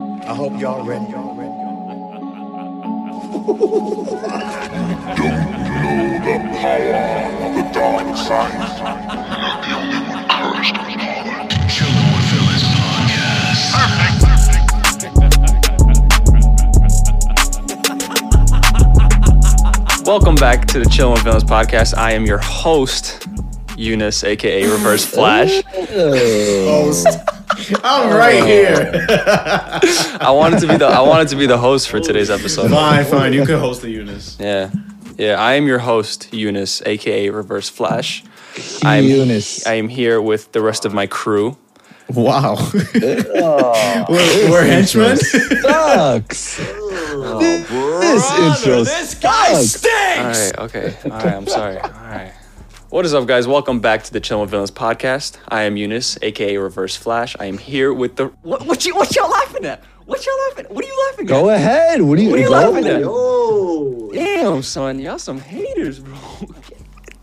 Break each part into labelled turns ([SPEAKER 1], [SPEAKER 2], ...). [SPEAKER 1] I hope y'all ready.
[SPEAKER 2] Welcome back to the Chillin' with Villains podcast. I am your host, Eunice, aka Reverse Flash.
[SPEAKER 1] I'm right here.
[SPEAKER 2] I wanted to be the I wanted to be the host for today's episode.
[SPEAKER 1] Fine, fine. You can host the Eunice.
[SPEAKER 2] Yeah, yeah. I am your host, Eunice, aka Reverse Flash. I'm,
[SPEAKER 3] Eunice.
[SPEAKER 2] I am here with the rest of my crew.
[SPEAKER 1] Wow.
[SPEAKER 2] Oh.
[SPEAKER 1] we're, we're henchmen.
[SPEAKER 3] sucks.
[SPEAKER 2] Oh,
[SPEAKER 3] this intro sucks.
[SPEAKER 2] All right. Okay. All right. I'm sorry. All right. What is up, guys? Welcome back to the Chillin' with Villains podcast. I am Eunice, aka Reverse Flash. I am here with the what? What, you, what y'all laughing at? What y'all laughing? At? What are you laughing at?
[SPEAKER 3] Go ahead. What do you,
[SPEAKER 2] What are you
[SPEAKER 3] go-
[SPEAKER 2] laughing at? Damn, son, y'all some haters, bro.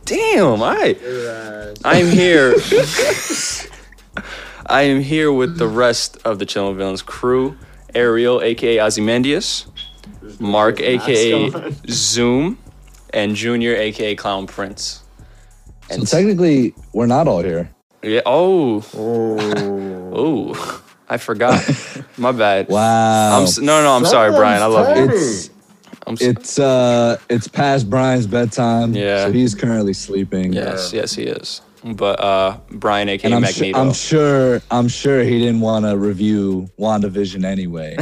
[SPEAKER 2] Damn, I. I'm here. I am here with the rest of the Chillin' Villains crew. Ariel, aka Ozymandias, Mark, aka Zoom, and Junior, aka Clown Prince.
[SPEAKER 3] So technically, we're not all here.
[SPEAKER 2] Yeah. Oh. Oh. I forgot. My bad.
[SPEAKER 3] Wow.
[SPEAKER 2] I'm s- no, no, I'm sorry, Brian. I love you.
[SPEAKER 3] it's
[SPEAKER 2] I'm s-
[SPEAKER 3] it's uh it's past Brian's bedtime.
[SPEAKER 2] Yeah.
[SPEAKER 3] So he's currently sleeping.
[SPEAKER 2] yes, yes, he is. But uh, Brian, aka
[SPEAKER 3] And I'm, su-
[SPEAKER 2] Magneto.
[SPEAKER 3] I'm sure I'm sure he didn't want to review WandaVision anyway.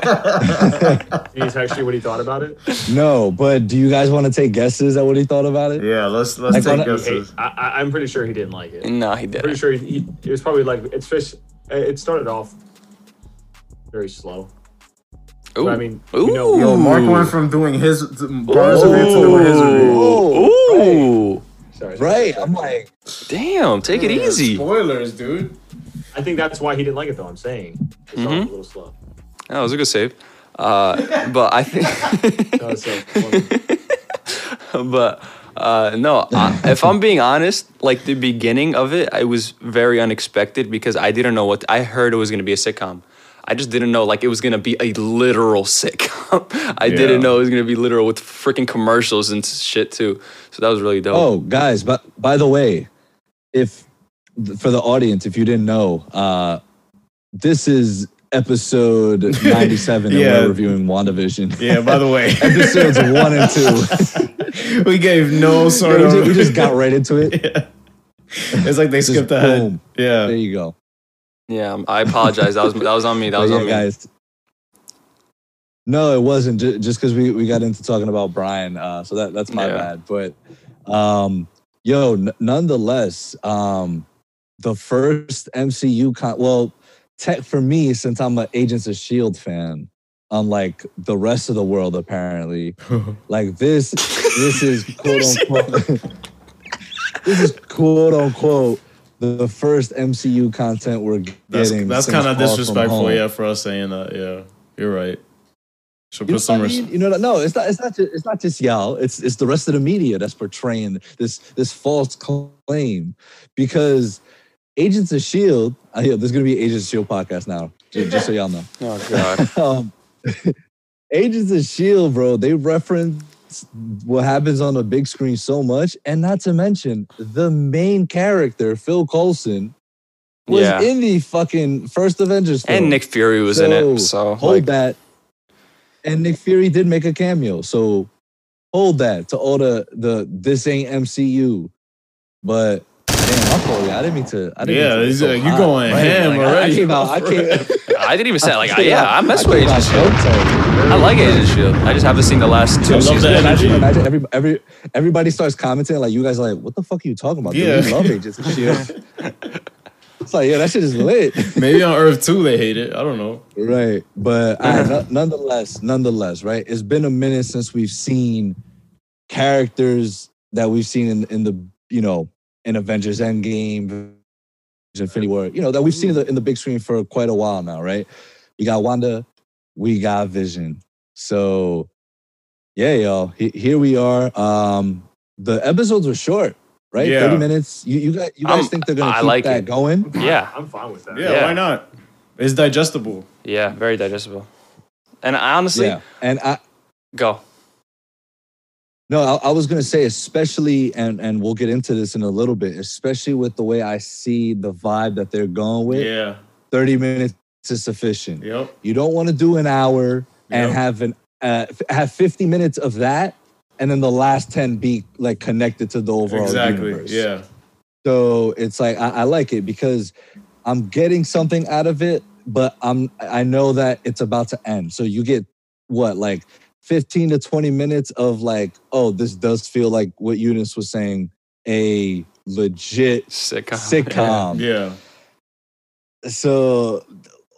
[SPEAKER 4] Can you text you what he thought about it?
[SPEAKER 3] no, but do you guys want to take guesses at what he thought about it?
[SPEAKER 1] Yeah, let's let's
[SPEAKER 3] Like,
[SPEAKER 1] take
[SPEAKER 3] on a-
[SPEAKER 4] Hey,
[SPEAKER 1] guesses.
[SPEAKER 4] I, I, I'm pretty sure he didn't like it.
[SPEAKER 2] No, he
[SPEAKER 4] Pretty
[SPEAKER 2] didn't.
[SPEAKER 4] sure he, he it was probably like it's fish. It started off very slow.
[SPEAKER 2] Ooh.
[SPEAKER 4] I mean,
[SPEAKER 2] ooh.
[SPEAKER 4] you know-
[SPEAKER 3] Oh,
[SPEAKER 1] Yo, Mark went from doing his to- Brian's review to doing his review.
[SPEAKER 2] Ooh.
[SPEAKER 4] Sorry, sorry.
[SPEAKER 3] Right. I'm like,
[SPEAKER 2] Damn, take it easy. That
[SPEAKER 1] Spoilers, dude.
[SPEAKER 4] I think that's why he didn't like it though. I'm saying it started
[SPEAKER 3] Mm-hmm.
[SPEAKER 4] a little slow.
[SPEAKER 2] was a good save. Uh, but I think,
[SPEAKER 4] No, it's like, well,
[SPEAKER 2] but uh, no, I, if I'm being honest, like the beginning of it, it was very unexpected because I didn't know what I heard it was going to be a sitcom. I just didn't know like it was going to be a literal sitcom. I
[SPEAKER 1] Yeah.
[SPEAKER 2] didn't know it was going to be literal with freaking commercials and shit too. So that was really dope.
[SPEAKER 3] Oh, guys, but by the way, if for the audience, if you didn't know, uh, this is episode 97
[SPEAKER 1] Yeah.
[SPEAKER 3] and we're reviewing WandaVision.
[SPEAKER 1] Yeah, by the way,
[SPEAKER 3] Episodes one and two.
[SPEAKER 1] we gave no sort
[SPEAKER 3] we,
[SPEAKER 1] of.
[SPEAKER 3] just, we just got right into it.
[SPEAKER 1] it's like they
[SPEAKER 3] just
[SPEAKER 1] skipped ahead.
[SPEAKER 3] boom.
[SPEAKER 1] Yeah.
[SPEAKER 3] There you go.
[SPEAKER 2] Yeah, um, I apologize. that was that was on me. That
[SPEAKER 3] But
[SPEAKER 2] was
[SPEAKER 3] yeah,
[SPEAKER 2] on me.
[SPEAKER 3] guys. No, it wasn't ju- just because we, we got into talking about Brian. Uh, so that, that's my
[SPEAKER 2] Yeah.
[SPEAKER 3] bad. But um, yo, n- nonetheless, um, the first MCU con, well, tech for me, since I'm an Agents of S.H.I.E.L.D. E fan, unlike the rest of the world, apparently, like this, this is quote unquote, this is quote unquote the first MCU content we're getting.
[SPEAKER 1] That's, that's
[SPEAKER 3] since
[SPEAKER 1] kind of
[SPEAKER 3] Far From Home.
[SPEAKER 1] disrespectful, yeah, for us saying that. Yeah, you're right. Should
[SPEAKER 3] You
[SPEAKER 1] put
[SPEAKER 3] know,
[SPEAKER 1] some
[SPEAKER 3] what I
[SPEAKER 1] res-
[SPEAKER 3] mean? you know, no, it's not, it's not, just, it's not just y'all. It's it's the rest of the media that's portraying this this false claim, because Agents of Shield. I hear there's gonna be an Agents of Shield podcast now, just, just so y'all know.
[SPEAKER 2] Oh god.
[SPEAKER 3] Um, Agents of Shield, E bro, they reference what happens on the big screen so much, and not to mention the main character, Phil Coulson, was
[SPEAKER 2] Yeah.
[SPEAKER 3] in the fucking first Avengers film
[SPEAKER 2] and Nick Fury was in it. So
[SPEAKER 3] hold
[SPEAKER 2] like,
[SPEAKER 3] that. And Nick Fury did make a cameo, so hold that to all the the this ain't MCU. But damn, I'm sorry, I didn't mean to. I didn't
[SPEAKER 1] Yeah,
[SPEAKER 3] mean to
[SPEAKER 1] he's,
[SPEAKER 3] go
[SPEAKER 1] uh, you
[SPEAKER 3] hot,
[SPEAKER 1] going ham
[SPEAKER 3] Like,
[SPEAKER 1] already.
[SPEAKER 3] I came out. I came.
[SPEAKER 2] I didn't even say it. like
[SPEAKER 3] I came
[SPEAKER 2] yeah,
[SPEAKER 3] out-
[SPEAKER 2] I mess with
[SPEAKER 3] came out
[SPEAKER 2] Agent Shield.
[SPEAKER 3] cold-turkey.
[SPEAKER 2] I like Agent Shield. I just haven't seen the last two
[SPEAKER 1] love
[SPEAKER 2] seasons.
[SPEAKER 1] that.
[SPEAKER 3] Imagine,
[SPEAKER 1] Energy.
[SPEAKER 3] imagine every, every, everybody starts commenting like you guys are like, what the fuck are you talking about? dude?
[SPEAKER 1] Yeah.
[SPEAKER 3] we love Agents of Shield. it's like, yeah, that shit is lit.
[SPEAKER 1] Maybe on Earth 2 they hate it. I don't know.
[SPEAKER 3] Right, but I, no- nonetheless, nonetheless, right? It's been a minute since we've seen characters that we've seen in, in the you know in Avengers Endgame, Infinity War, you know that we've seen in the, in the big screen for quite a while now, right? We got Wanda, we got Vision. So yeah, y'all, he, here we are. Um, the episodes were short, right?
[SPEAKER 1] Yeah.
[SPEAKER 3] Thirty minutes. You, you guys, you guys
[SPEAKER 2] I'm-
[SPEAKER 3] think they're gonna
[SPEAKER 2] I
[SPEAKER 3] keep
[SPEAKER 2] like
[SPEAKER 3] that
[SPEAKER 2] it.
[SPEAKER 3] going?
[SPEAKER 2] Yeah.
[SPEAKER 4] I'm fine with that.
[SPEAKER 1] Yeah,
[SPEAKER 2] Yeah.
[SPEAKER 1] why not? It's digestible.
[SPEAKER 2] Yeah, very digestible. And I honestly,
[SPEAKER 3] yeah, and I
[SPEAKER 2] go.
[SPEAKER 3] no, I, I was gonna say especially, and and we'll get into this in a little bit, especially with the way I see the vibe that they're going with.
[SPEAKER 1] Yeah.
[SPEAKER 3] Thirty minutes is sufficient.
[SPEAKER 1] Yep.
[SPEAKER 3] You don't want to do an hour and
[SPEAKER 1] Yep.
[SPEAKER 3] have an uh, f- have 50 minutes of that, and then the last 10 be like connected to the overall
[SPEAKER 1] Exactly.
[SPEAKER 3] universe.
[SPEAKER 1] Yeah.
[SPEAKER 3] So it's like I, I like it because I'm getting something out of it, but I'm I know that it's about to end. So you get what like 15 to 20 minutes of like, oh, this does feel like what Eunice was saying, a legit
[SPEAKER 2] Sitcom.
[SPEAKER 3] sitcom
[SPEAKER 1] Yeah.
[SPEAKER 3] so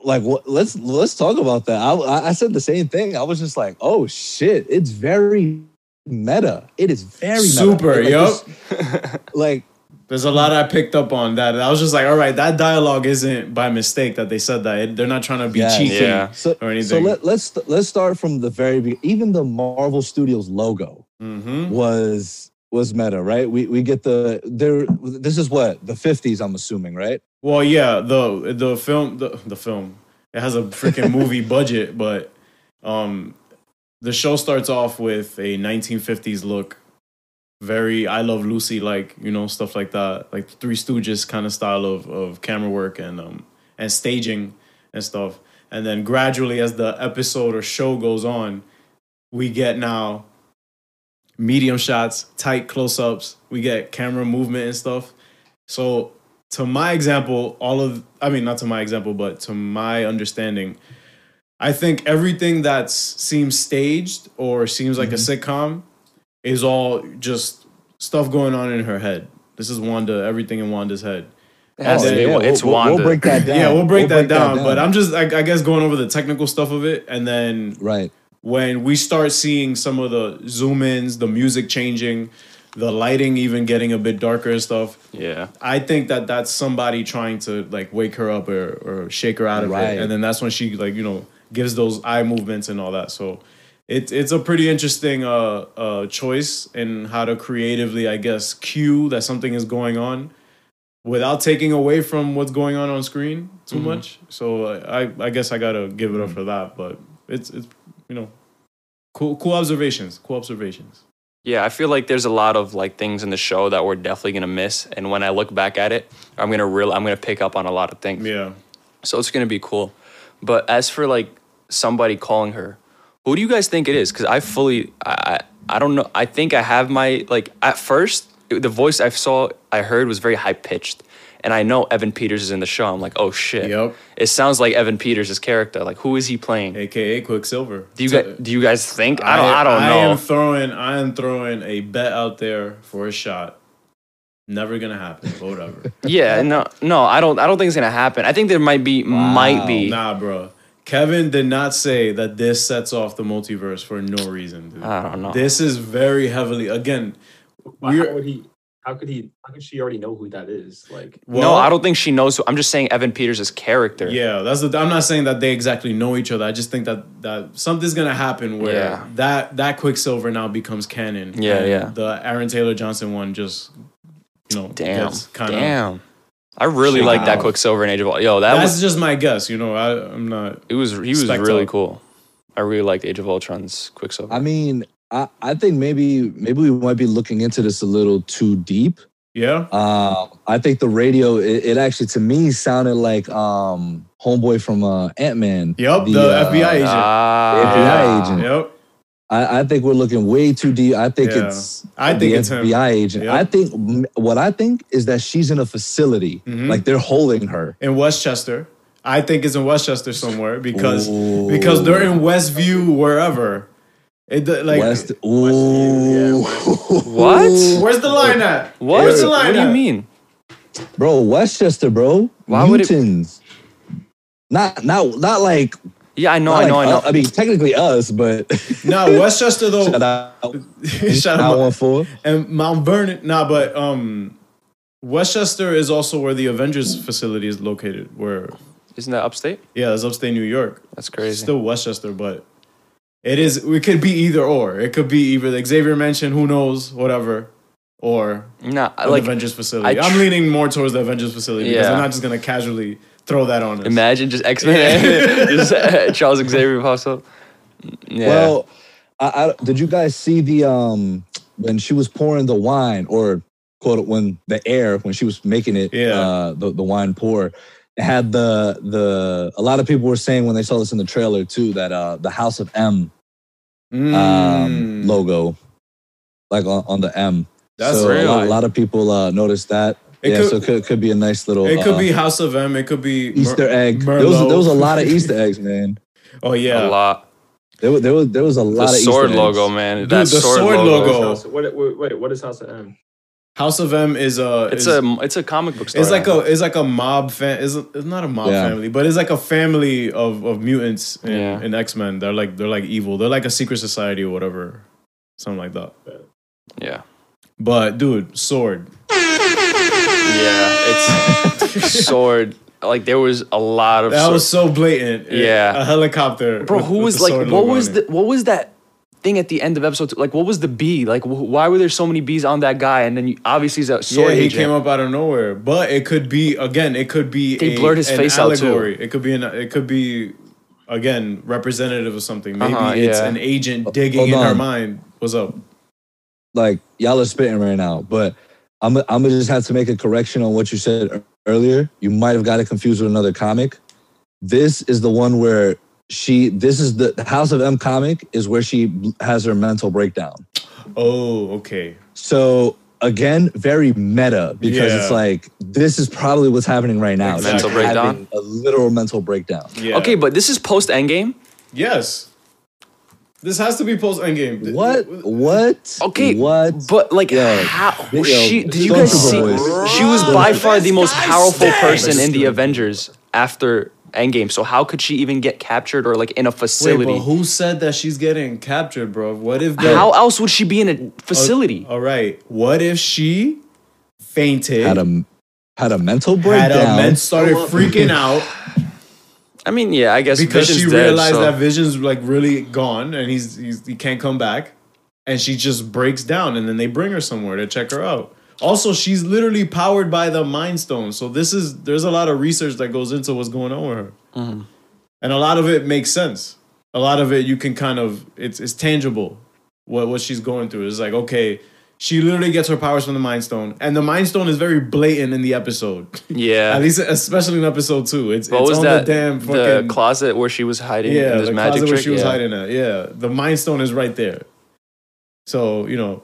[SPEAKER 3] like what let's let's talk about that I, I- I said the same thing i was just like oh shit it's very meta it is very meta.
[SPEAKER 1] Super.
[SPEAKER 3] like,
[SPEAKER 1] yup.
[SPEAKER 3] it's- like
[SPEAKER 1] There's a lot I picked up on that. I was just like, all right, that dialogue isn't by mistake that they said that. It- They're not trying to be
[SPEAKER 3] Yeah.
[SPEAKER 1] cheeky
[SPEAKER 2] Yeah.
[SPEAKER 3] so,
[SPEAKER 1] or
[SPEAKER 3] so
[SPEAKER 1] anything.
[SPEAKER 3] let, let's let's start from the very beginning even the marvel studios logo
[SPEAKER 1] mm-hmm.
[SPEAKER 3] was was meta right we we get the there this is what the 50s i'm assuming right
[SPEAKER 1] Well, yeah, the the film the, the film it has a freaking movie budget, but um the show starts off with a 1950s look, very I Love Lucy like, you know, stuff like that, like Three Stooges kind of style of of camera work and um and staging and stuff. And then gradually as the episode or show goes on, we get now medium shots, tight close-ups, we get camera movement and stuff. So to my example, all of I mean not to my example, but to my understanding, I think everything that seems staged or seems like a sitcom is all just stuff going on in her head. This is Wanda, everything in Wanda's head.
[SPEAKER 2] It has
[SPEAKER 1] Oh,
[SPEAKER 2] to be-
[SPEAKER 1] yeah,
[SPEAKER 2] well, it's
[SPEAKER 3] we'll, we'll-
[SPEAKER 2] Wanda.
[SPEAKER 3] we'll break that down
[SPEAKER 1] Yeah, we'll break that down, but
[SPEAKER 3] down.
[SPEAKER 1] I'm just I, I guess going over the technical stuff of it and then
[SPEAKER 3] right
[SPEAKER 1] when we start seeing some of the zoom ins, the music changing, the lighting even getting a bit darker and stuff,
[SPEAKER 2] yeah.
[SPEAKER 1] I think that that's somebody trying to like wake her up or, or shake her out of
[SPEAKER 3] Right.
[SPEAKER 1] it, and then that's when she like you know gives those eye movements and all that. So it's it's a pretty interesting uh, uh choice in how to creatively, I guess, cue that something is going on without taking away from what's going on on screen too much. So I I guess I gotta give it up for that, but it's it's you know cool cool observations, cool observations.
[SPEAKER 2] Yeah, I feel like there's a lot of like things in the show that we're definitely gonna miss, and when I look back at it, I'm gonna real I'm gonna pick up on a lot of things.
[SPEAKER 1] Yeah,
[SPEAKER 2] So it's gonna be cool. But as for like somebody calling her, who do you guys think it is? Because I fully I I I don't know. I think I have my like at first it- the voice I saw I heard was very high pitched, and I know Evan Peters is in the show. I'm like, oh shit.
[SPEAKER 1] Yup.
[SPEAKER 2] It sounds like Evan Peters' character. Like who is he playing?
[SPEAKER 1] aka Quicksilver.
[SPEAKER 2] Do you
[SPEAKER 1] So-
[SPEAKER 2] guys, do you guys think? I don't I, don't know.
[SPEAKER 1] am throwing I am throwing a bet out there for a shot. Never gonna happen, but whatever.
[SPEAKER 2] Yeah, no, no, I don't. I don't think it's gonna happen. I think there might be, might be.
[SPEAKER 1] nah, bro. Kevin did not say that this sets off the multiverse for no reason, dude.
[SPEAKER 2] I don't know.
[SPEAKER 1] This is very heavily again.
[SPEAKER 4] Why,
[SPEAKER 1] We're-
[SPEAKER 4] how would he? How could he? How could she already know who that is? Like,
[SPEAKER 2] no,
[SPEAKER 1] well,
[SPEAKER 2] I don't think she knows. Who, I'm just saying Evan Peters' character.
[SPEAKER 1] Yeah, that's the. I'm not saying that they exactly know each other. I just think that that something's gonna happen where
[SPEAKER 2] Yeah.
[SPEAKER 1] that that Quicksilver now becomes canon.
[SPEAKER 2] Yeah,
[SPEAKER 1] and
[SPEAKER 2] yeah.
[SPEAKER 1] The Aaron Taylor Johnson one just, you know,
[SPEAKER 2] Damn.
[SPEAKER 1] kind of.
[SPEAKER 2] Damn. I really
[SPEAKER 3] Wow.
[SPEAKER 2] like that Quicksilver in Age of Ultron. Yo, that
[SPEAKER 1] That's
[SPEAKER 2] was
[SPEAKER 1] just my guess. You know, I, I'm not.
[SPEAKER 2] it was he was
[SPEAKER 1] Spectre.
[SPEAKER 2] really cool. I really liked Age of Ultron's Quicksilver.
[SPEAKER 3] i mean I, I think maybe maybe we might be looking into this a little too deep
[SPEAKER 1] Yeah.
[SPEAKER 3] Um, I think the radio it, it actually to me sounded like um homeboy from uh Ant Man.
[SPEAKER 1] Yup, the, FBI agent.
[SPEAKER 2] Ah.
[SPEAKER 3] FBI agent.
[SPEAKER 1] Yep.
[SPEAKER 3] I, I think we're looking way too deep. I think
[SPEAKER 1] Yeah.
[SPEAKER 3] it's
[SPEAKER 1] I think
[SPEAKER 3] the
[SPEAKER 1] it's him.
[SPEAKER 3] FBI agent.
[SPEAKER 1] Yep.
[SPEAKER 3] I think m- what I think is that she's in a facility,
[SPEAKER 1] Mhm.
[SPEAKER 3] like they're holding her.
[SPEAKER 1] In Westchester. I think it's in Westchester somewhere because
[SPEAKER 3] Ooh.
[SPEAKER 1] because they're in Westview wherever. It do- like
[SPEAKER 3] West. Ooh.
[SPEAKER 2] What?
[SPEAKER 1] where's the line at?
[SPEAKER 2] What?
[SPEAKER 1] Where's the line
[SPEAKER 2] what do
[SPEAKER 1] at?
[SPEAKER 2] you mean?
[SPEAKER 3] bro, Westchester, bro.
[SPEAKER 2] Why would it-
[SPEAKER 3] Mutants. Not not not like.
[SPEAKER 2] Yeah, I know,
[SPEAKER 3] not
[SPEAKER 2] I know,
[SPEAKER 3] like
[SPEAKER 2] I know.
[SPEAKER 3] us- I mean, technically us, but
[SPEAKER 1] No, Westchester though.
[SPEAKER 3] shout out.
[SPEAKER 1] Shout
[SPEAKER 3] Nine
[SPEAKER 1] out.
[SPEAKER 3] one four.
[SPEAKER 1] And Mount Vernon. Nah, but um, Westchester is also where the Avengers facility is located. Where
[SPEAKER 2] Isn't that upstate?
[SPEAKER 1] yeah, it's upstate New York.
[SPEAKER 2] That's crazy.
[SPEAKER 1] Still Westchester, but it is. It could be either or. It could be either like Xavier mentioned. Who knows? Whatever. Or
[SPEAKER 2] nah, I
[SPEAKER 1] the
[SPEAKER 2] like
[SPEAKER 1] Avengers facility.
[SPEAKER 2] I
[SPEAKER 1] I'm
[SPEAKER 2] tr-
[SPEAKER 1] leaning more towards the Avengers facility because
[SPEAKER 2] Yeah.
[SPEAKER 1] they're not just gonna casually throw that on us.
[SPEAKER 2] Imagine just X Men, just uh, Charles Xavier pops up. Yeah.
[SPEAKER 3] Well, I, I, did you guys see the um when she was pouring the wine or quote it when the air when she was making it
[SPEAKER 1] Yeah.
[SPEAKER 3] uh, the the wine pour it had the the a lot of people were saying when they saw this in the trailer too that uh the House of M
[SPEAKER 1] Mm.
[SPEAKER 3] um logo like on, on the M.
[SPEAKER 1] That's
[SPEAKER 3] so A, lot, a
[SPEAKER 2] real.
[SPEAKER 3] lot of people uh noticed that.
[SPEAKER 1] It
[SPEAKER 3] yeah,
[SPEAKER 1] could-
[SPEAKER 3] so it could, could be a nice little
[SPEAKER 1] It could
[SPEAKER 3] uh,
[SPEAKER 1] be House of M. It could be Mer-
[SPEAKER 3] Easter egg. There was,
[SPEAKER 1] Merlot.
[SPEAKER 3] there was a lot of Easter eggs, man.
[SPEAKER 1] Oh yeah,
[SPEAKER 2] a lot.
[SPEAKER 3] There was there was, there was a
[SPEAKER 2] The
[SPEAKER 3] lot of
[SPEAKER 2] sword
[SPEAKER 3] Easter
[SPEAKER 2] logo,
[SPEAKER 3] eggs.
[SPEAKER 2] man.
[SPEAKER 1] Dude,
[SPEAKER 2] that
[SPEAKER 1] the
[SPEAKER 2] sword,
[SPEAKER 1] sword
[SPEAKER 2] logo.
[SPEAKER 1] logo.
[SPEAKER 4] House- what- wait, wait, what is House of M?
[SPEAKER 1] House of M is a.
[SPEAKER 2] It's
[SPEAKER 1] is-
[SPEAKER 2] a it's a comic book. Story
[SPEAKER 1] It's like a it's like a mob fan. It's, it's not a mob
[SPEAKER 3] Yeah.
[SPEAKER 1] family, but it's like a family of, of mutants and,
[SPEAKER 2] Yeah.
[SPEAKER 1] and X Men. They're like they're like evil. They're like a secret society or whatever, something like that.
[SPEAKER 2] yeah
[SPEAKER 1] But dude, sword.
[SPEAKER 2] yeah it's sword. Like there was a lot of
[SPEAKER 1] That
[SPEAKER 2] sword-
[SPEAKER 1] was so blatant.
[SPEAKER 2] Yeah.
[SPEAKER 1] a helicopter.
[SPEAKER 2] bro.
[SPEAKER 1] with-
[SPEAKER 2] Who
[SPEAKER 1] with
[SPEAKER 2] was
[SPEAKER 1] the
[SPEAKER 2] like
[SPEAKER 1] sword
[SPEAKER 2] what
[SPEAKER 1] logo
[SPEAKER 2] was
[SPEAKER 1] on
[SPEAKER 2] the
[SPEAKER 1] it.
[SPEAKER 2] what was that thing at the end of episode two? Like what was the bee? Like wh- why were there so many bees on that guy? And then you, obviously he's a
[SPEAKER 1] Yeah,
[SPEAKER 2] sword
[SPEAKER 1] he
[SPEAKER 2] agent.
[SPEAKER 1] came up out of nowhere. But it could be again. It could be
[SPEAKER 2] They
[SPEAKER 1] a,
[SPEAKER 2] blurred his
[SPEAKER 1] an
[SPEAKER 2] face out, too.
[SPEAKER 1] allegory. It could be an. It could be again representative of something. Maybe
[SPEAKER 2] Uh-huh,
[SPEAKER 1] it's
[SPEAKER 2] yeah.
[SPEAKER 1] an agent digging
[SPEAKER 3] hold
[SPEAKER 1] in her
[SPEAKER 3] on.
[SPEAKER 1] mind. What's up?
[SPEAKER 3] Like y'all are spitting right now, but I'm I'm gonna just have to make a correction on what you said ear- earlier. You might have got it confused with another comic. This is the one where she. This is the the House of M comic is where she bl- has her mental breakdown.
[SPEAKER 1] Oh, okay.
[SPEAKER 3] So again, very meta because
[SPEAKER 1] Yeah.
[SPEAKER 3] it's like this is probably what's happening right now. She's
[SPEAKER 1] Mental
[SPEAKER 2] breakdown?
[SPEAKER 3] having a literal mental breakdown.
[SPEAKER 1] Yeah.
[SPEAKER 2] Okay, but this is post Endgame.
[SPEAKER 1] Yes. This has to be post Endgame.
[SPEAKER 3] What? What?
[SPEAKER 2] Okay,
[SPEAKER 3] what?
[SPEAKER 2] but like
[SPEAKER 3] Yo,
[SPEAKER 2] how
[SPEAKER 3] yo,
[SPEAKER 2] she? Did you
[SPEAKER 3] Stormtrooper
[SPEAKER 2] guys see?
[SPEAKER 3] boys.
[SPEAKER 2] She was by far the most powerful person in the
[SPEAKER 1] Stormtrooper.
[SPEAKER 2] Avengers after Endgame. So how could she even get captured or like in a
[SPEAKER 1] Wait,
[SPEAKER 2] facility?
[SPEAKER 1] but who said that she's getting captured, bro? What if the
[SPEAKER 2] how else would she be in a facility?
[SPEAKER 1] All right. What if she fainted?
[SPEAKER 3] had a had a mental
[SPEAKER 1] had a
[SPEAKER 3] breakdown.
[SPEAKER 1] men started freaking out
[SPEAKER 2] I mean, yeah, I guess
[SPEAKER 1] because
[SPEAKER 2] Vision's
[SPEAKER 1] she
[SPEAKER 2] dead,
[SPEAKER 1] realized
[SPEAKER 2] so-
[SPEAKER 1] that Vision's like really gone and he's, he's he can't come back, and she just breaks down, and then they bring her somewhere to check her out. Also, she's literally powered by the Mind Stone, so this is there's a lot of research that goes into what's going on with her,
[SPEAKER 2] Mm-hmm.
[SPEAKER 1] and a lot of it makes sense. A lot of it you can kind of it's it's tangible what what she's going through. It's like okay. She literally gets her powers from the Mind Stone, and the Mind Stone is very blatant in the episode.
[SPEAKER 2] yeah.
[SPEAKER 1] At least, especially in episode two, it's,
[SPEAKER 2] what
[SPEAKER 1] it's
[SPEAKER 2] was
[SPEAKER 1] on
[SPEAKER 2] that?
[SPEAKER 1] the damn
[SPEAKER 2] The
[SPEAKER 1] fucking
[SPEAKER 2] closet where she was hiding.
[SPEAKER 1] yeah,
[SPEAKER 2] in this
[SPEAKER 1] the
[SPEAKER 2] magic
[SPEAKER 1] closet
[SPEAKER 2] trick.
[SPEAKER 1] where she was
[SPEAKER 2] yeah.
[SPEAKER 1] hiding at. Yeah, the Mind Stone is right there. So you know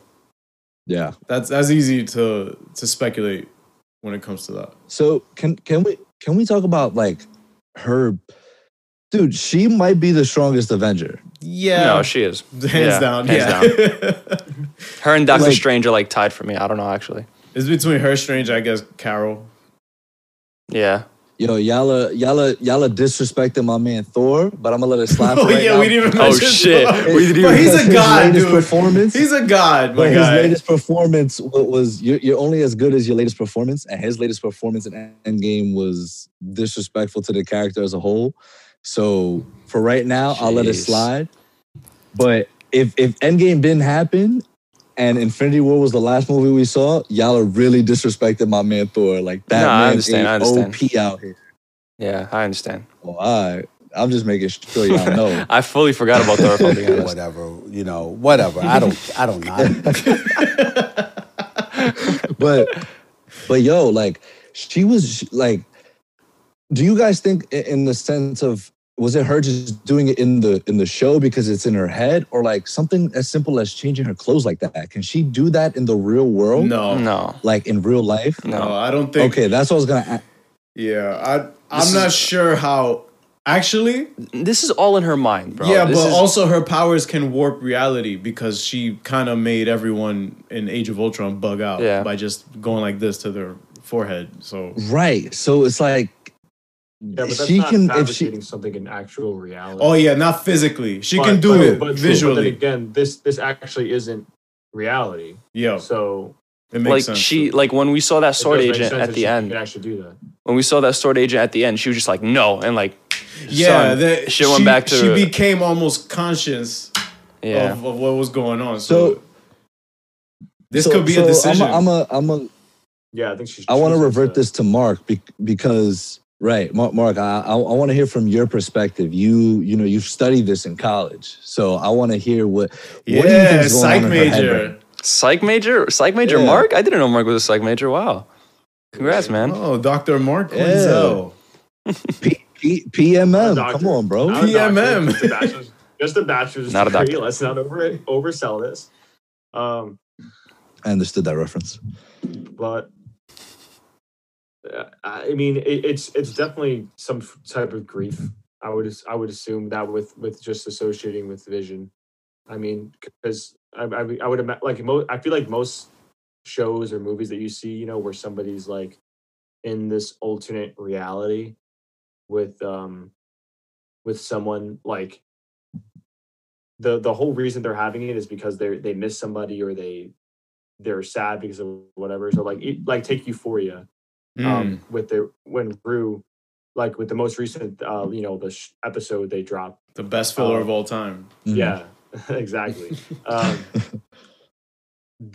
[SPEAKER 3] yeah.
[SPEAKER 1] that's that's easy to to speculate when it comes to that.
[SPEAKER 3] So can can we can we talk about like her? Dude, she might be the strongest Avenger.
[SPEAKER 1] Yeah,
[SPEAKER 2] No, she is.
[SPEAKER 1] hands
[SPEAKER 2] yeah,
[SPEAKER 1] down.
[SPEAKER 2] hands
[SPEAKER 1] yeah,
[SPEAKER 2] Her and Doctor
[SPEAKER 3] Like-
[SPEAKER 2] Strange are like tied for me. I don't know actually.
[SPEAKER 1] it's between her, Strange, I guess, Carol.
[SPEAKER 2] Yeah.
[SPEAKER 3] Yo, y'all are, y'all are, y'all are disrespecting my man Thor, but I'm gonna let it slide.
[SPEAKER 1] Oh
[SPEAKER 3] for right
[SPEAKER 1] yeah,
[SPEAKER 3] now.
[SPEAKER 1] we didn't even.
[SPEAKER 2] Oh,
[SPEAKER 1] mention
[SPEAKER 2] shit.
[SPEAKER 1] Thor.
[SPEAKER 2] We didn't
[SPEAKER 1] But
[SPEAKER 2] even
[SPEAKER 1] he's a
[SPEAKER 3] His
[SPEAKER 1] god,
[SPEAKER 3] latest
[SPEAKER 1] dude.
[SPEAKER 3] Performance.
[SPEAKER 1] He's a god, my
[SPEAKER 3] But
[SPEAKER 1] guy.
[SPEAKER 3] his latest performance wa- was you're, you're only as good as your latest performance, and his latest performance in Endgame was disrespectful to the character as a whole. So for right now, I'll let it
[SPEAKER 2] Jeez.
[SPEAKER 3] slide. But if if Endgame didn't happen and Infinity War was the last movie we saw, y'all are really disrespecting my man Thor. Like that
[SPEAKER 2] No, I
[SPEAKER 3] man
[SPEAKER 2] understand, I
[SPEAKER 3] is
[SPEAKER 2] understand.
[SPEAKER 3] OP out here.
[SPEAKER 2] Yeah, I understand.
[SPEAKER 3] Oh, all right. I'm just making sure y'all know.
[SPEAKER 2] I fully forgot about Thor. If I'm being honest.
[SPEAKER 5] whatever, you know, whatever. I don't, I don't know.
[SPEAKER 3] but but yo like she was sh- like do you guys think i- in the sense of was it her just doing it in the in the show because it's in her head or like something as simple as changing her clothes like that can she do that in the real world
[SPEAKER 1] no, no,
[SPEAKER 2] No.
[SPEAKER 3] like in real life
[SPEAKER 2] No.
[SPEAKER 1] I don't think.
[SPEAKER 3] okay that's what i was gonna ask
[SPEAKER 1] Yeah, I I'm not sure how. Actually,
[SPEAKER 2] This is all in her mind, bro.
[SPEAKER 1] yeah, but
[SPEAKER 2] This is-
[SPEAKER 1] also her powers can warp reality because she kind of made everyone in Age of Ultron bug out
[SPEAKER 2] Yeah.
[SPEAKER 1] by just going like this to their forehead. So
[SPEAKER 3] right so it's like
[SPEAKER 4] Yeah, but that's
[SPEAKER 3] she
[SPEAKER 4] not
[SPEAKER 3] can if
[SPEAKER 4] fabricating
[SPEAKER 3] she
[SPEAKER 4] something in actual reality.
[SPEAKER 1] oh yeah, not physically. She
[SPEAKER 4] But-
[SPEAKER 1] can do
[SPEAKER 4] but-
[SPEAKER 1] it
[SPEAKER 4] but- but
[SPEAKER 1] visually.
[SPEAKER 4] then again, this this actually isn't reality.
[SPEAKER 1] yeah,
[SPEAKER 4] So
[SPEAKER 1] it makes
[SPEAKER 2] like
[SPEAKER 1] sense.
[SPEAKER 2] she like when we saw that
[SPEAKER 4] it
[SPEAKER 2] sword
[SPEAKER 4] does make
[SPEAKER 2] agent
[SPEAKER 4] sense
[SPEAKER 2] at
[SPEAKER 4] that
[SPEAKER 2] the
[SPEAKER 4] she
[SPEAKER 2] end.
[SPEAKER 4] could actually do that.
[SPEAKER 2] When we saw that sword agent at the end, she was just like no, and like
[SPEAKER 1] yeah,
[SPEAKER 2] son,
[SPEAKER 1] that
[SPEAKER 2] shit went back to
[SPEAKER 1] she became almost conscious
[SPEAKER 2] yeah.
[SPEAKER 1] of, of what was going on. So,
[SPEAKER 3] So-
[SPEAKER 1] this
[SPEAKER 3] so-
[SPEAKER 1] could be
[SPEAKER 3] so
[SPEAKER 1] a decision.
[SPEAKER 3] I'm a, I'm a, I'm a
[SPEAKER 4] Yeah, I think she's.
[SPEAKER 3] I want to
[SPEAKER 4] she's
[SPEAKER 3] revert this
[SPEAKER 4] upset.
[SPEAKER 3] to Mark bec- because Right, Mark. Mark, I I, I want to hear from your perspective. You you know you've studied this in college, so I want to hear what. what do you
[SPEAKER 1] Yeah,
[SPEAKER 3] think's going on in
[SPEAKER 1] psych
[SPEAKER 3] her head right
[SPEAKER 1] major.
[SPEAKER 2] Psych major, psych major
[SPEAKER 3] Yeah.
[SPEAKER 2] Mark. I didn't know Mark was a psych major. Wow, congrats, man.
[SPEAKER 1] Oh, Dr. Mark Quinzel.
[SPEAKER 3] P- P- PMM.
[SPEAKER 4] Doctor.
[SPEAKER 3] Come on, bro.
[SPEAKER 4] Not a doctor,
[SPEAKER 1] PMM.
[SPEAKER 4] Just a bachelor's, just a bachelor's
[SPEAKER 2] Not a
[SPEAKER 4] degree.
[SPEAKER 2] doctor.
[SPEAKER 4] Let's not over oversell this. Um,
[SPEAKER 3] I understood that reference.
[SPEAKER 4] but uh, I mean, it, it's it's definitely some f- type of grief. I would as- I would assume that with with just associating with vision. I mean, because I, I would- I would imagine like mo- I feel like most shows or movies that you see, you know, where somebody's like in this alternate reality with um with someone like the the whole reason they're having it is because they they miss somebody or they they're sad because of whatever. So like e- like take Euphoria
[SPEAKER 1] Mm.
[SPEAKER 4] um, with their when Rue like with the most recent uh, you know the sh- episode they dropped
[SPEAKER 1] the best filler
[SPEAKER 4] um,
[SPEAKER 1] of all time.
[SPEAKER 3] Mhm.
[SPEAKER 4] yeah exactly um,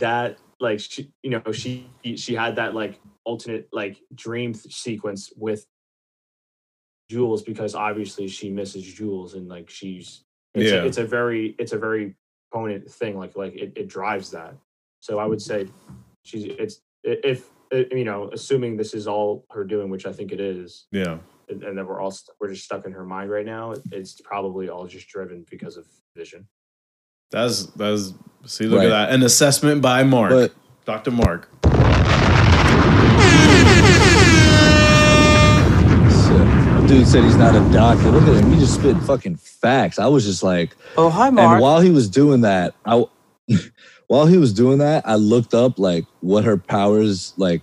[SPEAKER 4] that like she you know she she had that like alternate like dream th- sequence with jules because obviously she misses jules and like she's it's,
[SPEAKER 1] Yeah.
[SPEAKER 4] a, it's a very it's a very potent thing like like it, it drives that so i would say she's it's i- if i- you know assuming this is all her doing which i think it is
[SPEAKER 1] Yeah.
[SPEAKER 4] and, and that we're all st- we're just stuck in her mind right now. It's probably all just driven because of vision.
[SPEAKER 1] That's that's see look
[SPEAKER 3] Right.
[SPEAKER 1] at that. An assessment by Mark.
[SPEAKER 3] But
[SPEAKER 1] Dr. Mark.
[SPEAKER 3] shit, dude said he's not a doctor. Look at him. He just spit fucking facts. I was just like,
[SPEAKER 2] Oh hi,
[SPEAKER 3] And while he was doing that, I while he was doing that, I looked up like what her powers like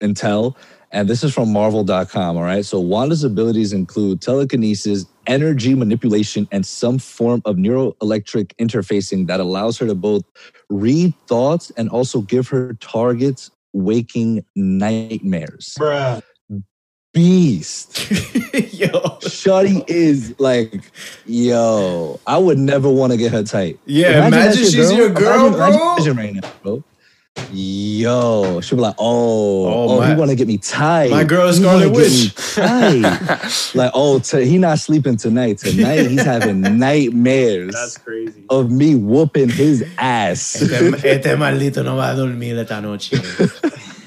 [SPEAKER 3] entail. And this is from Marvel.com. All right. So Wanda's abilities include telekinesis, energy manipulation, and some form of neuroelectric interfacing that allows her to both read thoughts and also give her targets waking nightmares.
[SPEAKER 4] Bruh.
[SPEAKER 3] Beast.
[SPEAKER 1] Yo.
[SPEAKER 3] Shotty is like, yo, I would never want to get her tight.
[SPEAKER 1] Yeah, imagine,
[SPEAKER 3] that shit,
[SPEAKER 1] she's
[SPEAKER 3] bro.
[SPEAKER 1] your girl,
[SPEAKER 3] Imagine-
[SPEAKER 1] bro.
[SPEAKER 3] imagine right now, bro. Yo, she'll be like, oh,
[SPEAKER 1] Oh,
[SPEAKER 3] oh,
[SPEAKER 1] my-
[SPEAKER 3] he want to get me tight.
[SPEAKER 1] My girl is
[SPEAKER 3] He wanna
[SPEAKER 1] Scarlet
[SPEAKER 3] get me
[SPEAKER 1] Witch.
[SPEAKER 3] tight. like, oh, t- he not sleeping tonight. Tonight he's having nightmares
[SPEAKER 4] That's crazy.
[SPEAKER 3] of me whooping his ass,
[SPEAKER 1] este maldito no va a dormir esta noche.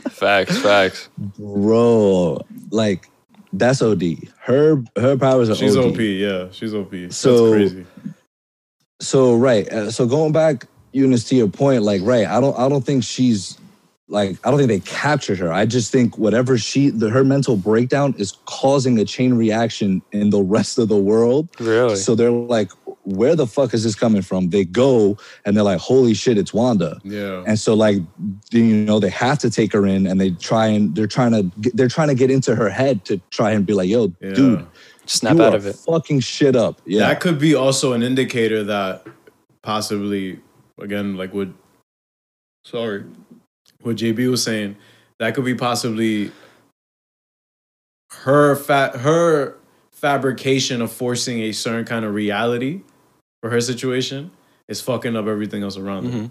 [SPEAKER 2] Facts, facts.
[SPEAKER 3] bro. Like, that's OD. Her her powers are
[SPEAKER 1] She's
[SPEAKER 3] OD.
[SPEAKER 1] OP, yeah. She's OP.
[SPEAKER 3] So-
[SPEAKER 1] That's crazy.
[SPEAKER 3] so right uh, so going back eunice to your point like right i don't i don't think she's like i don't think they captured her i just think whatever she the, her mental breakdown is causing a chain reaction in the rest of the world
[SPEAKER 2] Really?
[SPEAKER 3] so they're like where the fuck is this coming from they go and they're like holy shit it's wanda
[SPEAKER 1] Yeah.
[SPEAKER 3] and so like you know they have to take her in and they try and they're trying to get- they're trying to get into her head to try and be like yo
[SPEAKER 1] yeah.
[SPEAKER 3] dude
[SPEAKER 2] Snap
[SPEAKER 3] you
[SPEAKER 2] out
[SPEAKER 3] are
[SPEAKER 2] of it.
[SPEAKER 3] fucking shit up yeah
[SPEAKER 1] That could be also an indicator that possibly, again, like what, sorry, what JB was saying, that could be possibly her fa- her fabrication of forcing a certain kind of reality for her situation is fucking up everything else around her.
[SPEAKER 2] Mhm.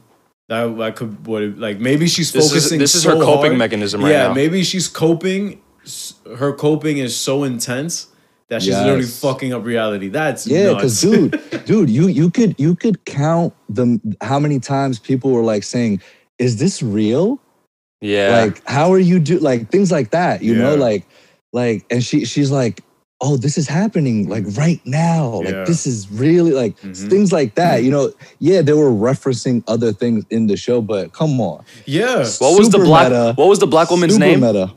[SPEAKER 1] That that could what it- like maybe she's
[SPEAKER 2] This is
[SPEAKER 1] focusing.
[SPEAKER 2] this is
[SPEAKER 1] so
[SPEAKER 2] her coping
[SPEAKER 1] hard
[SPEAKER 2] mechanism right
[SPEAKER 1] yeah,
[SPEAKER 2] now.
[SPEAKER 1] maybe she's coping. s- Her coping is so intense that she's literally
[SPEAKER 3] Yes.
[SPEAKER 1] fucking up reality. That's
[SPEAKER 3] Yeah, because
[SPEAKER 1] nuts.
[SPEAKER 3] dude, dude, you you could you could count the how many times people were like saying, "Is this real?
[SPEAKER 2] Yeah.
[SPEAKER 3] Like, how are you do like things like that? You know,
[SPEAKER 1] Yeah.
[SPEAKER 3] like, like, and she she's like, "Oh, this is happening like right now.
[SPEAKER 1] Yeah.
[SPEAKER 3] Like, this is really like
[SPEAKER 1] Mhm.
[SPEAKER 3] things like that. You know, yeah, they were referencing other things in the show, but come on,
[SPEAKER 1] yeah.
[SPEAKER 2] what was the
[SPEAKER 3] super
[SPEAKER 2] black?
[SPEAKER 3] meta.
[SPEAKER 2] What was the black woman's
[SPEAKER 3] Super
[SPEAKER 2] name?
[SPEAKER 3] meta.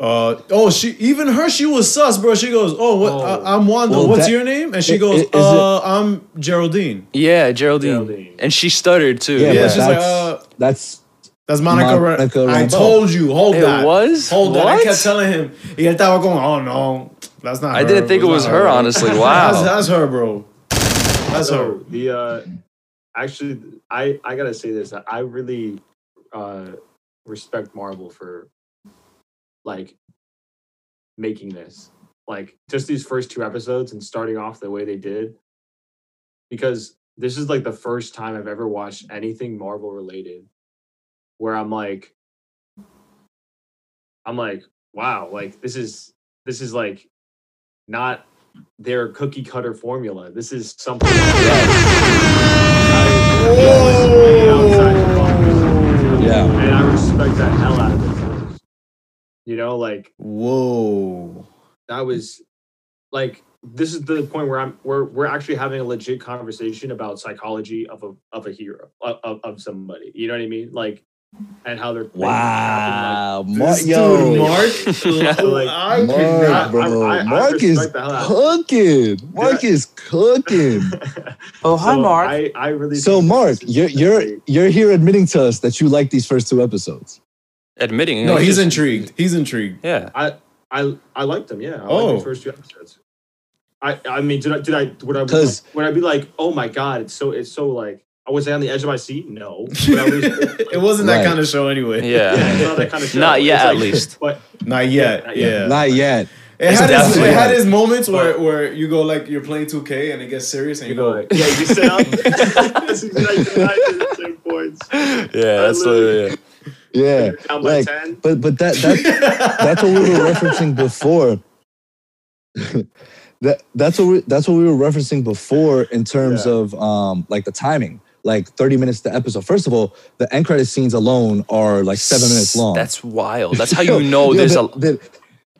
[SPEAKER 1] Uh, oh, she even her she was sus, bro. She goes, "Oh, what?
[SPEAKER 4] Oh.
[SPEAKER 1] I, am Wanda.
[SPEAKER 3] Well,
[SPEAKER 1] What's
[SPEAKER 3] that-
[SPEAKER 1] your name?" And she
[SPEAKER 3] i-
[SPEAKER 1] goes,
[SPEAKER 3] i- is it-
[SPEAKER 1] "Uh, I'm Geraldine."
[SPEAKER 2] Yeah, Geraldine.
[SPEAKER 4] Geraldine.
[SPEAKER 2] And she stuttered too.
[SPEAKER 3] Yeah,
[SPEAKER 1] Yeah,
[SPEAKER 3] but
[SPEAKER 1] she's like,
[SPEAKER 3] that's
[SPEAKER 1] uh,
[SPEAKER 3] that's
[SPEAKER 1] That's Monica.
[SPEAKER 3] Monica
[SPEAKER 1] Ra- I
[SPEAKER 3] Rambeau.
[SPEAKER 1] told you, hold
[SPEAKER 2] It
[SPEAKER 1] that.
[SPEAKER 2] was?
[SPEAKER 1] hold that. I
[SPEAKER 2] What?
[SPEAKER 1] kept telling him. He estaba going, "Oh no, that's not."
[SPEAKER 2] I
[SPEAKER 1] her.
[SPEAKER 2] didn't think it
[SPEAKER 1] That's
[SPEAKER 2] was
[SPEAKER 1] not
[SPEAKER 2] her, honestly.
[SPEAKER 1] that's,
[SPEAKER 2] Wow.
[SPEAKER 1] that's her, bro. That's her.
[SPEAKER 4] So the uh, actually, I I gotta say this. I really uh, respect Marvel for like making this like just these first two episodes and starting off the way they did because this is like the first time I've ever watched anything Marvel related where I'm like I'm like wow like this is this is like not their cookie cutter formula. This is something.
[SPEAKER 3] Oh! Yeah.
[SPEAKER 4] And I respect that hell out of it. You know, like
[SPEAKER 1] Whoa.
[SPEAKER 4] that was like this is the point where I'm we're we're actually having a legit conversation about psychology of a of a hero of of, of somebody. You know what I mean? Like and how they're
[SPEAKER 3] Wow, Mar-
[SPEAKER 1] This
[SPEAKER 3] yo,
[SPEAKER 1] dude, Mark,
[SPEAKER 4] Like,
[SPEAKER 1] I could
[SPEAKER 3] Mark,
[SPEAKER 1] not.
[SPEAKER 4] I-
[SPEAKER 3] bro,
[SPEAKER 4] I- I
[SPEAKER 3] Mark is
[SPEAKER 4] respect the hell out
[SPEAKER 3] cooking. Mark is cooking.
[SPEAKER 2] Oh, hi,
[SPEAKER 4] So
[SPEAKER 2] Mark.
[SPEAKER 4] I, I really
[SPEAKER 3] So,
[SPEAKER 4] think
[SPEAKER 3] Mark,
[SPEAKER 4] this is
[SPEAKER 3] you're you're
[SPEAKER 4] definitely-
[SPEAKER 3] you're here admitting to us that you like these first two episodes.
[SPEAKER 2] Admitting. you
[SPEAKER 1] No,
[SPEAKER 2] know,
[SPEAKER 1] he's
[SPEAKER 2] just-
[SPEAKER 1] intrigued. He's intrigued.
[SPEAKER 2] Yeah.
[SPEAKER 4] I I liked them. Yeah. I
[SPEAKER 1] Oh.
[SPEAKER 4] liked the first two episodes. I I mean, did I did I would I be
[SPEAKER 3] 'Cause-
[SPEAKER 4] like- would I be like, oh my god, it's so it's so like I was I on the edge of my seat? No, but I was,
[SPEAKER 1] it wasn't that
[SPEAKER 3] Right.
[SPEAKER 1] kind of show anyway.
[SPEAKER 4] yeah,
[SPEAKER 2] Yeah.
[SPEAKER 4] it's not that kind of show.
[SPEAKER 2] Not
[SPEAKER 4] It's
[SPEAKER 2] yet,
[SPEAKER 4] like-
[SPEAKER 2] at least.
[SPEAKER 4] But
[SPEAKER 1] Not yet.
[SPEAKER 4] Not yet.
[SPEAKER 1] yeah.
[SPEAKER 3] Not yet.
[SPEAKER 1] It had, his,
[SPEAKER 2] definitely-
[SPEAKER 1] it had his moments where, where you go like you're playing 2K and it gets serious and you
[SPEAKER 4] you know,
[SPEAKER 1] go
[SPEAKER 4] like, yeah, you sit up. This is like the same points.
[SPEAKER 2] Yeah, that's what, yeah.
[SPEAKER 3] Yeah,
[SPEAKER 4] Down by
[SPEAKER 3] like,
[SPEAKER 4] ten.
[SPEAKER 3] but but that that that's what we were referencing before. that that's what we, that's what we were referencing before in terms
[SPEAKER 4] Yeah.
[SPEAKER 3] of um like the timing, like thirty minutes to episode. First of all, the end credit scenes alone are like seven minutes long.
[SPEAKER 2] That's wild. That's how
[SPEAKER 3] Yo,
[SPEAKER 2] you know
[SPEAKER 3] yo,
[SPEAKER 2] there's
[SPEAKER 3] did,
[SPEAKER 2] a.
[SPEAKER 3] Did,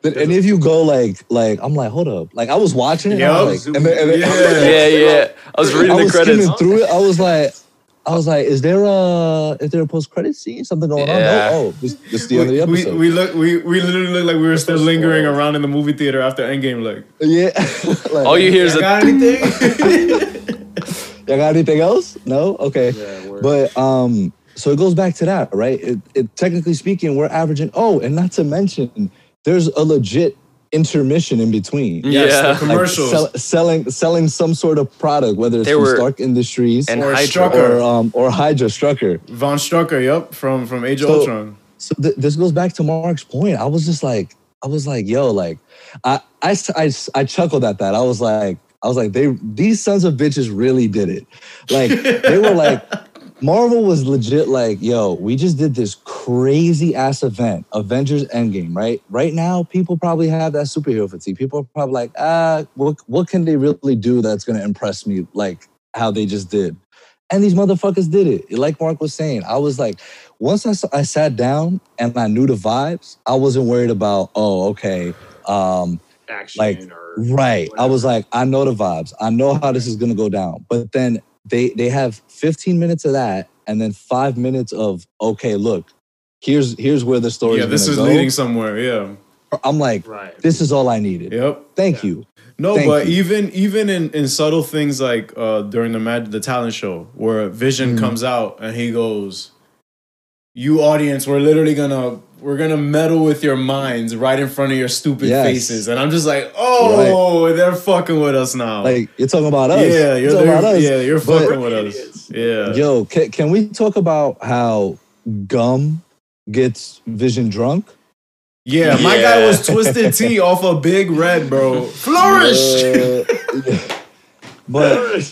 [SPEAKER 3] did any of you go like like I'm like hold up like I was watching it and I was
[SPEAKER 1] Yup.
[SPEAKER 3] like and then, and then,
[SPEAKER 1] Yeah.
[SPEAKER 2] Yeah, yeah. I was reading
[SPEAKER 3] I
[SPEAKER 2] the
[SPEAKER 3] was
[SPEAKER 2] credits.
[SPEAKER 3] skimming through it I was like I was like is there a is there a post credit scene something going
[SPEAKER 2] Yeah.
[SPEAKER 3] on no, oh this, this is the end of the
[SPEAKER 1] we, we,
[SPEAKER 3] episode
[SPEAKER 1] we look we, we literally look like we were still
[SPEAKER 4] so
[SPEAKER 1] lingering
[SPEAKER 4] spoiled.
[SPEAKER 1] around in the movie theater after Endgame like
[SPEAKER 3] yeah like,
[SPEAKER 2] All you hear
[SPEAKER 1] I
[SPEAKER 2] is a.
[SPEAKER 1] got anything?
[SPEAKER 3] Y'all got anything else? No? Okay.
[SPEAKER 4] Yeah, word.
[SPEAKER 3] but um, so it goes back to that, right? It, it technically speaking, we're averaging. Oh, and not to mention, there's a legit intermission in between.
[SPEAKER 1] yes,
[SPEAKER 2] yeah.
[SPEAKER 1] the commercials.
[SPEAKER 3] Like, sell- selling selling some sort of product, whether it's
[SPEAKER 2] They
[SPEAKER 3] from
[SPEAKER 2] were-
[SPEAKER 3] Stark Industries
[SPEAKER 2] and
[SPEAKER 1] or
[SPEAKER 2] Hydra.
[SPEAKER 1] Strucker.
[SPEAKER 3] or um, or Hydra Strucker.
[SPEAKER 1] Von Strucker, yep, from from Age of
[SPEAKER 3] So-
[SPEAKER 1] Ultron.
[SPEAKER 3] So th- this goes back to Mark's point. I was just like, I was like, yo, like, I, I, s- I s- I chuckled at that. I was like, I was like, they these sons of bitches really did it. Like they were like, Marvel was legit like, yo, we just did this crazy ass event, Avengers Endgame, right? Right now, people probably have that superhero fatigue. People are probably like, ah, what what can they really do that's gonna impress me like how they just did? And these motherfuckers did it. Like Mark was saying, I was like, once I, s- I sat down and I knew the vibes, I wasn't worried about, oh, okay, um,
[SPEAKER 4] action
[SPEAKER 3] like,
[SPEAKER 4] or
[SPEAKER 3] right. I was like, I know the vibes. I know how this is gonna go down. But then they they have 15 minutes of that, and then five minutes of, okay, look, here's here's where the story.
[SPEAKER 1] Yeah, this is
[SPEAKER 3] go.
[SPEAKER 1] leading somewhere. Yeah,
[SPEAKER 3] I'm like,
[SPEAKER 4] right.
[SPEAKER 3] this is all I needed.
[SPEAKER 1] yep.
[SPEAKER 3] Thank
[SPEAKER 4] Yeah.
[SPEAKER 3] you.
[SPEAKER 1] No,
[SPEAKER 3] Thank
[SPEAKER 1] but
[SPEAKER 3] you.
[SPEAKER 1] even even in, in subtle things like uh, during the mag- the talent show where Vision
[SPEAKER 3] Mhm.
[SPEAKER 1] comes out and he goes, "You audience, we're literally gonna we're gonna meddle with your minds right in front of your stupid
[SPEAKER 3] Yes.
[SPEAKER 1] faces," and I'm just like, "Oh, they're fucking with us now."
[SPEAKER 3] Like you're talking about us.
[SPEAKER 1] yeah, you're
[SPEAKER 3] talking
[SPEAKER 1] they're-
[SPEAKER 3] about us.
[SPEAKER 1] yeah, you're
[SPEAKER 3] but-
[SPEAKER 1] fucking with us. Yeah,
[SPEAKER 3] Yo, can, can we talk about how gum gets vision drunk?
[SPEAKER 1] yeah. My guy
[SPEAKER 2] Yeah.
[SPEAKER 1] was twisted T off a big red, bro. Flourish,
[SPEAKER 3] Oh, Uh, but Oh, and-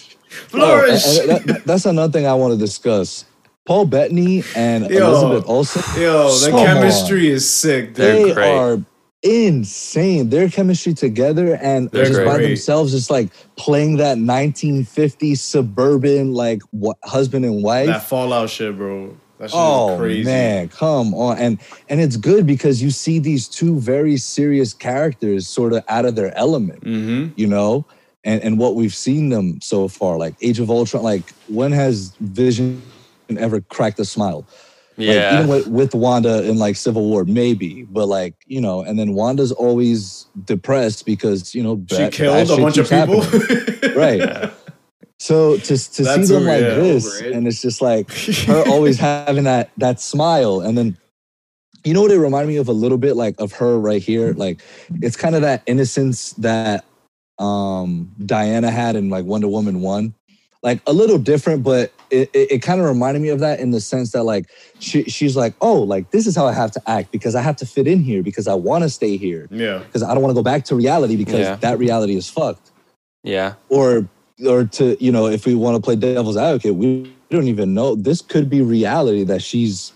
[SPEAKER 1] flourish.
[SPEAKER 3] and that- that- that's another thing I want to discuss. Paul Bettany and
[SPEAKER 1] Yo.
[SPEAKER 3] Elizabeth Olsen,
[SPEAKER 1] Yo, the
[SPEAKER 3] Come on.
[SPEAKER 1] chemistry is sick. dude.
[SPEAKER 2] They're
[SPEAKER 3] they
[SPEAKER 2] great.
[SPEAKER 3] are insane. Their chemistry together and
[SPEAKER 2] They're
[SPEAKER 3] just by
[SPEAKER 1] great.
[SPEAKER 3] themselves, just like playing that 1950s suburban like wha- husband and wife.
[SPEAKER 1] That Fallout shit, bro. That shit
[SPEAKER 3] Oh
[SPEAKER 1] is crazy.
[SPEAKER 3] man, come on. And and it's good because you see these two very serious characters sort of out of their element.
[SPEAKER 1] Mm-hmm.
[SPEAKER 3] you know, and, and what we've seen them so far, like Age of Ultron, like when has Vision ever cracked a smile? Like,
[SPEAKER 2] Yeah.
[SPEAKER 3] even with, with Wanda in like Civil War, maybe, but like, you know, and then Wanda's always depressed because, you know,
[SPEAKER 1] She
[SPEAKER 3] bad- bad
[SPEAKER 1] killed a
[SPEAKER 3] shit
[SPEAKER 1] bunch of
[SPEAKER 3] keeps
[SPEAKER 1] people.
[SPEAKER 3] happening. Right. So to, to see
[SPEAKER 1] That's
[SPEAKER 3] them
[SPEAKER 1] who-
[SPEAKER 3] like
[SPEAKER 1] yeah.
[SPEAKER 3] this,
[SPEAKER 4] Over it.
[SPEAKER 3] and it's just like her always having that that smile, and then you know what it reminded me of a little bit, like of her right here, like it's kind of that innocence that um Diana had in like Wonder Woman one, like a little different, but it it, it kind of reminded me of that in the sense that like she she's like oh like this is how I have to act because I have to fit in here because I want to stay here
[SPEAKER 1] yeah.
[SPEAKER 3] because I don't want to go back to reality because
[SPEAKER 2] Yeah.
[SPEAKER 3] that reality is fucked
[SPEAKER 2] yeah.
[SPEAKER 3] or or to you know if we want to play devil's advocate we don't even know this could be reality that she's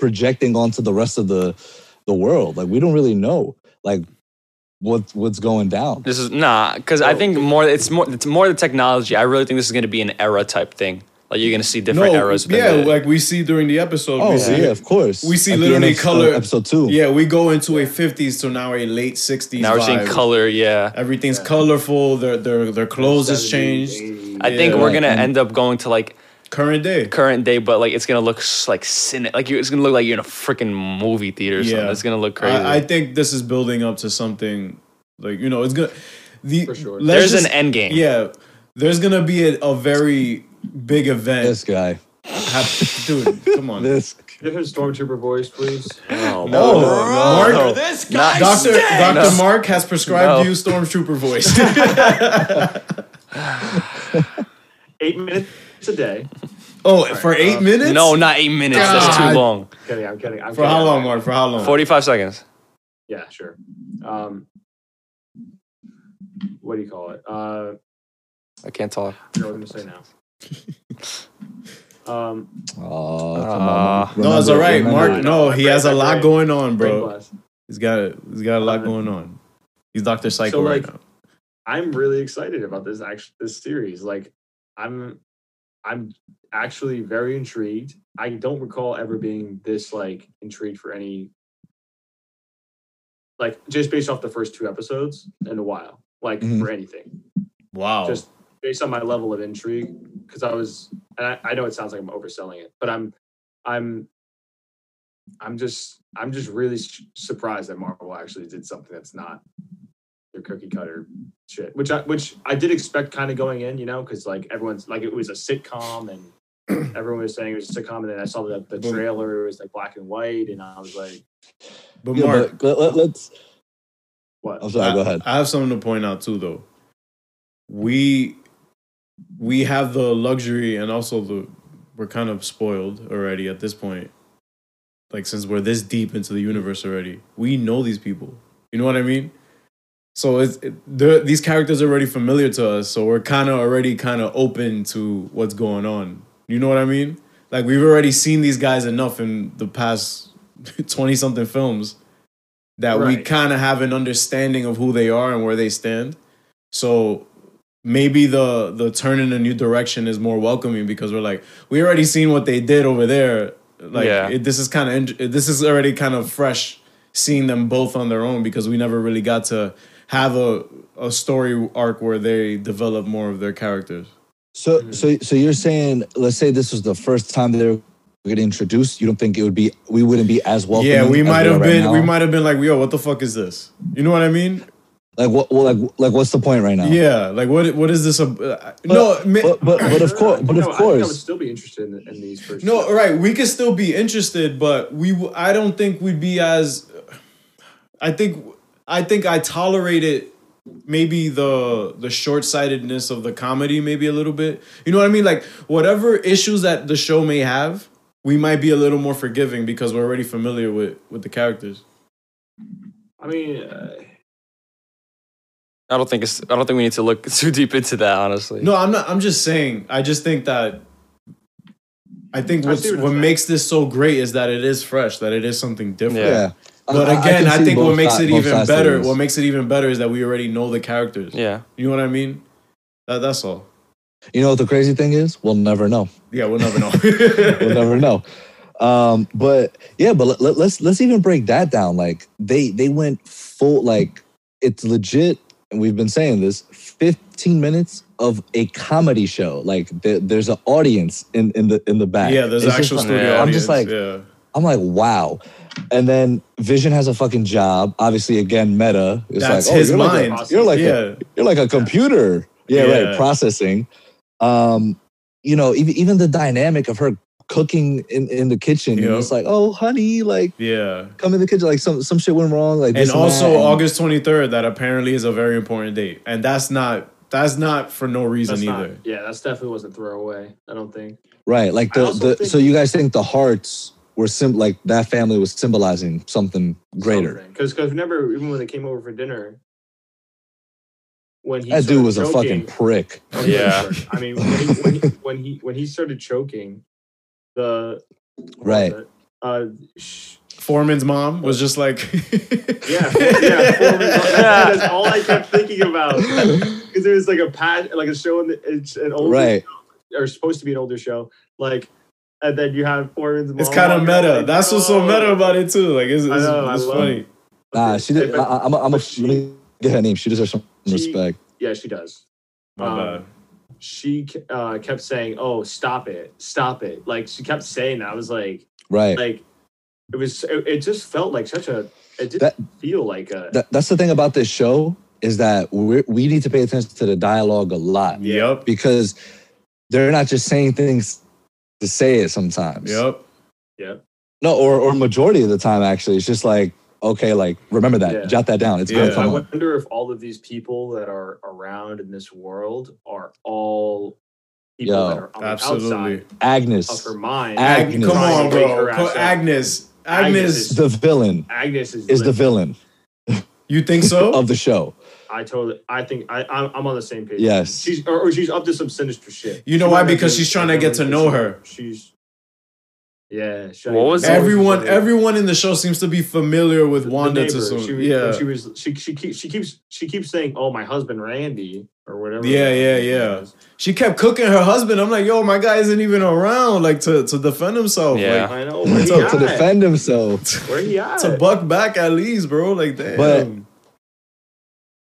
[SPEAKER 3] projecting onto the rest of the the world like we don't really know like what what's going down.
[SPEAKER 2] This is nah, because I think more it's more it's more the technology. I really think this is going to be an era type thing. Like you're going to see different eras.
[SPEAKER 1] yeah,
[SPEAKER 2] within the-
[SPEAKER 1] like we see during the episode.
[SPEAKER 3] Oh
[SPEAKER 1] we
[SPEAKER 3] yeah,
[SPEAKER 1] see,
[SPEAKER 3] of course.
[SPEAKER 1] we see
[SPEAKER 3] At the
[SPEAKER 1] literally
[SPEAKER 3] end of, uh,
[SPEAKER 1] color.
[SPEAKER 3] episode two.
[SPEAKER 1] Yeah, we go into a 50s to now a late 60s.
[SPEAKER 2] now we're seeing
[SPEAKER 1] vibe.
[SPEAKER 2] color. Yeah,
[SPEAKER 1] Everything's colorful. Their their their clothes has
[SPEAKER 4] 70s,
[SPEAKER 1] changed.
[SPEAKER 4] 80s.
[SPEAKER 2] I think
[SPEAKER 1] Yeah.
[SPEAKER 2] we're going to
[SPEAKER 3] And-
[SPEAKER 2] end up going to like
[SPEAKER 1] Current day.
[SPEAKER 2] current day, but like it's going to look s- like cine- like you, it's going to look like you're in a freaking movie theater. Or something.
[SPEAKER 1] Yeah.
[SPEAKER 2] it's going to look crazy.
[SPEAKER 1] I, I think this is building up to something like you know it's good. The
[SPEAKER 4] For sure.
[SPEAKER 1] let's
[SPEAKER 2] There's an end game.
[SPEAKER 1] Yeah, there's gonna be a, a very big event.
[SPEAKER 3] This guy.
[SPEAKER 1] hap- dude, come on.
[SPEAKER 3] This.
[SPEAKER 4] Give him stormtrooper voice, please.
[SPEAKER 2] Oh,
[SPEAKER 3] Oh,
[SPEAKER 1] Mark,
[SPEAKER 2] not-
[SPEAKER 1] Doctor Doctor
[SPEAKER 2] No.
[SPEAKER 1] Mark has
[SPEAKER 2] No.
[SPEAKER 1] prescribed you stormtrooper voice.
[SPEAKER 4] Eight minutes a day.
[SPEAKER 1] oh, for eight minutes?
[SPEAKER 2] uh, No, not eight minutes. That's too
[SPEAKER 1] God. Oh.
[SPEAKER 2] long.
[SPEAKER 4] Kidding, I'm kidding. I'm
[SPEAKER 1] For
[SPEAKER 4] kidding.
[SPEAKER 1] how long, Mark? For how long?
[SPEAKER 2] Forty-five seconds.
[SPEAKER 4] Yeah, sure. Um, what do you call it? Uh,
[SPEAKER 2] I can't talk.
[SPEAKER 4] I know what I'm gonna say now. um,
[SPEAKER 3] Oh, come on.
[SPEAKER 2] Ah.
[SPEAKER 3] Remember-
[SPEAKER 1] no, it's all right,
[SPEAKER 3] remember-
[SPEAKER 1] Mark. No, he has a lot going on,
[SPEAKER 4] brain
[SPEAKER 1] bro.
[SPEAKER 4] blast.
[SPEAKER 1] He's got he's got a lot going on. He's Doctor Psycho
[SPEAKER 4] like,
[SPEAKER 1] right now.
[SPEAKER 4] I'm really excited about this actually this series. Like, I'm, I'm actually very intrigued. I don't recall ever being this like intrigued for any, like just based off the first two episodes in a while. Like
[SPEAKER 3] Mhm.
[SPEAKER 4] for anything.
[SPEAKER 3] Oh.
[SPEAKER 1] Wow.
[SPEAKER 4] just based on my level of intrigue because i was and I, I know it sounds like i'm overselling it but i'm i'm i'm just i'm just really s surprised that marvel actually did something that's not their cookie cutter shit which i which i did expect kind of going in you know because like everyone's like it was a sitcom and everyone was saying it was a sitcom and then i saw the, the
[SPEAKER 1] Boom.
[SPEAKER 4] trailer it was like black and white and i was like
[SPEAKER 1] but
[SPEAKER 3] Yeah,
[SPEAKER 1] Mark, Uh,
[SPEAKER 3] but let, let, us
[SPEAKER 4] what
[SPEAKER 3] I'm sorry.
[SPEAKER 1] I,
[SPEAKER 3] go ahead.
[SPEAKER 1] I have something to point out too, though. We we have the luxury, and also the we're kind of spoiled already at this point. Like since we're this deep into the universe already, we know these people. You know what I mean? So it's it, they're- these characters are already familiar to us. So we're kind of already kind of open to what's going on. You know what I mean? Like we've already seen these guys enough in the past twenty something films that we
[SPEAKER 4] Right.
[SPEAKER 1] kind of have an understanding of who they are and where they stand. So maybe the the turn in a new direction is more welcoming because we're like we already seen what they did over there. Like
[SPEAKER 2] Yeah.
[SPEAKER 1] it, this is kind of this is already kind of fresh seeing them both on their own because we never really got to have a a story arc where they develop more of their characters. Mm.
[SPEAKER 3] So, so, so you're saying, let's say this was the first time they were getting introduced. You don't think it would be, we wouldn't be as welcome.
[SPEAKER 1] yeah, we might have been we might have been like, yo, what the fuck is this? You know what I mean?
[SPEAKER 3] Like what? Well, like, like, what's the point right now?
[SPEAKER 1] Yeah, like what what is this? ab- uh, no, ma-
[SPEAKER 3] But, but, but of course, but
[SPEAKER 4] no,
[SPEAKER 3] of
[SPEAKER 4] I, think I would
[SPEAKER 3] course,
[SPEAKER 4] still be interested in, in these first
[SPEAKER 1] No, right. We could still be interested, but we. w- I don't think we'd be as. I think. I think I tolerated maybe the the short sightedness of the comedy maybe a little bit. You know what I mean? Like whatever issues that the show may have, we might be a little more forgiving because we're already familiar with with the characters.
[SPEAKER 4] i mean uh,
[SPEAKER 2] I don't think it's. I don't think we need to look too deep into that. Honestly.
[SPEAKER 1] No, I'm not. I'm just saying. I just think that. I think
[SPEAKER 4] I
[SPEAKER 1] what's,
[SPEAKER 4] see what
[SPEAKER 1] what,
[SPEAKER 4] you're saying.
[SPEAKER 1] makes this so great is that it is fresh, that it is something different.
[SPEAKER 2] Yeah.
[SPEAKER 3] yeah.
[SPEAKER 1] But again,
[SPEAKER 3] can
[SPEAKER 1] I,
[SPEAKER 3] see
[SPEAKER 1] think what
[SPEAKER 3] both
[SPEAKER 1] makes
[SPEAKER 3] si-
[SPEAKER 1] it
[SPEAKER 3] both
[SPEAKER 1] even
[SPEAKER 3] sides to
[SPEAKER 1] better,
[SPEAKER 3] this.
[SPEAKER 1] what makes it even better is that we already know the characters.
[SPEAKER 2] Yeah.
[SPEAKER 1] You know what I mean? That, that's all.
[SPEAKER 3] you know what the crazy thing is? We'll never know.
[SPEAKER 1] Yeah, we'll never know.
[SPEAKER 3] we'll never know. Um, but yeah, but let, let, let's let's even break that down. Like they they went full like it's legit, and we've been saying this. Fifteen minutes of a comedy show. Like there, there's an audience in in the in the back.
[SPEAKER 1] yeah, there's
[SPEAKER 3] It's just
[SPEAKER 1] actual
[SPEAKER 3] like-
[SPEAKER 1] studio
[SPEAKER 2] Yeah.
[SPEAKER 1] audience.
[SPEAKER 3] I'm just like-
[SPEAKER 1] yeah.
[SPEAKER 3] I'm like wow, and then Vision has a fucking job. Obviously, again, Meta. It's
[SPEAKER 1] That's
[SPEAKER 3] like, oh,
[SPEAKER 1] his
[SPEAKER 3] you're like a-
[SPEAKER 1] mind.
[SPEAKER 3] you're like a
[SPEAKER 1] yeah.
[SPEAKER 3] you're like a computer. Yeah,
[SPEAKER 1] Yeah.
[SPEAKER 3] right. Processing. Um, you know, even even the dynamic of her cooking in, in the kitchen. you know,
[SPEAKER 1] Yep.
[SPEAKER 3] It's like, oh, honey, like
[SPEAKER 1] yeah.
[SPEAKER 3] come in the kitchen. Like some some shit went wrong. Like this
[SPEAKER 1] And also
[SPEAKER 3] that.
[SPEAKER 1] August 23rd, that apparently is a very important date. And that's not that's not for no reason
[SPEAKER 4] that's not,
[SPEAKER 1] either.
[SPEAKER 4] yeah that's definitely wasn't throwaway i don't think
[SPEAKER 3] Right. Like
[SPEAKER 4] I
[SPEAKER 3] the,
[SPEAKER 4] also
[SPEAKER 3] the
[SPEAKER 4] think-
[SPEAKER 3] so you guys think the hearts were sim like that family was symbolizing something greater.
[SPEAKER 4] Because because remember, even when they came over for dinner, when he
[SPEAKER 3] That
[SPEAKER 4] started
[SPEAKER 3] dude was a fucking
[SPEAKER 4] choking-
[SPEAKER 3] prick.
[SPEAKER 2] Yeah.
[SPEAKER 4] I mean, when he, when, he, when he when he started choking, the
[SPEAKER 3] Right.
[SPEAKER 4] uh, sh-
[SPEAKER 1] Foreman's mom was just like,
[SPEAKER 4] Yeah, yeah. Foreman's mom. That's, that's all I kept thinking about because there was like a pat, like a show in the, it's an older
[SPEAKER 3] Right.
[SPEAKER 4] show, or supposed to be an older show, like, and then you have Foreman's.
[SPEAKER 1] It's
[SPEAKER 4] mom
[SPEAKER 1] kind of
[SPEAKER 4] walking
[SPEAKER 1] meta.
[SPEAKER 4] around,
[SPEAKER 1] That's what's so
[SPEAKER 4] "Oh."
[SPEAKER 1] meta about it too. Like it's, it's,
[SPEAKER 4] I know, I
[SPEAKER 1] it's
[SPEAKER 4] love
[SPEAKER 1] funny.
[SPEAKER 4] it.
[SPEAKER 3] Nah, she did. I, I- I'm. A, I'm. A, let me get her name. She deserves some
[SPEAKER 4] She-
[SPEAKER 3] respect.
[SPEAKER 4] Yeah, she does.
[SPEAKER 1] My
[SPEAKER 4] Um,
[SPEAKER 1] bad.
[SPEAKER 4] She uh, kept saying, "Oh, stop it, stop it!" Like she kept saying that. I was like,
[SPEAKER 3] Right.
[SPEAKER 4] like it was. It, it just felt like such a. It didn't
[SPEAKER 3] That-
[SPEAKER 4] feel like a.
[SPEAKER 3] That, that's the thing about this show is that we we need to pay attention to the dialogue a lot
[SPEAKER 1] Yep.
[SPEAKER 3] because they're not just saying things to say it sometimes.
[SPEAKER 1] Yep.
[SPEAKER 3] No, or or majority of the time actually, it's just like okay, like remember that,
[SPEAKER 4] Yeah.
[SPEAKER 3] jot that down. It's
[SPEAKER 1] Yeah.
[SPEAKER 3] gonna
[SPEAKER 4] I
[SPEAKER 3] come up.
[SPEAKER 4] wonder if all of these people that are around in this world are all people
[SPEAKER 3] Yo,
[SPEAKER 4] that are on the
[SPEAKER 1] Absolutely.
[SPEAKER 4] outside of
[SPEAKER 3] Agnes,
[SPEAKER 4] her mind.
[SPEAKER 1] Ag-
[SPEAKER 3] Agnes.
[SPEAKER 1] Come
[SPEAKER 4] trying
[SPEAKER 1] on,
[SPEAKER 4] to wake her
[SPEAKER 1] bro. Co-
[SPEAKER 4] ass up.
[SPEAKER 1] Agnes. Agnes.
[SPEAKER 4] Agnes
[SPEAKER 3] the villain,
[SPEAKER 4] Agnes is,
[SPEAKER 3] is the
[SPEAKER 4] lit.
[SPEAKER 3] villain
[SPEAKER 1] You think
[SPEAKER 4] Oh.
[SPEAKER 1] so?
[SPEAKER 3] of the show.
[SPEAKER 4] I totally. I think I, I'm, I'm on the same page.
[SPEAKER 3] Yes.
[SPEAKER 4] she's or, or she's up to some sinister shit.
[SPEAKER 1] You know
[SPEAKER 4] She
[SPEAKER 1] why?
[SPEAKER 4] might
[SPEAKER 1] Because
[SPEAKER 4] be-
[SPEAKER 1] she's trying to
[SPEAKER 4] I
[SPEAKER 1] get to
[SPEAKER 4] think
[SPEAKER 1] know
[SPEAKER 4] she-
[SPEAKER 1] her.
[SPEAKER 4] She's. Yeah. she-
[SPEAKER 2] What was it?
[SPEAKER 1] Everyone, everyone in the show seems to be familiar with
[SPEAKER 4] the
[SPEAKER 1] Wanda to
[SPEAKER 4] neighbor,
[SPEAKER 1] some.
[SPEAKER 4] She, was-
[SPEAKER 1] yeah.
[SPEAKER 4] She was. She she keeps she keeps she keeps saying, "Oh, my husband Randy." Or whatever.
[SPEAKER 1] Yeah, yeah, yeah. She kept cooking her husband. I'm like, yo, my guy isn't even around, like to, to defend himself.
[SPEAKER 2] Yeah.
[SPEAKER 4] I know. "Oh, Where he
[SPEAKER 3] So to
[SPEAKER 4] at?
[SPEAKER 3] defend himself.
[SPEAKER 4] Where he
[SPEAKER 1] Like,
[SPEAKER 4] at?
[SPEAKER 1] to buck back at least, bro. Like, damn.
[SPEAKER 3] But-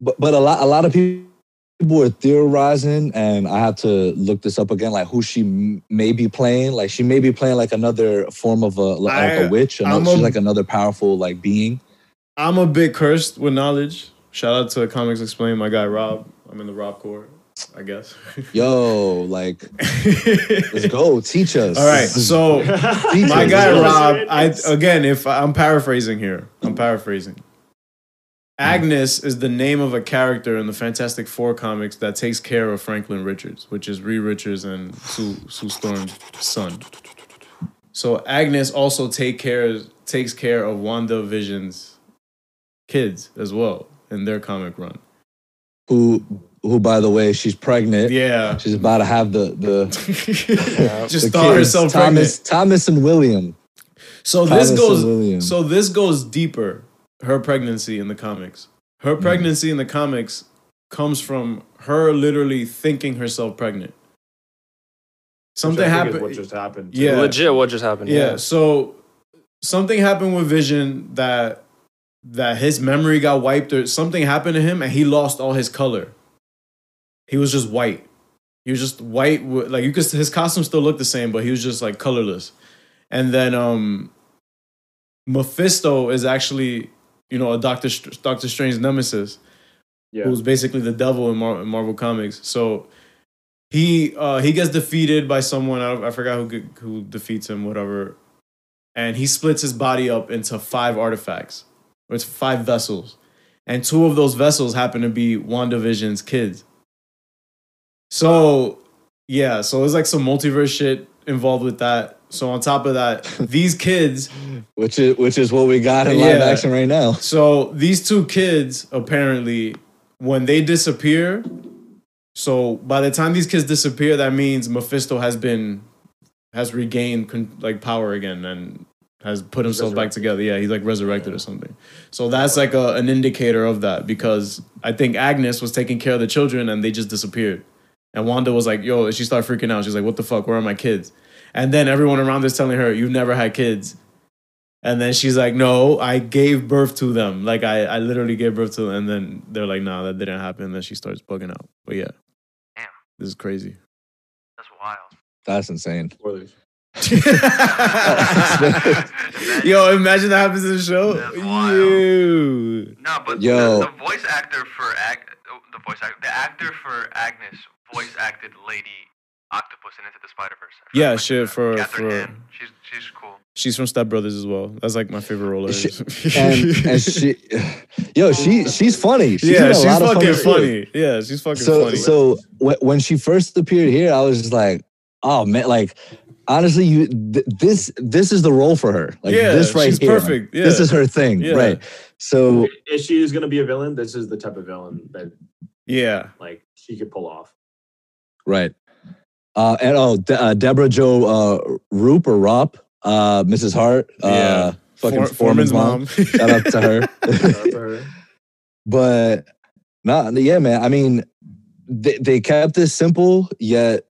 [SPEAKER 3] but but a lot a lot of people were theorizing and i have to look this up again like who she m- may be playing like she may be playing like another form of a like
[SPEAKER 1] I-
[SPEAKER 3] a witch
[SPEAKER 1] I'm
[SPEAKER 3] another,
[SPEAKER 1] a-
[SPEAKER 3] she's like another powerful like being
[SPEAKER 1] I'm a bit cursed with knowledge. Shout out to Comics Explained, my guy Rob. I'm in the Rob Corps, I guess.
[SPEAKER 3] yo like let's go teach us
[SPEAKER 1] All right, so
[SPEAKER 3] Teach
[SPEAKER 1] my
[SPEAKER 3] us,
[SPEAKER 1] guy
[SPEAKER 3] yo.
[SPEAKER 1] Rob, I uh, again, if I, I'm paraphrasing here, I'm paraphrasing. Agnes is the name of a character in the Fantastic Four comics that takes care of Franklin Richards, which is Ree Richards and Sue, Sue Storm's son. So Agnes also take care takes care of Wanda Vision's kids as well in their comic run.
[SPEAKER 3] who who by the way she's pregnant
[SPEAKER 1] Yeah.
[SPEAKER 3] she's about to have the the
[SPEAKER 1] Just
[SPEAKER 3] the
[SPEAKER 1] thought
[SPEAKER 3] kids,
[SPEAKER 1] herself
[SPEAKER 3] thomas
[SPEAKER 1] pregnant.
[SPEAKER 3] thomas and william
[SPEAKER 1] So
[SPEAKER 3] Thomas
[SPEAKER 1] this
[SPEAKER 3] and
[SPEAKER 1] goes.
[SPEAKER 3] william
[SPEAKER 1] So this goes deeper. Her pregnancy in the comics. Her pregnancy in the comics comes from her literally thinking herself pregnant. Something
[SPEAKER 4] Which I think is
[SPEAKER 1] happened.
[SPEAKER 4] What just happened?
[SPEAKER 1] Yeah.
[SPEAKER 2] Legit, what just happened?
[SPEAKER 1] yeah. So something happened with Vision that that his memory got wiped or something happened to him and he lost all his color. He was just white. He was just white with, like you could his costume still looked the same but he was just like colorless. And then um Mephisto is actually, you know, a Doctor Str- Doctor Strange nemesis
[SPEAKER 4] Yeah.
[SPEAKER 1] who's basically the devil in, Mar- in Marvel Comics. So he uh, he gets defeated by someone. I, don't- I forgot who g- who defeats him, whatever. And he splits his body up into five artifacts, or it's five vessels, and two of those vessels happen to be WandaVision's kids. So yeah, so it's like some multiverse shit involved with that. So on top of that, these kids
[SPEAKER 3] which is which is what we got in live
[SPEAKER 1] Yeah.
[SPEAKER 3] action right now
[SPEAKER 1] so these two kids apparently, when they disappear, so by the time these kids disappear, that means Mephisto has been has regained con- like power again and has put himself back together. Yeah, he's like resurrected or something. So that's like a, an indicator of that because I think Agnes was taking care of the children and they just disappeared. And Wanda was like, "Yo," and she started freaking out. She's like, "What the fuck? Where are my kids?" And then everyone around there's telling her, "You've never had kids." And then she's like, "No, I gave birth to them. Like I, I literally gave birth to them." And then they're like, "Nah, that didn't happen." And then she starts bugging out. But yeah,
[SPEAKER 6] Damn.
[SPEAKER 1] this is crazy.
[SPEAKER 6] That's wild.
[SPEAKER 3] that's insane
[SPEAKER 4] Spoilers.
[SPEAKER 1] Yo, imagine that happens in the show.
[SPEAKER 6] That's wild.
[SPEAKER 1] Yo.
[SPEAKER 6] No, but
[SPEAKER 3] Yo.
[SPEAKER 6] The, the voice actor for Ag- oh, the voice actor, the actor for Agnes, voice acted Lady Octopus in Into the Spider Verse.
[SPEAKER 1] Yeah, shit for
[SPEAKER 6] Catherine
[SPEAKER 1] for
[SPEAKER 6] Ann. She's she's cool.
[SPEAKER 1] she's from Step Brothers as well. That's like my favorite role. of
[SPEAKER 3] She-
[SPEAKER 1] hers.
[SPEAKER 3] and, and she, yo, she she's funny. She's in
[SPEAKER 1] yeah,
[SPEAKER 3] a
[SPEAKER 1] she's
[SPEAKER 3] lot of
[SPEAKER 1] fucking
[SPEAKER 3] shit.
[SPEAKER 1] funny. Yeah, she's fucking
[SPEAKER 3] So
[SPEAKER 1] funny.
[SPEAKER 3] so wh- when she first appeared here, I was just like, oh man, like honestly, you th- this this is the role for her. Like
[SPEAKER 1] Yeah,
[SPEAKER 3] this right
[SPEAKER 1] she's
[SPEAKER 3] here.
[SPEAKER 1] perfect.
[SPEAKER 3] This
[SPEAKER 1] Yeah.
[SPEAKER 3] is her thing,
[SPEAKER 1] Yeah.
[SPEAKER 3] right? So
[SPEAKER 4] If she is going to be a villain, this is the type of villain that
[SPEAKER 1] yeah,
[SPEAKER 4] like she could pull off.
[SPEAKER 3] right, uh, and oh, De- uh, Deborah Jo uh, Roop or Rop, uh, Mrs. Hart, uh, fucking
[SPEAKER 1] For-
[SPEAKER 3] Foreman's mom. Shout out to her.
[SPEAKER 4] Or-
[SPEAKER 3] but nah, yeah, man. I mean, they, they kept it simple, yet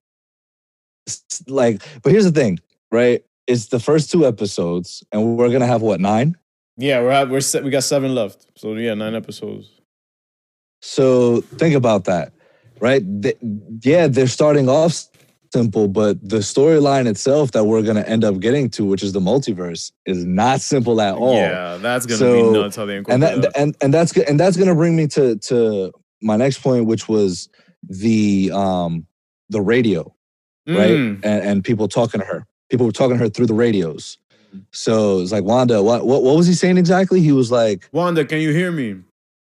[SPEAKER 3] s- like, but here's the thing, right? It's the first two episodes, and we're gonna have what nine?
[SPEAKER 1] yeah, we're at, we're set, we got seven left. So yeah, nine episodes.
[SPEAKER 3] So think about that, right? Th- yeah, they're starting off simple, but the storyline itself that we're gonna end up getting to, which is the multiverse, is not simple at all.
[SPEAKER 1] yeah, that's gonna
[SPEAKER 3] So-
[SPEAKER 1] be nuts how they incorporate
[SPEAKER 3] and
[SPEAKER 1] that.
[SPEAKER 3] that, and and that's go- and that's gonna bring me to to my next point, which was the um the radio, right?
[SPEAKER 1] Mm,
[SPEAKER 3] And, and people talking to her. People were talking to her through the radios. So it's like Wanda, what what what was he saying exactly? He was like,
[SPEAKER 1] Wanda, can you hear me?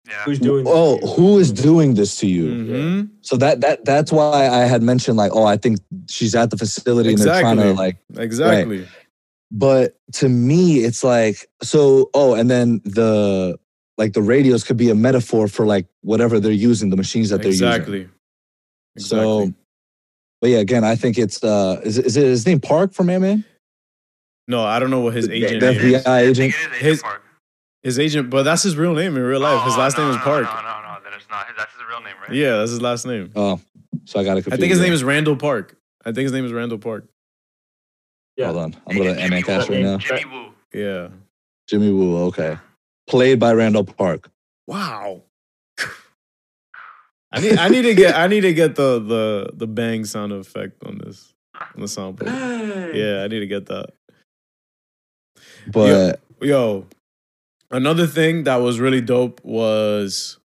[SPEAKER 6] Yeah.
[SPEAKER 4] Who's doing this
[SPEAKER 3] "Oh,
[SPEAKER 4] to you?
[SPEAKER 3] who is doing this to you?"
[SPEAKER 1] hmm
[SPEAKER 3] So that that that's why I had mentioned like, "Oh, I think she's at the facility and they're trying
[SPEAKER 1] Exactly.
[SPEAKER 3] to like."
[SPEAKER 1] Exactly.
[SPEAKER 3] But to me, it's like so. Oh, and then the like the radios could be a metaphor for like whatever they're using, the machines that they're using.
[SPEAKER 1] Exactly. Exactly.
[SPEAKER 3] So, but yeah, again, I think it's uh, is is it his name Park from Ant Man?
[SPEAKER 1] no, I don't know what his agent
[SPEAKER 3] the
[SPEAKER 1] name is.
[SPEAKER 3] FBI
[SPEAKER 6] I think
[SPEAKER 3] agent.
[SPEAKER 6] it is Agent
[SPEAKER 1] his-
[SPEAKER 6] Park.
[SPEAKER 1] His agent, but that's his real name in real life. His
[SPEAKER 6] Oh,
[SPEAKER 1] last
[SPEAKER 6] no,
[SPEAKER 1] name is
[SPEAKER 6] no,
[SPEAKER 1] Park.
[SPEAKER 6] No, no, no, then it's not. his- That's his real name, right?
[SPEAKER 1] Yeah, that's his last name.
[SPEAKER 3] Oh, so I got to.
[SPEAKER 1] I think his name is Randall Park. I think his name is Randall Park.
[SPEAKER 4] Yeah.
[SPEAKER 3] Hold on, I'm
[SPEAKER 6] Agent
[SPEAKER 3] gonna Ant Man
[SPEAKER 6] Jimmy
[SPEAKER 3] cast
[SPEAKER 6] Woo.
[SPEAKER 3] right now.
[SPEAKER 6] Jimmy Woo.
[SPEAKER 1] Yeah.
[SPEAKER 3] Jimmy Woo, okay, played by Randall Park.
[SPEAKER 1] Wow. I need I need to get I need to get the the the bang sound effect on this on the soundboard. Yeah, I need to get that.
[SPEAKER 3] But
[SPEAKER 1] Yo, another thing that was really dope was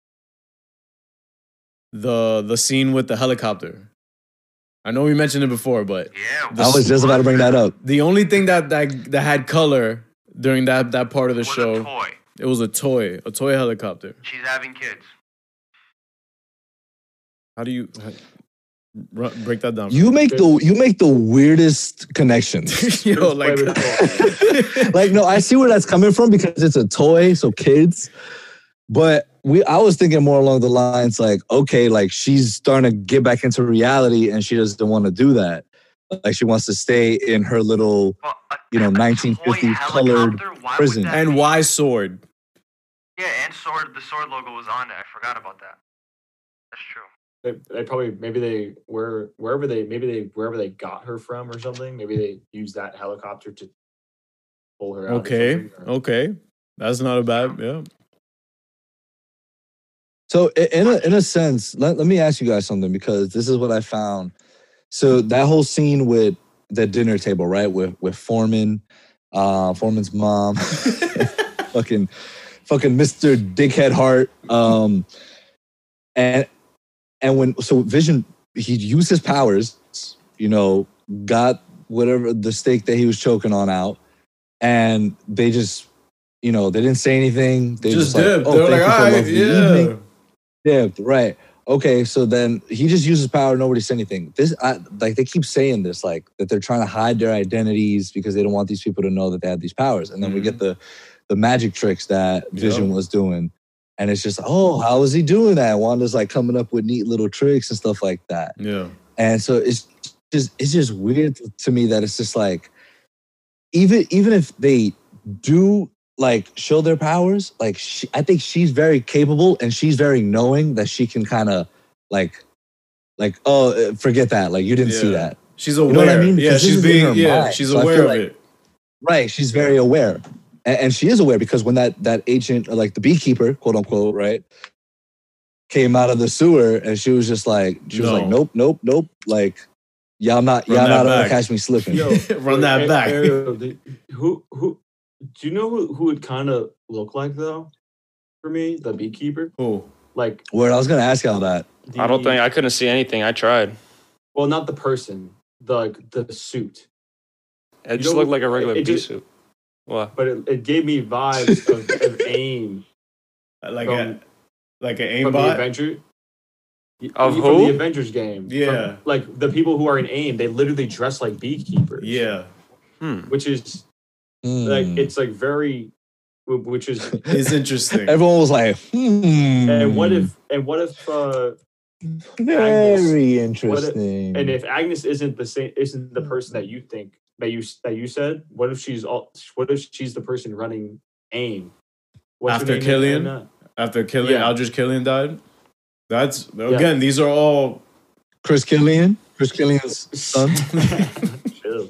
[SPEAKER 1] the the scene with the helicopter. I know we mentioned it before, but
[SPEAKER 6] Yeah.
[SPEAKER 1] The
[SPEAKER 3] I was just about to bring that up.
[SPEAKER 1] the only thing that that, that had color during that that part of the
[SPEAKER 6] was
[SPEAKER 1] show
[SPEAKER 6] A toy.
[SPEAKER 1] it was a toy, a toy helicopter.
[SPEAKER 6] She's having kids.
[SPEAKER 1] How do you r- break that down?
[SPEAKER 3] You make the you make the weirdest connections.
[SPEAKER 1] Yo, like
[SPEAKER 3] like no, I see where that's coming from because it's a toy, so kids. But we, I was thinking more along the lines like, okay, like she's starting to get back into reality, and she doesn't want to do that. Like she wants to stay in her little.
[SPEAKER 6] Well, a,
[SPEAKER 3] You know,
[SPEAKER 6] a toy
[SPEAKER 3] 1950s colored
[SPEAKER 6] helicopter? Why would
[SPEAKER 3] prison.
[SPEAKER 6] that
[SPEAKER 1] and
[SPEAKER 6] be-
[SPEAKER 1] why sword?
[SPEAKER 6] Yeah, and sword. The sword logo was on there. I forgot about that. That's true.
[SPEAKER 4] They, they probably maybe they were wherever they maybe they wherever they got her from or something. Maybe they used that helicopter to pull her out. or
[SPEAKER 1] Okay,
[SPEAKER 4] something, or-
[SPEAKER 1] okay, that's not a bad yeah.
[SPEAKER 3] So i- in a, in a sense, let, let me ask you guys something because this is what I found. So that whole scene with the dinner table, right, with with Foreman, uh, Foreman's mom, fucking, fucking Mister Dickhead Hart, um, and and when so Vision he used his powers, you know, got whatever the steak that he was choking on out, and they just, you know, they didn't say anything. They just,
[SPEAKER 1] Just dip.
[SPEAKER 3] like, oh,
[SPEAKER 1] They're like,
[SPEAKER 3] thank you for
[SPEAKER 1] all right,
[SPEAKER 3] lovely evening."
[SPEAKER 1] yeah.
[SPEAKER 3] dipped, right? Okay, so then he just uses power. Nobody said anything. This, I, like, they keep saying this, like that they're trying to hide their identities because they don't want these people to know that they have these powers. And then we get the, the magic tricks that Vision was doing, and it's just, oh, how is he doing that? Wanda's like coming up with neat little tricks and stuff like that.
[SPEAKER 1] Yeah,
[SPEAKER 3] And so it's just, it's just weird to me that it's just like, even, even if they do like show their powers like she, i think she's very capable and she's very knowing that she can kind of like like oh uh, forget that like you didn't see
[SPEAKER 1] Yeah.
[SPEAKER 3] that
[SPEAKER 1] she's
[SPEAKER 3] know what I
[SPEAKER 1] aware.
[SPEAKER 3] mean?
[SPEAKER 1] Yeah,
[SPEAKER 3] Because this
[SPEAKER 1] she's
[SPEAKER 3] is in
[SPEAKER 1] being
[SPEAKER 3] her
[SPEAKER 1] yeah,
[SPEAKER 3] mind,
[SPEAKER 1] she's
[SPEAKER 3] so I
[SPEAKER 1] aware
[SPEAKER 3] feel
[SPEAKER 1] of
[SPEAKER 3] like-
[SPEAKER 1] it.
[SPEAKER 3] right she's very aware and, and she is aware because when that that agent or like the beekeeper quote unquote right came out of the sewer and she was just like she was like
[SPEAKER 1] No.
[SPEAKER 3] nope nope nope like y'all not
[SPEAKER 1] Run
[SPEAKER 3] y'all
[SPEAKER 1] that
[SPEAKER 3] not gonna
[SPEAKER 1] back.
[SPEAKER 3] catch me slipping
[SPEAKER 4] Yo,
[SPEAKER 1] Run
[SPEAKER 4] wait,
[SPEAKER 1] that
[SPEAKER 4] A-
[SPEAKER 1] back.
[SPEAKER 4] Ariel, do- who who do you know who who it kind of looked like though? For me, the beekeeper,
[SPEAKER 1] Cool.
[SPEAKER 4] like
[SPEAKER 3] where i was gonna ask y'all that
[SPEAKER 4] the,
[SPEAKER 2] I don't think I couldn't see anything. I tried.
[SPEAKER 4] well, not the person, the like, the suit,
[SPEAKER 2] It
[SPEAKER 4] know,
[SPEAKER 2] just looked like a regular
[SPEAKER 4] it- it
[SPEAKER 2] bee
[SPEAKER 4] just-
[SPEAKER 2] suit. What?
[SPEAKER 4] but it, it gave me vibes of, of aim
[SPEAKER 1] Uh, Like
[SPEAKER 4] From-
[SPEAKER 1] a like an
[SPEAKER 4] from the
[SPEAKER 1] aimbot.
[SPEAKER 4] Avengers.
[SPEAKER 2] Of
[SPEAKER 4] from
[SPEAKER 2] who?
[SPEAKER 4] the Avengers game. From-
[SPEAKER 1] Yeah.
[SPEAKER 4] like the people who are in AIM, they literally dress like beekeepers.
[SPEAKER 1] Yeah,
[SPEAKER 2] Hmm.
[SPEAKER 4] which is like
[SPEAKER 3] Hmm.
[SPEAKER 4] it's like very, wh- which is
[SPEAKER 1] it's interesting.
[SPEAKER 3] everyone was like hmm
[SPEAKER 4] and what if and what if uh
[SPEAKER 3] Very
[SPEAKER 4] Agnes.
[SPEAKER 3] interesting. Hmm.
[SPEAKER 4] and if Agnes isn't the same isn't the person that you think that you s- that you said. What if she's all? What if she's the person running AIM? her
[SPEAKER 1] After
[SPEAKER 4] name again?
[SPEAKER 1] Killian?
[SPEAKER 4] Uh,
[SPEAKER 1] after Killian
[SPEAKER 4] Yeah.
[SPEAKER 1] Aldrich Killian died. That's again, these are all
[SPEAKER 3] Chris Killian, Chris Killian's son.
[SPEAKER 4] Chill.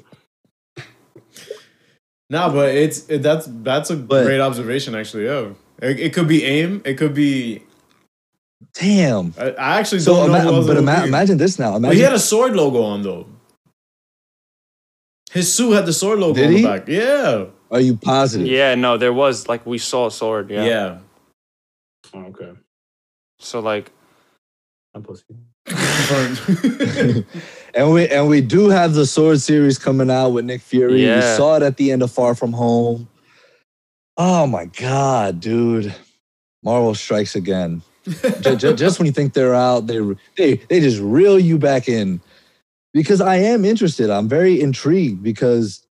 [SPEAKER 1] nah, but it's it, that's that's a
[SPEAKER 3] But-
[SPEAKER 1] great observation actually. Yeah, it, it could be aim. It could be.
[SPEAKER 3] Damn.
[SPEAKER 1] I, I actually
[SPEAKER 3] So,
[SPEAKER 1] don't know. who
[SPEAKER 3] ima-
[SPEAKER 1] else
[SPEAKER 3] but
[SPEAKER 1] it would
[SPEAKER 3] ima-
[SPEAKER 1] be.
[SPEAKER 3] imagine this now.
[SPEAKER 1] But he
[SPEAKER 3] Imagine
[SPEAKER 1] had a sword logo on though. His suit had the sword logo
[SPEAKER 3] Did
[SPEAKER 1] on the
[SPEAKER 3] he?
[SPEAKER 1] back. Yeah.
[SPEAKER 3] Are you positive?
[SPEAKER 2] Yeah, no, there was like we saw a sword.
[SPEAKER 1] yeah,
[SPEAKER 2] Yeah.
[SPEAKER 4] Oh, okay,
[SPEAKER 2] So like,
[SPEAKER 4] I'm pussy.
[SPEAKER 1] Confirmed.
[SPEAKER 3] and we and we do have the sword series coming out with Nick Fury. We
[SPEAKER 2] Yeah.
[SPEAKER 3] saw it at the end of Far From Home. Oh my god, dude! Marvel strikes again. Ju- ju- just when you think they're out, they they they just reel you back in. Because I am interested. I'm very intrigued because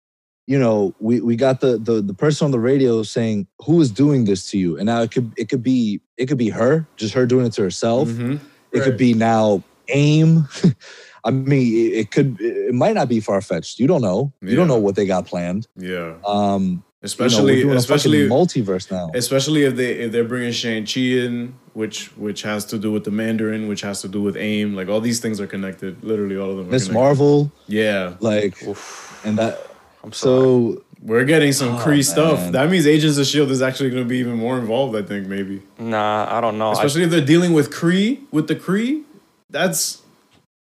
[SPEAKER 3] you know we we got the the the person on the radio saying who is doing this to you, and now it could it could be it could be her, just her doing it to herself.
[SPEAKER 1] Mhm.
[SPEAKER 3] It could be now aim. I mean, it, it could. It might not be far fetched. You don't know. You don't
[SPEAKER 1] Yeah.
[SPEAKER 3] know what they got planned.
[SPEAKER 1] Yeah.
[SPEAKER 3] Um,
[SPEAKER 1] Especially
[SPEAKER 3] you know, we're doing
[SPEAKER 1] especially
[SPEAKER 3] a fucking multiverse now.
[SPEAKER 1] especially if they if they're bringing Shang Chi in, which which has to do with the Mandarin, which has to do with AIM. Like all these things are connected. Literally, all of them. are
[SPEAKER 3] Miss
[SPEAKER 1] connected.
[SPEAKER 3] Marvel,
[SPEAKER 1] Yeah,
[SPEAKER 3] like,
[SPEAKER 2] oof,
[SPEAKER 3] and that.
[SPEAKER 2] I'm sorry.
[SPEAKER 3] So
[SPEAKER 1] we're getting some
[SPEAKER 3] Oh,
[SPEAKER 1] Kree stuff.
[SPEAKER 3] man.
[SPEAKER 1] That means Agents of Shield E is actually going to be even more involved. I think maybe,
[SPEAKER 2] nah, I don't know. I,
[SPEAKER 1] especially if they're dealing with Kree with the Kree. That's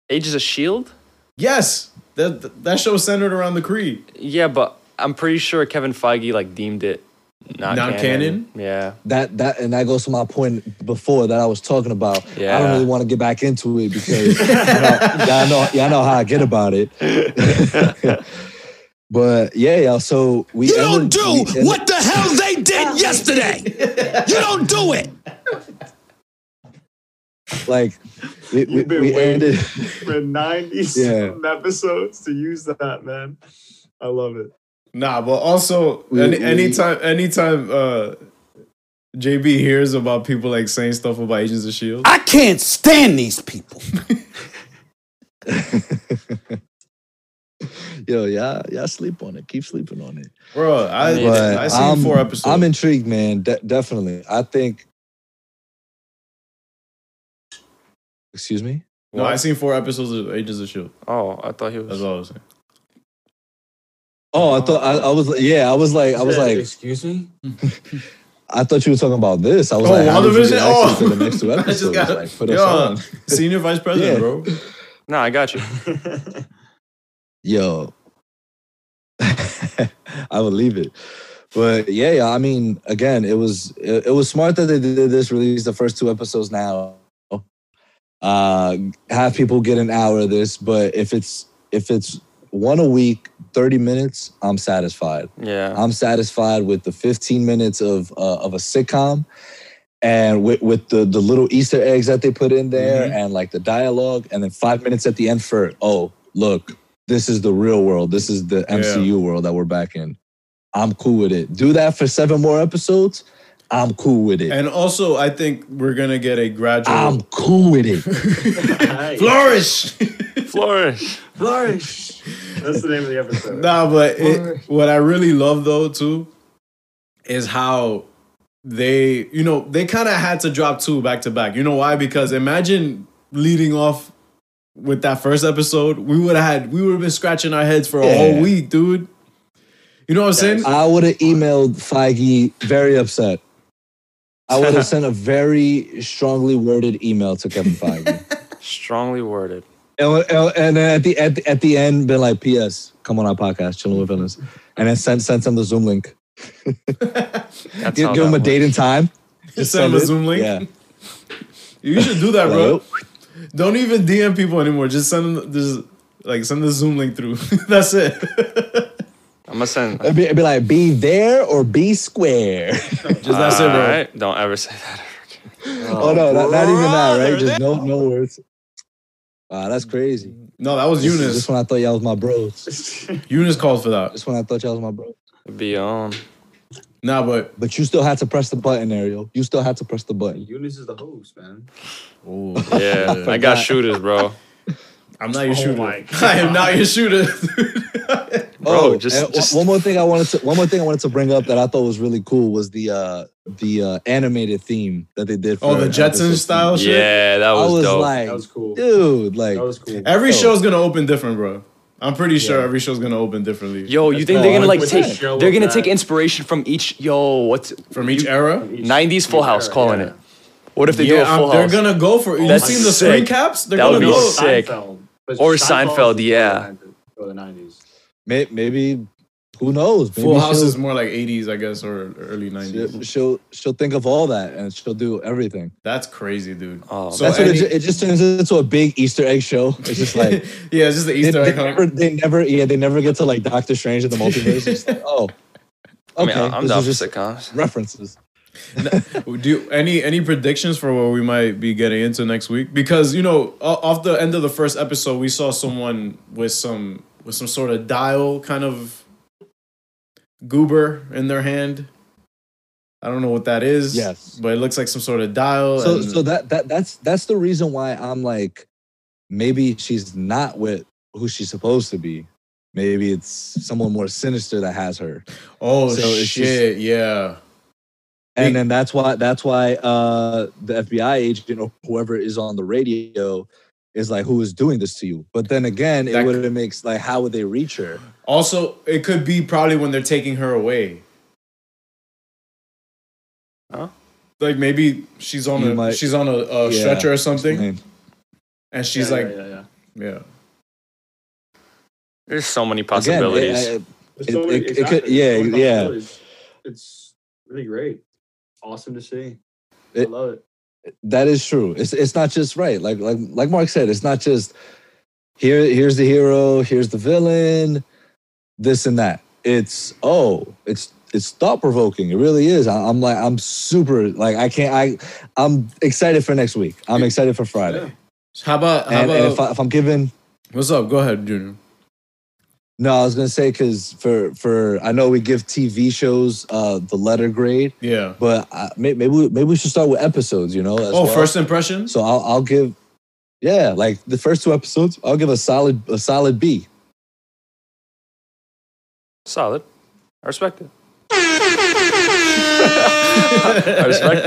[SPEAKER 2] Ages of Shield.
[SPEAKER 1] yes. That that show centered around the Kree.
[SPEAKER 2] Yeah, but I'm pretty sure Kevin Feige like deemed it not,
[SPEAKER 1] Not
[SPEAKER 2] canon. Yeah.
[SPEAKER 3] that that and that goes to my point before that I was talking about. I don't
[SPEAKER 2] Yeah.
[SPEAKER 3] really want to get back into it because you know, y'all know y'all know how I get about it. but yeah, y'all. So we
[SPEAKER 7] You
[SPEAKER 3] ended-
[SPEAKER 7] don't do
[SPEAKER 3] we ended-
[SPEAKER 7] what the hell they did yesterday. You don't do it.
[SPEAKER 3] like we, we,
[SPEAKER 4] You've been
[SPEAKER 3] we
[SPEAKER 4] waiting.
[SPEAKER 3] ended.
[SPEAKER 4] For 90 some episodes to use that, man. I love it.
[SPEAKER 1] Nah, but also
[SPEAKER 3] We-
[SPEAKER 1] any,
[SPEAKER 3] we-
[SPEAKER 1] anytime anytime uh JB hears about people like saying stuff about Agents of Shield.
[SPEAKER 7] I can't stand these people.
[SPEAKER 3] Yo, y'all, y'all sleep on it. Keep sleeping on it.
[SPEAKER 1] Bro, I,
[SPEAKER 2] mean,
[SPEAKER 3] But
[SPEAKER 1] I seen
[SPEAKER 3] I'm-
[SPEAKER 1] four episodes.
[SPEAKER 3] I'm intrigued, man. De- definitely. I think. Excuse me.
[SPEAKER 1] no, I seen four episodes of Agents of Shield.
[SPEAKER 2] Oh, I thought he was.
[SPEAKER 1] E That's all I was saying.
[SPEAKER 3] Oh, I thought I, I was. Yeah, I was like, I was like,
[SPEAKER 4] excuse me?
[SPEAKER 3] I thought you were talking about this. I was
[SPEAKER 1] Oh,
[SPEAKER 3] like, how did you
[SPEAKER 1] WandaVision?
[SPEAKER 3] get access
[SPEAKER 1] Oh.
[SPEAKER 3] to the next two
[SPEAKER 1] I just
[SPEAKER 3] episodes?
[SPEAKER 1] got-
[SPEAKER 3] like, put us
[SPEAKER 1] Yo,
[SPEAKER 3] on.
[SPEAKER 1] senior vice president,
[SPEAKER 3] Yeah.
[SPEAKER 1] bro.
[SPEAKER 2] No, I got you.
[SPEAKER 3] Yo, I would leave it. But yeah, yeah, I mean, again, it was it, it was smart that they did this. Release the first two episodes now. Uh, have people get an hour of this, but if it's if it's one a week, thirty minutes, I'm satisfied.
[SPEAKER 2] Yeah.
[SPEAKER 3] I'm satisfied with the 15 minutes of uh, of a sitcom, and with, with the the little Easter eggs that they put in there, and like the dialogue, and then five minutes at the end for oh look, this is the real world, this is the MCU world that we're back in. I'm cool with it. Do that for seven more episodes. I'm cool with it.
[SPEAKER 1] And also, I think we're gonna get a gradual
[SPEAKER 3] I'm cool with it.
[SPEAKER 1] flourish.
[SPEAKER 2] Flourish.
[SPEAKER 4] Flourish. That's the name of the episode.
[SPEAKER 1] nah, but
[SPEAKER 4] Flourish.
[SPEAKER 1] it, what I really love though too is how they, you know, they kind of had to drop two back to back. You know why? Because imagine leading off with that first episode, we would have had, we would have been scratching our heads for a
[SPEAKER 3] Yeah.
[SPEAKER 1] whole week, dude. You know what I'm saying?
[SPEAKER 3] I would have emailed Feige very upset. I would have sent a very strongly worded email to Kevin Feige.
[SPEAKER 2] Strongly worded.
[SPEAKER 3] And, and, and then at the, at the at the end, been like, "P.S. Come on our podcast, chilling with villains," and then send send them the Zoom link.
[SPEAKER 2] That's
[SPEAKER 3] Give,
[SPEAKER 2] how
[SPEAKER 3] give
[SPEAKER 2] that
[SPEAKER 3] them a
[SPEAKER 2] works.
[SPEAKER 3] date and time.
[SPEAKER 1] Just send them a
[SPEAKER 3] it.
[SPEAKER 1] Zoom link.
[SPEAKER 3] Yeah,
[SPEAKER 1] You should do that,
[SPEAKER 3] Like,
[SPEAKER 1] bro.
[SPEAKER 3] nope.
[SPEAKER 1] Don't even DM people anymore. Just send them this, like send the Zoom link through. That's it.
[SPEAKER 2] I'm gonna send.
[SPEAKER 3] It'd be, it'd be like, "Be there or be square."
[SPEAKER 1] Just that's it, bro.
[SPEAKER 2] Alright, Don't ever say that.
[SPEAKER 3] oh no, not, not even that, right? Just no no words. Wow, that's crazy.
[SPEAKER 1] No, that was
[SPEAKER 3] This,
[SPEAKER 1] Eunice.
[SPEAKER 3] this one I thought y'all was my bros.
[SPEAKER 1] Eunice called for that.
[SPEAKER 3] This one I thought y'all was my bros.
[SPEAKER 2] Beyond.
[SPEAKER 1] Nah, but
[SPEAKER 3] But you still had to press the button, Ariel. You still had to press the button.
[SPEAKER 4] Eunice is the host, man.
[SPEAKER 2] Yeah, I got shooters, bro. Oh
[SPEAKER 1] I'm not your shooter.
[SPEAKER 4] my
[SPEAKER 1] I am not your shooter.
[SPEAKER 2] Bro,
[SPEAKER 3] oh,
[SPEAKER 2] just-
[SPEAKER 3] and one-
[SPEAKER 2] just-
[SPEAKER 3] one more thing I wanted to one more thing I wanted to bring up that I thought was really cool was the uh the uh animated theme that they did.
[SPEAKER 1] Oh,
[SPEAKER 3] for
[SPEAKER 1] the
[SPEAKER 3] episode
[SPEAKER 1] Jetson style Oh, shit.
[SPEAKER 2] Yeah, that
[SPEAKER 3] I
[SPEAKER 2] was,
[SPEAKER 3] was
[SPEAKER 2] dope.
[SPEAKER 3] like,
[SPEAKER 4] That was cool.
[SPEAKER 3] dude, like
[SPEAKER 4] That was cool.
[SPEAKER 1] Every
[SPEAKER 3] Oh.
[SPEAKER 1] show's gonna open different, bro. I'm pretty sure every show's gonna open differently.
[SPEAKER 2] yo, you think
[SPEAKER 1] Oh,
[SPEAKER 2] they're gonna like
[SPEAKER 4] with the
[SPEAKER 2] take?
[SPEAKER 4] show
[SPEAKER 2] They're
[SPEAKER 4] of
[SPEAKER 2] gonna
[SPEAKER 4] that.
[SPEAKER 2] take inspiration from each. Yo, what's
[SPEAKER 1] from each era.
[SPEAKER 4] Each-
[SPEAKER 2] 90s Full
[SPEAKER 4] each
[SPEAKER 2] House
[SPEAKER 4] era,
[SPEAKER 2] calling
[SPEAKER 4] yeah.
[SPEAKER 2] it. What if they do a
[SPEAKER 1] Yeah,
[SPEAKER 2] Full
[SPEAKER 1] I'm-
[SPEAKER 2] House?
[SPEAKER 1] they're gonna go for. You
[SPEAKER 2] That's
[SPEAKER 1] seen the
[SPEAKER 2] sick.
[SPEAKER 1] screen caps? They're
[SPEAKER 2] That
[SPEAKER 1] gonna
[SPEAKER 2] would be
[SPEAKER 1] go.
[SPEAKER 4] Oh, No,
[SPEAKER 2] sick.
[SPEAKER 4] Seinfeld. But
[SPEAKER 2] Or Seinfeld,
[SPEAKER 4] was
[SPEAKER 2] yeah.
[SPEAKER 4] For the 90s.
[SPEAKER 3] may- maybe who knows? Maybe
[SPEAKER 1] Full House
[SPEAKER 3] she'll-
[SPEAKER 1] is more like 80s, I guess, or early 90s.
[SPEAKER 3] she'll, she'll she'll think of all that and she'll do everything.
[SPEAKER 1] That's crazy, dude.
[SPEAKER 2] Oh,
[SPEAKER 1] So
[SPEAKER 3] That's what
[SPEAKER 1] any-
[SPEAKER 3] it, ju- it just turns into a big Easter egg show. It's just like
[SPEAKER 1] yeah, it's just the
[SPEAKER 3] they,
[SPEAKER 1] Easter
[SPEAKER 3] they
[SPEAKER 1] egg.
[SPEAKER 3] never,
[SPEAKER 1] hunt.
[SPEAKER 3] they never, yeah, they never get to like Doctor Strange in the multiverse. It's like, oh, okay,
[SPEAKER 2] I mean, I'm
[SPEAKER 3] this
[SPEAKER 2] down
[SPEAKER 3] is
[SPEAKER 2] for
[SPEAKER 3] just
[SPEAKER 2] sitcoms.
[SPEAKER 3] references.
[SPEAKER 1] Do you, any any predictions for what we might be getting into next week? Because you know, o- off the end of the first episode, we saw someone with some with some sort of dial kind of goober in their hand. I don't know what that is.
[SPEAKER 3] Yes.
[SPEAKER 1] but it looks like some sort of dial.
[SPEAKER 3] So,
[SPEAKER 1] and-
[SPEAKER 3] so that that that's that's the reason why I'm like, maybe she's not with who she's supposed to be. Maybe it's someone more sinister that has her,
[SPEAKER 1] oh
[SPEAKER 3] so it's
[SPEAKER 1] shit! yeah,
[SPEAKER 3] and then that's why that's why uh, the FBI agent or whoever is on the radio is like, who is doing this to you? But then again,
[SPEAKER 1] That-
[SPEAKER 3] it wouldn't make s- like how would they reach her?
[SPEAKER 1] Also, it could be probably when they're taking her away.
[SPEAKER 2] Huh?
[SPEAKER 1] Like maybe she's on
[SPEAKER 3] You
[SPEAKER 1] a
[SPEAKER 3] might-
[SPEAKER 1] she's on a, a
[SPEAKER 3] Yeah.
[SPEAKER 1] stretcher or something,
[SPEAKER 3] Man,
[SPEAKER 1] and she's
[SPEAKER 4] Yeah,
[SPEAKER 1] like,
[SPEAKER 4] yeah, yeah, yeah.
[SPEAKER 1] yeah.
[SPEAKER 2] There's so many
[SPEAKER 3] again, it-
[SPEAKER 2] possibilities.
[SPEAKER 3] I-
[SPEAKER 4] There's
[SPEAKER 3] It-
[SPEAKER 4] so many-
[SPEAKER 3] it- it could-
[SPEAKER 4] exactly,
[SPEAKER 3] yeah,
[SPEAKER 4] there's so many
[SPEAKER 3] yeah.
[SPEAKER 4] possibilities. It's really great. Awesome to see.
[SPEAKER 3] It-
[SPEAKER 4] I love it.
[SPEAKER 3] That is true. It's it's not just right. Like like like Mark said, it's not just here here's the hero, here's the villain, this and that. It's oh, it's it's thought provoking. It really is. I, I'm like I'm super like I can't I I'm excited for next week. I'm excited for Friday.
[SPEAKER 4] Yeah.
[SPEAKER 1] How about how
[SPEAKER 3] And,
[SPEAKER 1] about
[SPEAKER 3] and if, I, if I'm given
[SPEAKER 1] what's up? Go ahead, Junior.
[SPEAKER 3] no, I was gonna say because for for I know we give TV shows uh the letter grade,
[SPEAKER 1] Yeah.
[SPEAKER 3] but I, may- maybe we- maybe we should start with episodes. You know, as
[SPEAKER 1] Oh,
[SPEAKER 3] well.
[SPEAKER 1] first impressions.
[SPEAKER 3] So I'll, I'll give, yeah, like the first two episodes, I'll give a solid a solid B.
[SPEAKER 2] Solid. I respect it. I respect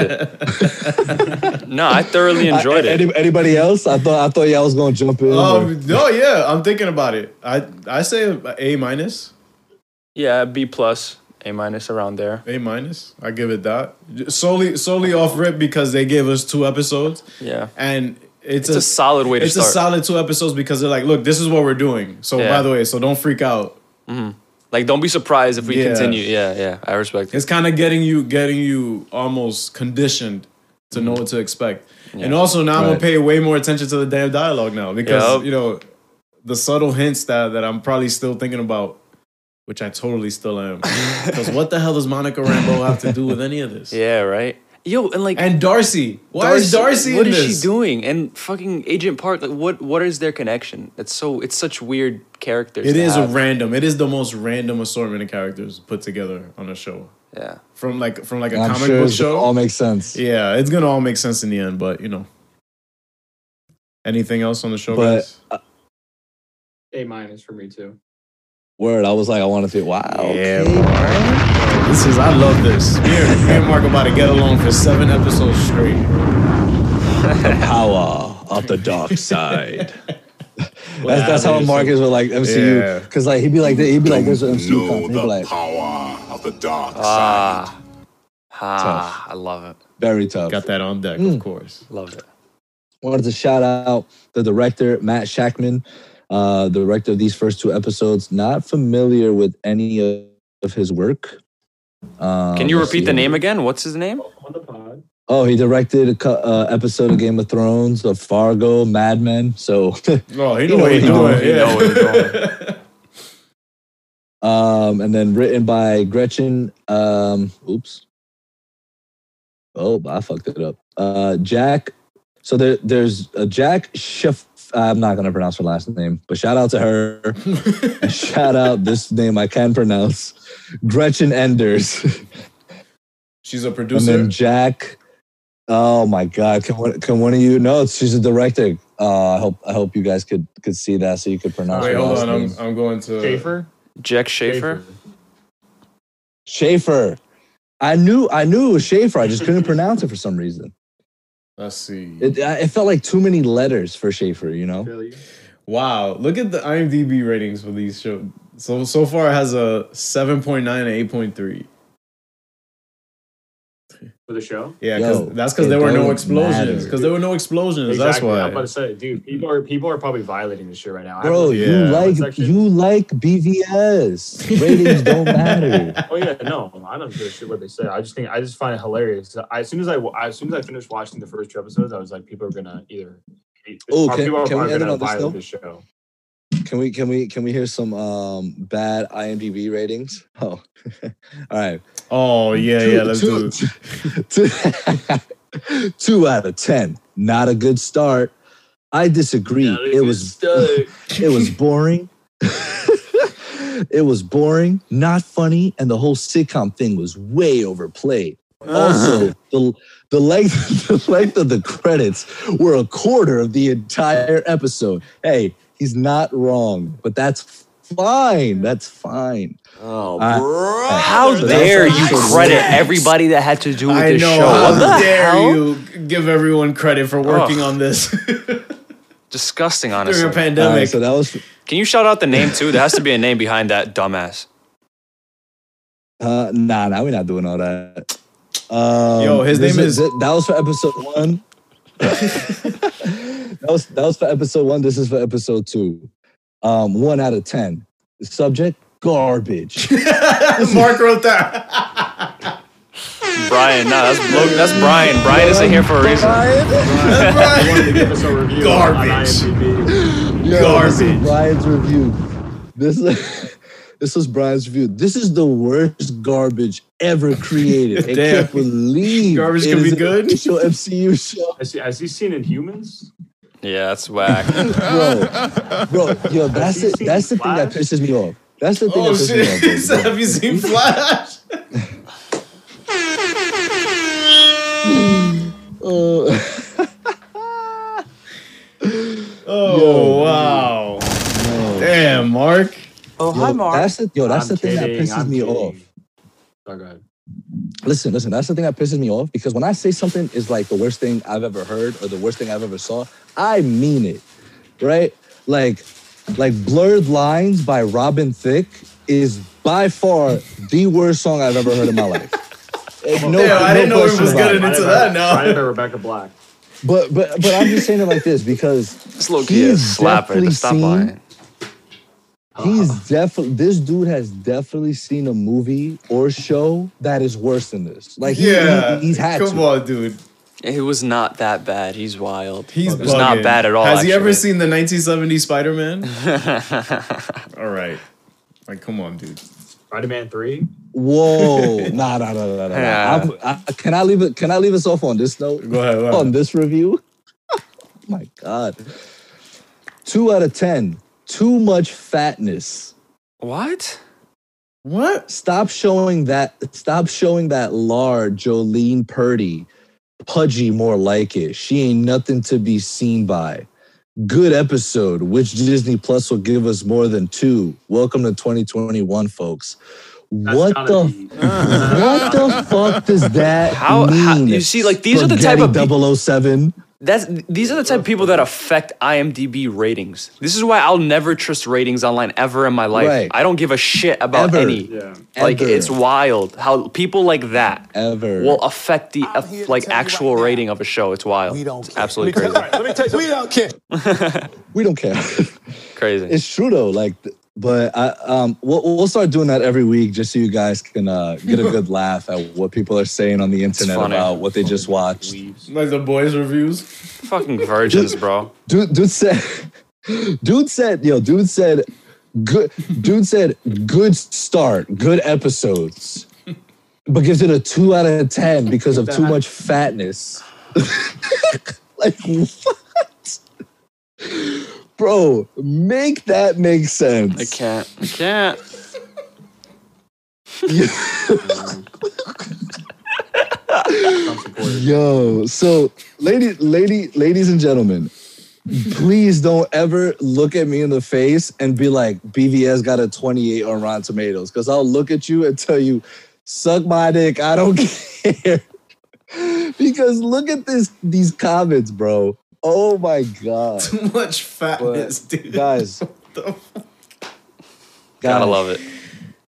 [SPEAKER 2] it. no, I thoroughly enjoyed
[SPEAKER 3] I-
[SPEAKER 2] it.
[SPEAKER 3] any- anybody else? I thought I thought y'all was gonna jump in. or-
[SPEAKER 1] Um, no, yeah, I'm thinking about it. I I say a- a minus,
[SPEAKER 2] Yeah, B plus, A minus around there.
[SPEAKER 1] a minus. I give it that solely solely off rip because they gave us two episodes
[SPEAKER 2] Yeah.
[SPEAKER 1] and it's,
[SPEAKER 2] It's a solid way to
[SPEAKER 1] it's
[SPEAKER 2] start.
[SPEAKER 1] a solid two episodes because they're like, look, this is what we're doing. So
[SPEAKER 2] Yeah.
[SPEAKER 1] by the way, so don't freak out.
[SPEAKER 2] like, don't be surprised if we
[SPEAKER 1] Yeah.
[SPEAKER 2] continue. Yeah, yeah. I respect it.
[SPEAKER 1] It's kind of getting you getting you almost conditioned to know what to expect. And also now I'm gonna
[SPEAKER 3] Right.
[SPEAKER 1] pay way more attention to the damn dialogue now because
[SPEAKER 2] Yup.
[SPEAKER 1] you know the subtle hints that that I'm probably still thinking about, which I totally still am. Because what the hell does Monica Rambeau have to do with any of this?
[SPEAKER 2] Yeah, right. Yo, and like,
[SPEAKER 1] And Darcy, why is Darcy?
[SPEAKER 2] What
[SPEAKER 1] in
[SPEAKER 2] is
[SPEAKER 1] this?
[SPEAKER 2] she doing? And fucking Agent Park. Like, what? What is their connection? It's so. It's such weird characters.
[SPEAKER 1] It
[SPEAKER 2] to
[SPEAKER 1] is a
[SPEAKER 2] have.
[SPEAKER 1] random. It is the most random assortment of characters put together on a show
[SPEAKER 2] Yeah.
[SPEAKER 1] from like from like a
[SPEAKER 3] and I'm
[SPEAKER 1] comic
[SPEAKER 3] sure
[SPEAKER 1] book
[SPEAKER 3] it
[SPEAKER 1] show.
[SPEAKER 3] all makes sense.
[SPEAKER 1] Yeah, it's gonna all make sense in the end, but you know. Anything else on the show,
[SPEAKER 3] But-
[SPEAKER 1] guys?
[SPEAKER 4] A minus for me too.
[SPEAKER 3] Word, I was like, I want to think. Wow.
[SPEAKER 1] Yeah, This is I love this. Me and, me and Mark about to get along for seven episodes straight.
[SPEAKER 3] Power of the dark side. That's, that's how Mark is with like
[SPEAKER 1] Yeah.
[SPEAKER 3] MCU, because like he'd be like he'd be like there's an MCU
[SPEAKER 5] know
[SPEAKER 3] content. He'd be
[SPEAKER 5] the
[SPEAKER 3] like
[SPEAKER 5] power of the dark side.
[SPEAKER 2] Ah. Ah. I love it.
[SPEAKER 3] very tough.
[SPEAKER 1] Got that on deck, of course.
[SPEAKER 2] Love it.
[SPEAKER 3] wanted to shout out the director matt shackman uh, the director of these first two episodes not familiar with any of, of his work Um,
[SPEAKER 2] Can you
[SPEAKER 3] let's
[SPEAKER 2] repeat
[SPEAKER 3] see
[SPEAKER 2] the
[SPEAKER 3] here.
[SPEAKER 2] name again? What's his name?
[SPEAKER 4] Welcome on the pod.
[SPEAKER 3] oh he directed a cou- uh, episode of game of thrones of fargo mad men so
[SPEAKER 1] Oh,
[SPEAKER 3] know
[SPEAKER 1] he know what
[SPEAKER 3] what
[SPEAKER 1] he's
[SPEAKER 3] he
[SPEAKER 1] doing.
[SPEAKER 3] doing.
[SPEAKER 2] He know what he
[SPEAKER 1] Yeah.
[SPEAKER 3] um, and then written by gretchen um, oops oh i fucked it up uh, jack so there, there's a jack Schiff. i'm not going to pronounce her last name but shout out to her And shout out this name I can pronounce Gretchen Enders.
[SPEAKER 1] She's a
[SPEAKER 3] and
[SPEAKER 1] producer.
[SPEAKER 3] then Jack. Oh my God. Can one, can one of you? No, it's- she's a director. Uh, I hope I hope you guys could could see that so you could pronounce
[SPEAKER 1] Wait,
[SPEAKER 3] her
[SPEAKER 1] hold
[SPEAKER 3] last
[SPEAKER 1] on.
[SPEAKER 3] name.
[SPEAKER 1] I'm, I'm going to.
[SPEAKER 4] Schaefer?
[SPEAKER 2] Jack Schaefer.
[SPEAKER 3] Schaefer. I knew I knew it was Schaefer. I just couldn't pronounce it for some reason.
[SPEAKER 1] Let's see.
[SPEAKER 3] It, I- it felt like too many letters for Schaefer, you know?
[SPEAKER 4] Really?
[SPEAKER 1] Wow, look at the IMDb ratings for these shows. So so far it has a 7.9 and 8.3.
[SPEAKER 4] For the show?
[SPEAKER 1] Yeah, cause
[SPEAKER 3] Yo,
[SPEAKER 1] that's because
[SPEAKER 3] it
[SPEAKER 1] there were no
[SPEAKER 3] don't
[SPEAKER 1] explosions.
[SPEAKER 3] matter.
[SPEAKER 1] Because there were no explosions.
[SPEAKER 4] Exactly. I'm
[SPEAKER 1] That's
[SPEAKER 4] about
[SPEAKER 1] why.
[SPEAKER 4] to say, dude, people are people are probably violating this shit right now. I
[SPEAKER 3] Bro,
[SPEAKER 4] haven't-
[SPEAKER 1] yeah.
[SPEAKER 3] you like
[SPEAKER 4] Section.
[SPEAKER 3] you like BVS. Ratings don't matter.
[SPEAKER 4] oh yeah, no, I don't give a shit what they say. I just think I just find it hilarious. I, as soon as I wa- as soon as I finished watching the first two episodes, I was like, people are gonna either.
[SPEAKER 3] Oh,
[SPEAKER 4] or
[SPEAKER 3] can-
[SPEAKER 4] people are
[SPEAKER 3] can we end
[SPEAKER 4] probably
[SPEAKER 3] it
[SPEAKER 4] gonna
[SPEAKER 3] on this
[SPEAKER 4] violate
[SPEAKER 3] note?
[SPEAKER 4] this show.
[SPEAKER 3] Can we can we can we hear some um bad IMDb ratings? Oh, all right.
[SPEAKER 1] Oh yeah, yeah. Let's do
[SPEAKER 3] two,
[SPEAKER 1] it.
[SPEAKER 3] two- two out of ten. Not a good start. I disagree. It was it was boring. it was boring, not funny, and the whole sitcom thing was way overplayed. Also, the the length the length of the credits were a quarter of the entire episode. Hey, he's not wrong, but that's fine. That's fine.
[SPEAKER 2] Oh,
[SPEAKER 3] Uh,
[SPEAKER 2] how
[SPEAKER 3] that's
[SPEAKER 2] dare you
[SPEAKER 3] actually-
[SPEAKER 2] credit everybody that had to do with
[SPEAKER 1] I
[SPEAKER 2] this
[SPEAKER 1] know.
[SPEAKER 2] show? What
[SPEAKER 1] How
[SPEAKER 2] the
[SPEAKER 1] dare
[SPEAKER 2] hell?
[SPEAKER 1] you give everyone credit for working
[SPEAKER 2] Ugh.
[SPEAKER 1] on this
[SPEAKER 2] Disgusting,
[SPEAKER 1] during a
[SPEAKER 2] honestly.
[SPEAKER 3] All
[SPEAKER 1] pandemic?
[SPEAKER 3] right, so that was
[SPEAKER 2] Can you shout out the name too? There has to be a name behind that dumbass.
[SPEAKER 3] uh, nah, nah. We're not doing all that. Um,
[SPEAKER 1] Yo, Oh, his
[SPEAKER 3] this
[SPEAKER 1] name is-
[SPEAKER 3] that was for episode one. that was that was for episode one. This is for episode two. Um, one out of ten. Subject garbage.
[SPEAKER 1] Mark wrote that.
[SPEAKER 2] Brian, no, that's Lo- that's Brian. Brian isn't here for a reason.
[SPEAKER 4] I wanted to give us a review on- on
[SPEAKER 1] Garbage.
[SPEAKER 4] IMDb.
[SPEAKER 3] Yo, this is
[SPEAKER 1] Garbage.
[SPEAKER 3] Brian's review. This is this is Brian's review. This is the worst garbage ever created. I
[SPEAKER 1] Damn.
[SPEAKER 3] can't believe
[SPEAKER 1] Garbage
[SPEAKER 3] it
[SPEAKER 1] can
[SPEAKER 3] is
[SPEAKER 1] be
[SPEAKER 3] an
[SPEAKER 1] good?
[SPEAKER 3] official MCU show.
[SPEAKER 4] Has he, has he seen Inhumans?
[SPEAKER 2] Yeah, that's whack.
[SPEAKER 3] bro, bro, yo, that's
[SPEAKER 4] you
[SPEAKER 3] it.
[SPEAKER 4] seen
[SPEAKER 3] That's the thing that
[SPEAKER 4] Flash?
[SPEAKER 3] pisses me off. That's the thing
[SPEAKER 1] Oh
[SPEAKER 3] that pisses
[SPEAKER 1] shit!
[SPEAKER 3] me off. bro.
[SPEAKER 1] Have you seen Flash? Oh
[SPEAKER 3] Yo.
[SPEAKER 1] wow! Damn, Mark.
[SPEAKER 2] oh,
[SPEAKER 3] Yo, that's the yo. That's
[SPEAKER 4] I'm
[SPEAKER 3] the thing that
[SPEAKER 4] kidding,
[SPEAKER 3] pisses
[SPEAKER 4] I'm
[SPEAKER 3] me
[SPEAKER 4] kidding.
[SPEAKER 3] off.
[SPEAKER 4] Oh, go ahead.
[SPEAKER 3] Listen, listen. That's the thing that pisses me off because when I say something is like the worst thing I've ever heard or the worst thing I've ever saw, I mean it, right? Like, like blurred lines by Robin Thicke is by far the worst song I've ever heard in my life. Eh, No,
[SPEAKER 1] Damn, I didn't know it
[SPEAKER 3] question
[SPEAKER 1] was
[SPEAKER 3] about
[SPEAKER 1] good
[SPEAKER 3] it.
[SPEAKER 1] Into
[SPEAKER 4] Brian
[SPEAKER 1] that
[SPEAKER 4] by-
[SPEAKER 1] now.
[SPEAKER 4] Brian by Rebecca Black.
[SPEAKER 3] But but but I'm just saying it like this because
[SPEAKER 2] This low key
[SPEAKER 3] he's
[SPEAKER 2] is slapper.
[SPEAKER 3] definitely
[SPEAKER 2] Stop
[SPEAKER 3] seen-
[SPEAKER 2] lying.
[SPEAKER 3] He's
[SPEAKER 1] Uh-huh.
[SPEAKER 3] definitely this dude has definitely seen a movie or show that is worse than this. Like he,
[SPEAKER 1] Yeah,
[SPEAKER 3] he, he's had
[SPEAKER 1] come
[SPEAKER 3] to.
[SPEAKER 1] on, dude.
[SPEAKER 2] It was not that bad. He's wild.
[SPEAKER 1] He's
[SPEAKER 2] it was not
[SPEAKER 1] bugging.
[SPEAKER 2] bad at all.
[SPEAKER 1] Has he ever
[SPEAKER 2] actually.
[SPEAKER 1] seen the 1970 Spider Man? All right, like come on, dude.
[SPEAKER 4] Spider Man 3?
[SPEAKER 3] Whoa, nah, nah, nah, nah, nah. nah.
[SPEAKER 2] Yeah.
[SPEAKER 3] I'm- I, can I leave it? Can I leave us off on this note?
[SPEAKER 1] Go ahead. Go ahead.
[SPEAKER 3] On this review? oh my god, two out of ten. Too much fatness.
[SPEAKER 2] What?
[SPEAKER 1] What?
[SPEAKER 3] Stop showing that. Stop showing that large Jolene Purdy, pudgy more like it. She ain't nothing to be seen by. Good episode. Which Disney Plus will give us more than two? Welcome to 2021, folks.
[SPEAKER 4] That's
[SPEAKER 3] what
[SPEAKER 4] gotta
[SPEAKER 3] the
[SPEAKER 4] be-
[SPEAKER 3] what the fuck does that
[SPEAKER 2] How-
[SPEAKER 3] mean?
[SPEAKER 2] how- you see, like, these are the type of
[SPEAKER 3] Spaghetti 007.
[SPEAKER 2] That's these are the type of people that affect IMDb ratings. This is why I'll never trust ratings online ever in my life.
[SPEAKER 3] Right.
[SPEAKER 2] I don't give a shit about
[SPEAKER 3] Ever.
[SPEAKER 2] any.
[SPEAKER 4] Yeah.
[SPEAKER 2] Like
[SPEAKER 3] Ever.
[SPEAKER 2] it's wild how people like that
[SPEAKER 3] Ever.
[SPEAKER 2] will affect the
[SPEAKER 7] I'm here to
[SPEAKER 2] like
[SPEAKER 7] tell you
[SPEAKER 2] actual
[SPEAKER 7] right now.
[SPEAKER 2] rating of a show. It's wild.
[SPEAKER 7] We don't
[SPEAKER 2] It's
[SPEAKER 7] care.
[SPEAKER 2] absolutely
[SPEAKER 7] Let me
[SPEAKER 2] crazy.
[SPEAKER 7] tell- Let me tell you. We don't care.
[SPEAKER 3] We don't care.
[SPEAKER 2] Crazy.
[SPEAKER 3] it's true though. Like, th- but I, um, we'll, we'll start doing that every week just so you guys can uh, get a good laugh at what people are saying on the internet
[SPEAKER 2] funny.
[SPEAKER 3] about what they just watched.
[SPEAKER 1] Like the boys' reviews?
[SPEAKER 2] Fucking virgins, bro.
[SPEAKER 3] Dude, dude said, dude said, yo, dude said, good, dude said, good start, good episodes, but gives it a two out of ten because of too much fatness. like what, bro? Make that make
[SPEAKER 2] I
[SPEAKER 3] sense.
[SPEAKER 2] can't. I can't.
[SPEAKER 3] Yo, so lady, lady, ladies and gentlemen, please don't ever look at me in the face and be like, BVS got a 28 on Rotten Tomatoes. Because I'll look at you and tell you, suck my dick. I don't care. because look at this these comments, bro. Oh my God.
[SPEAKER 1] Too much fatness, dude.
[SPEAKER 3] Guys,
[SPEAKER 1] What the-
[SPEAKER 2] Gotta
[SPEAKER 3] guys,
[SPEAKER 2] love it.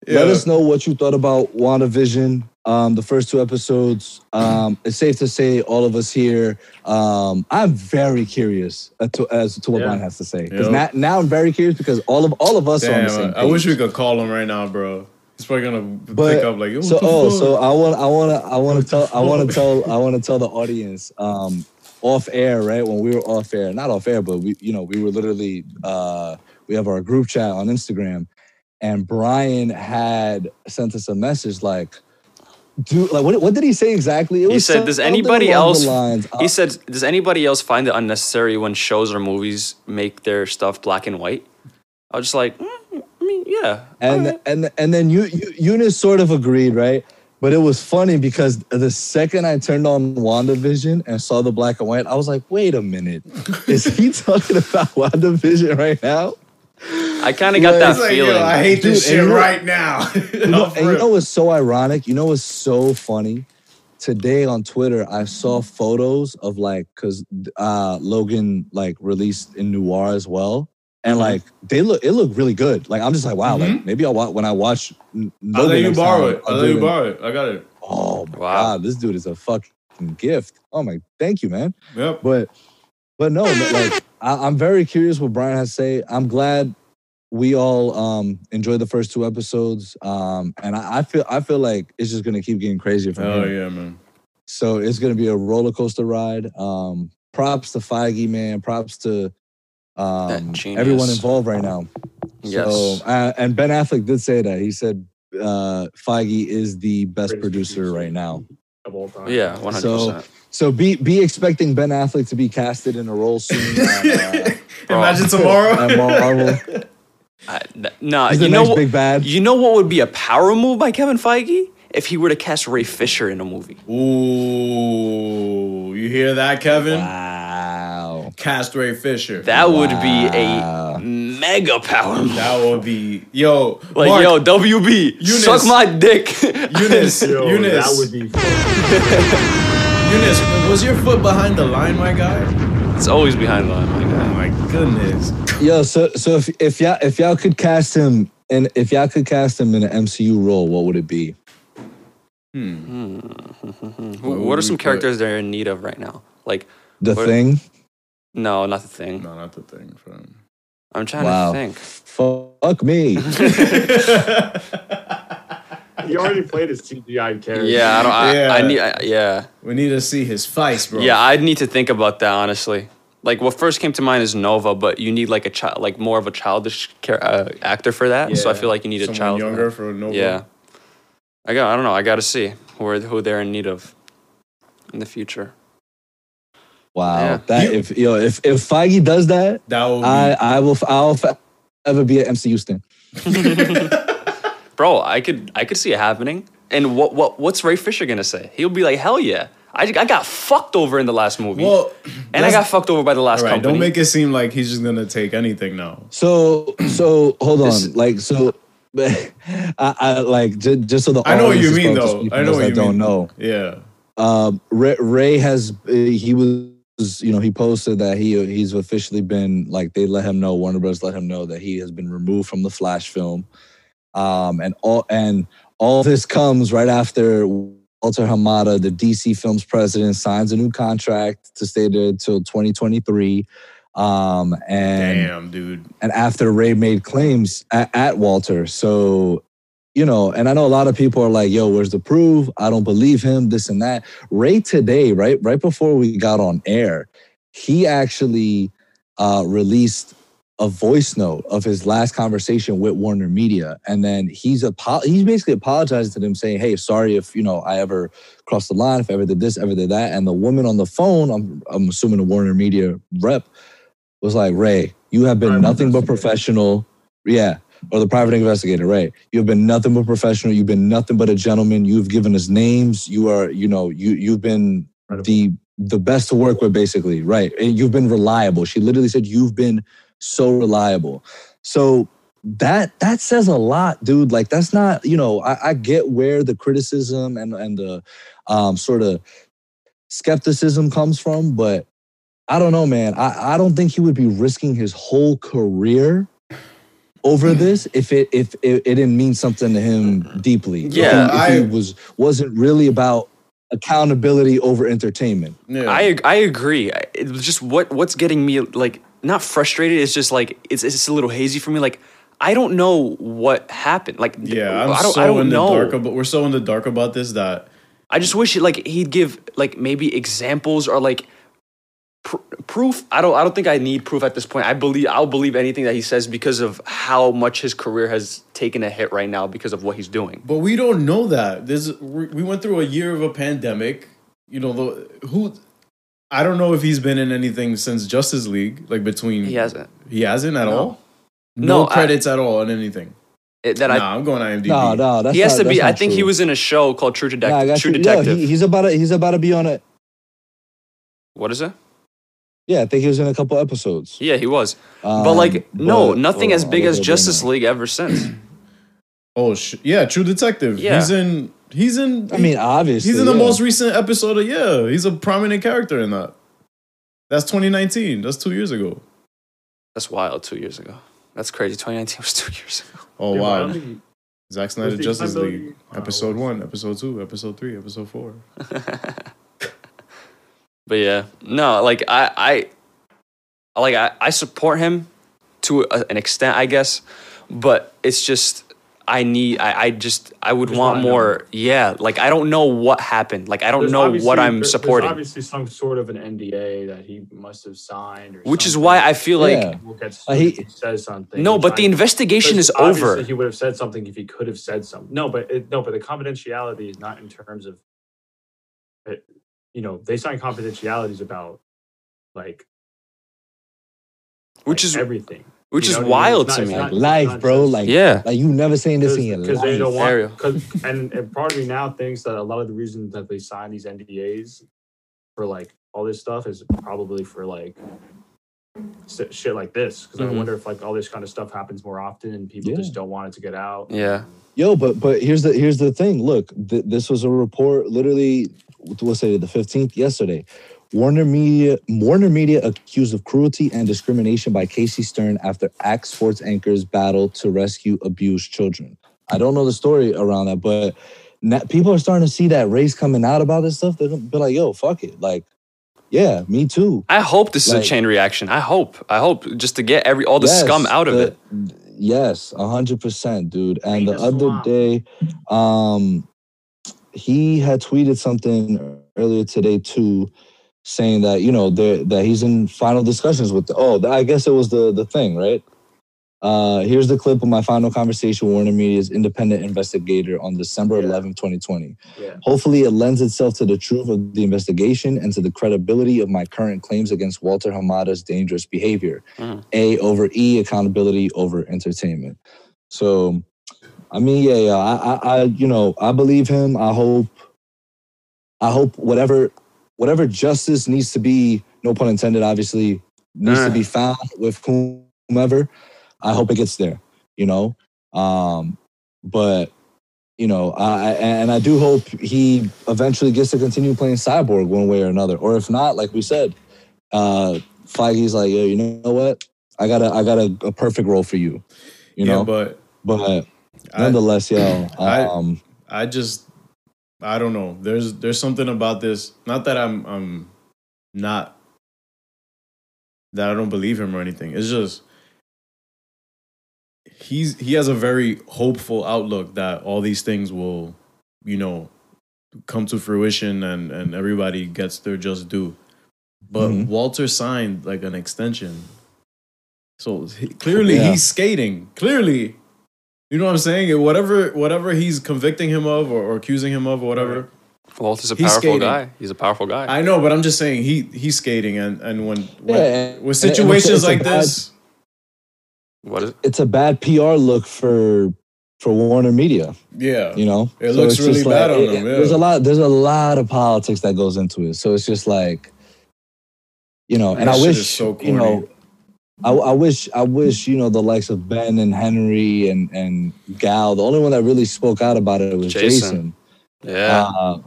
[SPEAKER 3] Let
[SPEAKER 1] Yeah.
[SPEAKER 3] us know what you thought about WandaVision. Um, the first two episodes. Um, it's safe to say all of us here. Um, I'm very curious as to, as to what
[SPEAKER 4] Yeah.
[SPEAKER 3] Ron has to say because
[SPEAKER 1] Yep.
[SPEAKER 3] now, now I'm very curious because all of all of us are on the same.
[SPEAKER 1] Damn,
[SPEAKER 3] Page.
[SPEAKER 1] I wish we could call him right now, bro. He's probably gonna
[SPEAKER 3] But
[SPEAKER 1] pick up like, "Yo, what
[SPEAKER 3] so
[SPEAKER 1] the
[SPEAKER 3] oh
[SPEAKER 1] fuck?"
[SPEAKER 3] so I want I want to I want to tell I want to tell I want to tell the audience um, off air right when we were off air not off air but we you know we were literally uh, we have our group chat on Instagram and Brian had sent us a message like. Dude, like what, what did he say exactly? It
[SPEAKER 2] He said,
[SPEAKER 3] some-
[SPEAKER 2] "Does
[SPEAKER 3] something
[SPEAKER 2] anybody
[SPEAKER 3] along
[SPEAKER 2] else?"
[SPEAKER 3] The lines,
[SPEAKER 2] He
[SPEAKER 3] uh,
[SPEAKER 2] said, "Does anybody else find it unnecessary when shows or movies make their stuff black and white?" I was just like, mm, I mean, yeah,
[SPEAKER 3] and
[SPEAKER 2] alright.
[SPEAKER 3] and and then you, you Eunice sort of agreed, right? But it was funny because the second I turned on WandaVision and saw the black and white, I was like, wait a minute, is he talking about WandaVision right now?
[SPEAKER 2] I kind of got that
[SPEAKER 1] He's like,
[SPEAKER 2] feeling.
[SPEAKER 1] Yo, I hate this
[SPEAKER 3] Dude, and
[SPEAKER 1] shit
[SPEAKER 3] you know-
[SPEAKER 1] right now.
[SPEAKER 3] You know, and you know what's so ironic? You know what's so funny? Today on Twitter, I saw photos of like, cause uh, Logan like released in Noir as well, and
[SPEAKER 1] Mm-hmm.
[SPEAKER 3] like they look, it looked really good. Like I'm just like, wow, like maybe I'll wa- when I watch. N-
[SPEAKER 1] I'll Mm-hmm. let
[SPEAKER 3] Logan
[SPEAKER 1] you
[SPEAKER 3] next
[SPEAKER 1] borrow
[SPEAKER 3] time,
[SPEAKER 1] it. I'll
[SPEAKER 3] I'll
[SPEAKER 1] let
[SPEAKER 3] do
[SPEAKER 1] you
[SPEAKER 3] it.
[SPEAKER 1] borrow it. I got it.
[SPEAKER 3] Oh my
[SPEAKER 2] Wow.
[SPEAKER 3] god, this dude is a fucking gift. Oh my, thank you, man.
[SPEAKER 1] Yep.
[SPEAKER 3] But but no, but, like I, I'm very curious what Brian has to say. I'm glad we all um enjoyed the first two episodes. Um, and I, I feel I feel like it's just gonna keep getting crazier from
[SPEAKER 1] Hell
[SPEAKER 3] here.
[SPEAKER 1] Oh, yeah, man.
[SPEAKER 3] So it's gonna be a roller coaster ride. Um, props to Feige, man. Props to um, everyone
[SPEAKER 2] genius.
[SPEAKER 3] involved right now.
[SPEAKER 2] yes,
[SPEAKER 3] So, uh, and Ben Affleck did say that. He said uh, Feige is the best
[SPEAKER 4] Greatest
[SPEAKER 3] producer
[SPEAKER 4] producer.
[SPEAKER 3] right now.
[SPEAKER 4] of all time.
[SPEAKER 1] uh,
[SPEAKER 2] yeah, one hundred percent.
[SPEAKER 3] So be be expecting Ben Affleck to be casted in a role soon. at,
[SPEAKER 1] Imagine
[SPEAKER 3] uh, at
[SPEAKER 1] tomorrow.
[SPEAKER 3] Marvel.
[SPEAKER 2] No,
[SPEAKER 3] He's the
[SPEAKER 2] you know
[SPEAKER 3] next
[SPEAKER 2] what?
[SPEAKER 3] big bad.
[SPEAKER 2] You know what would be a power move by Kevin Feige if he were to cast Ray Fisher in a movie?
[SPEAKER 1] Ooh, you hear that, Kevin?
[SPEAKER 3] Wow.
[SPEAKER 1] Cast Ray Fisher. That,
[SPEAKER 2] That would be
[SPEAKER 3] Wow.
[SPEAKER 2] a mega power move.
[SPEAKER 1] would be yo.
[SPEAKER 2] Like,
[SPEAKER 1] Mark,
[SPEAKER 2] yo, WB,
[SPEAKER 1] Eunice.
[SPEAKER 2] suck my dick.
[SPEAKER 1] Eunice,
[SPEAKER 4] Yo,
[SPEAKER 1] Eunice,
[SPEAKER 4] that would be
[SPEAKER 1] Eunice, was your foot behind the line, my guy?
[SPEAKER 2] it's always behind the line, my
[SPEAKER 1] Oh
[SPEAKER 2] guy.
[SPEAKER 1] my goodness.
[SPEAKER 3] Yo, so so if if y'all if y'all could cast him and if y'all could cast him in an MCU role, what would it be?
[SPEAKER 1] Hmm.
[SPEAKER 2] Who-
[SPEAKER 1] would
[SPEAKER 2] what are
[SPEAKER 1] we
[SPEAKER 2] some
[SPEAKER 1] put?
[SPEAKER 2] characters they're in need of right now? Like,
[SPEAKER 3] The
[SPEAKER 2] What-
[SPEAKER 3] thing.
[SPEAKER 2] no, not the thing.
[SPEAKER 1] No, not the thing, fam.
[SPEAKER 2] I'm trying
[SPEAKER 3] Wow.
[SPEAKER 2] to think.
[SPEAKER 3] Fuck me.
[SPEAKER 4] He already played his CGI character.
[SPEAKER 2] Yeah, I don't. I,
[SPEAKER 1] Yeah.
[SPEAKER 2] I need. I, yeah,
[SPEAKER 1] we need to see his face, bro.
[SPEAKER 2] yeah. I'd need to think about that honestly. Like, what first came to mind is Nova, but you need like a child, like more of a childish char- uh, actor for that. So I feel like you need
[SPEAKER 1] Someone
[SPEAKER 2] a child.
[SPEAKER 1] younger for no.
[SPEAKER 2] Yeah. I got. I don't know. I got to see who are, who they're in need of in the future.
[SPEAKER 3] Wow.
[SPEAKER 2] Yeah.
[SPEAKER 3] That if yo if if Feige does that,
[SPEAKER 1] That would be
[SPEAKER 3] I I will I'll forever be an MCU stan.
[SPEAKER 2] Bro, I could I could see it happening. And what what what's Ray Fisher gonna say? He'll be like, hell yeah. I, I got fucked over in the last movie.
[SPEAKER 1] well.
[SPEAKER 2] and I got fucked over by the last
[SPEAKER 1] All right,
[SPEAKER 2] company.
[SPEAKER 1] don't make it seem like he's just gonna take anything now.
[SPEAKER 3] So so hold on,
[SPEAKER 2] This-
[SPEAKER 3] like so, I, I like j- just so the
[SPEAKER 1] I know what you
[SPEAKER 3] audience is going
[SPEAKER 1] mean,
[SPEAKER 3] to
[SPEAKER 1] though.
[SPEAKER 3] speak
[SPEAKER 1] I
[SPEAKER 3] for
[SPEAKER 1] know
[SPEAKER 3] those
[SPEAKER 1] what
[SPEAKER 3] that
[SPEAKER 1] you
[SPEAKER 3] don't
[SPEAKER 1] mean.
[SPEAKER 3] know.
[SPEAKER 1] Yeah.
[SPEAKER 3] Um, Ray, Ray has uh, he was you know he posted that he he's officially been like they let him know Warner Bros. let him know that he has been removed from the Flash film, um, and all and all this comes right after Walter Hamada, the DC Films president, signs a new contract to stay there until 2023, um, and
[SPEAKER 1] Damn, dude.
[SPEAKER 3] and after Ray made claims at, at Walter. So, you know, and I know a lot of people are like, yo, where's the proof? I don't believe him, this and that. Ray today, right, right before we got on air, he actually uh, released a voice note of his last conversation with Warner Media. And then he's apo- he's basically apologizing to them saying, Hey, sorry if you know I ever crossed the line, if I ever did this, ever did that. And the woman on the phone, I'm I'm assuming a Warner Media rep, was like, Ray, you have been
[SPEAKER 4] Private
[SPEAKER 3] nothing but
[SPEAKER 4] investigator.
[SPEAKER 3] professional. Yeah. Or the private investigator, right? You've been nothing but professional. You've been nothing but a gentleman. You've given us names. You are, you know, you you've been the the best to work with, basically. Right. And you've been reliable. She literally said, You've been so reliable. So that that says a lot, dude. Like that's not, you know, I, I get where the criticism and and the um sort of skepticism comes from, but I don't know, man. I, I don't think he would be risking his whole career over this if it if it, it didn't mean something to him deeply. If he-
[SPEAKER 2] Yeah,
[SPEAKER 3] if
[SPEAKER 1] I-
[SPEAKER 3] he was wasn't really about accountability over entertainment.
[SPEAKER 1] Yeah.
[SPEAKER 2] I ag- I agree. I- It was just what what's getting me like not frustrated. It's just like it's it's a little hazy for me. Like I don't know what happened. Like th-
[SPEAKER 1] yeah, I'm
[SPEAKER 2] I don't
[SPEAKER 1] so
[SPEAKER 2] I don't
[SPEAKER 1] in the
[SPEAKER 2] know.
[SPEAKER 1] dark about we're so in the dark about this that
[SPEAKER 2] I just wish like he'd give like maybe examples or like pr- proof. I don't I don't think I need proof at this point. I believe I'll believe anything that he says because of how much his career has taken a hit right now because of what he's doing.
[SPEAKER 1] But we don't know that. This we we went through a year of a pandemic. You know, the, who I don't know if he's been in anything since Justice League. Like between
[SPEAKER 2] He hasn't
[SPEAKER 1] he hasn't at
[SPEAKER 2] No.
[SPEAKER 1] all. No,
[SPEAKER 2] No, I-
[SPEAKER 1] credits at all in anything.
[SPEAKER 2] It- that
[SPEAKER 1] Nah,
[SPEAKER 2] I.
[SPEAKER 1] I, am going IMDb.
[SPEAKER 3] No, no, that's
[SPEAKER 2] He has
[SPEAKER 3] not-
[SPEAKER 2] to be.
[SPEAKER 3] that's
[SPEAKER 2] I
[SPEAKER 3] not
[SPEAKER 2] think he
[SPEAKER 3] true.
[SPEAKER 2] was in a show called True
[SPEAKER 3] Nah, I
[SPEAKER 2] Detective.
[SPEAKER 3] got
[SPEAKER 2] True
[SPEAKER 3] you. Yeah,
[SPEAKER 2] Detective.
[SPEAKER 3] he, he's about to, he's about to be on it.
[SPEAKER 2] what is it?
[SPEAKER 3] Yeah, I think he was in a couple episodes.
[SPEAKER 2] Yeah, he was.
[SPEAKER 3] Um,
[SPEAKER 2] but like, no,
[SPEAKER 3] but-
[SPEAKER 2] nothing
[SPEAKER 3] hold
[SPEAKER 2] as
[SPEAKER 3] on,
[SPEAKER 2] big
[SPEAKER 3] look
[SPEAKER 2] as
[SPEAKER 3] it up right
[SPEAKER 2] Justice
[SPEAKER 3] now.
[SPEAKER 2] League ever since.
[SPEAKER 1] Oh sh- yeah, True Detective.
[SPEAKER 2] Yeah.
[SPEAKER 1] He's in he's in
[SPEAKER 3] I mean, obviously,
[SPEAKER 1] he's in the
[SPEAKER 3] yeah.
[SPEAKER 1] most recent episode of yeah, he's a prominent character in that. That's 2019. That's two years ago.
[SPEAKER 2] That's wild. Two years ago. That's crazy. 2019 was two years ago.
[SPEAKER 1] Oh
[SPEAKER 4] Yeah, but I don't
[SPEAKER 1] wow.
[SPEAKER 4] think he-
[SPEAKER 1] Zack Snyder
[SPEAKER 4] Was the
[SPEAKER 1] Justice
[SPEAKER 4] accountability-
[SPEAKER 1] League.
[SPEAKER 4] Wow.
[SPEAKER 1] Episode one, episode two, episode three, episode four.
[SPEAKER 2] But yeah, no, like I, I, like I, I support him to a, an extent, I guess. But it's just I need. I, I just I would
[SPEAKER 4] Just
[SPEAKER 2] want
[SPEAKER 4] wanna know.
[SPEAKER 2] more. Yeah, like I don't know what happened. Like I don't
[SPEAKER 4] There's
[SPEAKER 2] know
[SPEAKER 4] obviously-
[SPEAKER 2] what
[SPEAKER 4] there-
[SPEAKER 2] I'm
[SPEAKER 4] there's
[SPEAKER 2] supporting,
[SPEAKER 4] obviously some sort of an NDA that he must have signed, or
[SPEAKER 2] which is
[SPEAKER 4] something.
[SPEAKER 2] why I feel like.
[SPEAKER 3] Yeah.
[SPEAKER 4] We'll get-
[SPEAKER 3] Uh, he-
[SPEAKER 4] says something.
[SPEAKER 2] No,
[SPEAKER 4] which
[SPEAKER 2] but the
[SPEAKER 4] I-
[SPEAKER 2] investigation
[SPEAKER 4] Because
[SPEAKER 2] is
[SPEAKER 4] obviously
[SPEAKER 2] over.
[SPEAKER 4] He would have said something if he could have said something. No, but it, no, but the confidentiality is not in terms of, it, you know, they sign confidentialities about like,
[SPEAKER 2] Which
[SPEAKER 4] like,
[SPEAKER 2] is-
[SPEAKER 4] everything,
[SPEAKER 2] which
[SPEAKER 4] you
[SPEAKER 2] is
[SPEAKER 4] know what I mean?
[SPEAKER 2] wild
[SPEAKER 4] It's
[SPEAKER 2] to
[SPEAKER 4] not-
[SPEAKER 2] me.
[SPEAKER 4] it's not-
[SPEAKER 3] life, bro.
[SPEAKER 4] just-
[SPEAKER 3] Like,
[SPEAKER 2] Yeah.
[SPEAKER 3] like you never seen this in your life.
[SPEAKER 4] because they don't
[SPEAKER 2] Ariel.
[SPEAKER 4] want. Cause, and, and part of me now thinks that a lot of the reason that they sign these NDAs for like all this stuff is probably for like s- shit like this. Because
[SPEAKER 2] Mhm.
[SPEAKER 4] I wonder if like all this kind of stuff happens more often and people
[SPEAKER 3] Yeah.
[SPEAKER 4] just don't want it to get out.
[SPEAKER 2] yeah.
[SPEAKER 3] Yo, but but here's the here's the thing. Look, th- this was a report literally what's today, the 15th yesterday. Warner Media Warner Media accused of cruelty and discrimination by Casey Stern after Axe Sports anchors battle to rescue abused children. I don't know the story around that, but na people are starting to see that race coming out about this stuff. They're gonna be like, "Yo, fuck it!" Like, yeah, me too.
[SPEAKER 2] I hope this is
[SPEAKER 3] Like-
[SPEAKER 2] a chain reaction. I hope. I hope just to get every all the
[SPEAKER 3] Yes,
[SPEAKER 2] scum out of
[SPEAKER 3] the-
[SPEAKER 2] it.
[SPEAKER 3] Yes, a hundred percent, dude. And the
[SPEAKER 4] Venus
[SPEAKER 3] other
[SPEAKER 4] Swamp.
[SPEAKER 3] day, um, he had tweeted something earlier today too, saying that you know there- that he's in final discussions with. The, oh, I guess it was the the thing, right? Uh, here's the clip of my final conversation with Warner Media's independent investigator on December
[SPEAKER 4] Yeah.
[SPEAKER 3] 11, 2020.
[SPEAKER 4] Yeah.
[SPEAKER 3] Hopefully, it lends itself to the truth of the investigation and to the credibility of my current claims against Walter Hamada's dangerous behavior.
[SPEAKER 2] Mhm.
[SPEAKER 3] A over E, accountability over entertainment. So, I mean, yeah, yeah, I, I, I, you know, I believe him. I hope, I hope whatever, whatever justice needs to be, no pun intended, obviously, needs to
[SPEAKER 2] Mhm.
[SPEAKER 3] be found with whomever. I hope it gets there. You know, um, but you know, I, I and I do hope he eventually gets to continue playing Cyborg one way or another. Or if not, like we said, uh, Feige's like, yo, you know what? I got a I got a, a perfect role for you. You
[SPEAKER 1] yeah,
[SPEAKER 3] know, but,
[SPEAKER 1] but I,
[SPEAKER 3] nonetheless, yo,
[SPEAKER 1] I-
[SPEAKER 3] um,
[SPEAKER 1] I just I don't know. There's there's something about this. Not that I'm I'm not that I don't believe him or anything. It's just he's he has a very hopeful outlook that all these things will, you know, come to fruition and and everybody gets their just due. But
[SPEAKER 3] Mhm.
[SPEAKER 1] Walter signed like an extension. So he, clearly
[SPEAKER 3] Yeah.
[SPEAKER 1] he's skating. Clearly you know what I'm saying? Whatever, whatever he's convicting him of or, or accusing him of or whatever.
[SPEAKER 2] Walter's a
[SPEAKER 1] He's
[SPEAKER 2] powerful
[SPEAKER 1] skating.
[SPEAKER 2] guy. He's a powerful guy.
[SPEAKER 1] I know, but I'm just saying he he's skating, and and when,
[SPEAKER 3] Yeah,
[SPEAKER 1] when with
[SPEAKER 3] and- and it's-
[SPEAKER 1] situations
[SPEAKER 3] it's a
[SPEAKER 1] like
[SPEAKER 3] bad-
[SPEAKER 1] this,
[SPEAKER 2] what is it?
[SPEAKER 3] it's a bad PR look for for Warner Media.
[SPEAKER 1] Yeah.
[SPEAKER 3] You know,
[SPEAKER 1] It looks
[SPEAKER 3] it's
[SPEAKER 1] really
[SPEAKER 3] just
[SPEAKER 1] bad on
[SPEAKER 3] it-
[SPEAKER 1] them,
[SPEAKER 3] it-
[SPEAKER 1] yeah.
[SPEAKER 3] There's a lot. There's a lot of politics that goes into it. So it's just like, you know, and I
[SPEAKER 1] That shit
[SPEAKER 3] wish
[SPEAKER 1] is so
[SPEAKER 3] you know, I, I wish I wish you know the likes of Ben and Henry and and Gal. The only one that really spoke out about it was
[SPEAKER 2] Jason.
[SPEAKER 3] Jason.
[SPEAKER 1] Ah,
[SPEAKER 2] Yeah.
[SPEAKER 3] Uh,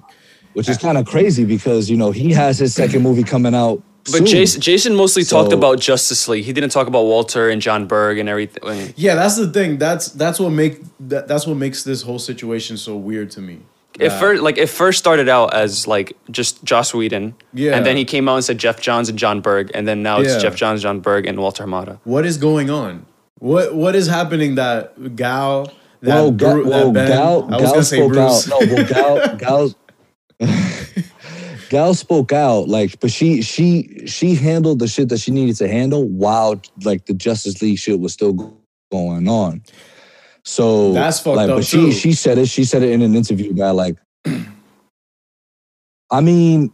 [SPEAKER 3] which is kind of crazy because you know he has his second movie coming out.
[SPEAKER 2] but
[SPEAKER 3] soon.
[SPEAKER 2] Jason, Jason mostly talked
[SPEAKER 3] So-
[SPEAKER 2] about Justice League. He didn't talk about Walter and John Berg and everything.
[SPEAKER 1] Yeah, that's the thing. That's that's what make that, that's what makes this whole situation so weird to me.
[SPEAKER 2] It
[SPEAKER 1] That-
[SPEAKER 2] first, like it first started out as like just Joss Whedon,
[SPEAKER 1] Yeah.
[SPEAKER 2] and then he came out and said Jeff Johns and John Berg, and then now
[SPEAKER 1] Yeah.
[SPEAKER 2] it's Jeff Johns, John Berg, and Walter Hamada.
[SPEAKER 1] what is going on? What what is happening that Gal that,
[SPEAKER 3] well,
[SPEAKER 1] Bru-
[SPEAKER 3] Ga-
[SPEAKER 1] that
[SPEAKER 3] well,
[SPEAKER 1] Ben-
[SPEAKER 3] Gal,
[SPEAKER 1] I was
[SPEAKER 3] Gal
[SPEAKER 1] gonna say
[SPEAKER 3] spoke
[SPEAKER 1] Bruce.
[SPEAKER 3] out. No, well, Gal, Gal, Gal spoke out. Like, but she, she, she handled the shit that she needed to handle while like the Justice League shit was still go- going on. So
[SPEAKER 1] That's fucked
[SPEAKER 3] like,
[SPEAKER 1] up,
[SPEAKER 3] But
[SPEAKER 1] too.
[SPEAKER 3] she, she said it. She said it in an interview. That like, I mean,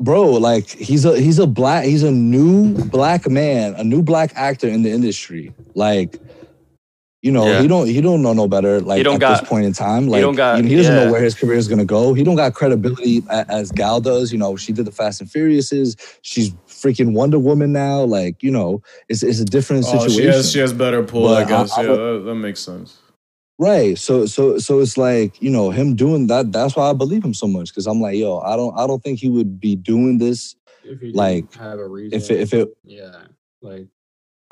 [SPEAKER 3] bro, like he's a he's a black he's a new black man, a new black actor in the industry. Like, you know,
[SPEAKER 2] Yeah.
[SPEAKER 3] he don't he don't know no better. Like
[SPEAKER 2] He don't
[SPEAKER 3] at
[SPEAKER 2] got-
[SPEAKER 3] this point in time,
[SPEAKER 2] he
[SPEAKER 3] like
[SPEAKER 2] don't got-
[SPEAKER 3] you know, he doesn't
[SPEAKER 2] yeah.
[SPEAKER 3] know where his career is gonna go. He don't got credibility a- as Gal does. You know, she did the Fast and Furiouses. She's freaking Wonder Woman now. Like, you know, it's it's a different
[SPEAKER 1] Oh, she
[SPEAKER 3] situation.
[SPEAKER 1] has she has better pull, I
[SPEAKER 3] But I-
[SPEAKER 1] guess.
[SPEAKER 3] I
[SPEAKER 1] yeah,
[SPEAKER 3] would-
[SPEAKER 1] that, that makes sense.
[SPEAKER 3] Right. So so so it's like, you know, him doing that, that's why I believe him so much. Cause I'm like, yo, I don't I don't think he would be doing this
[SPEAKER 4] If you
[SPEAKER 3] Like,
[SPEAKER 4] have a reason,
[SPEAKER 3] if it, if it
[SPEAKER 4] yeah, like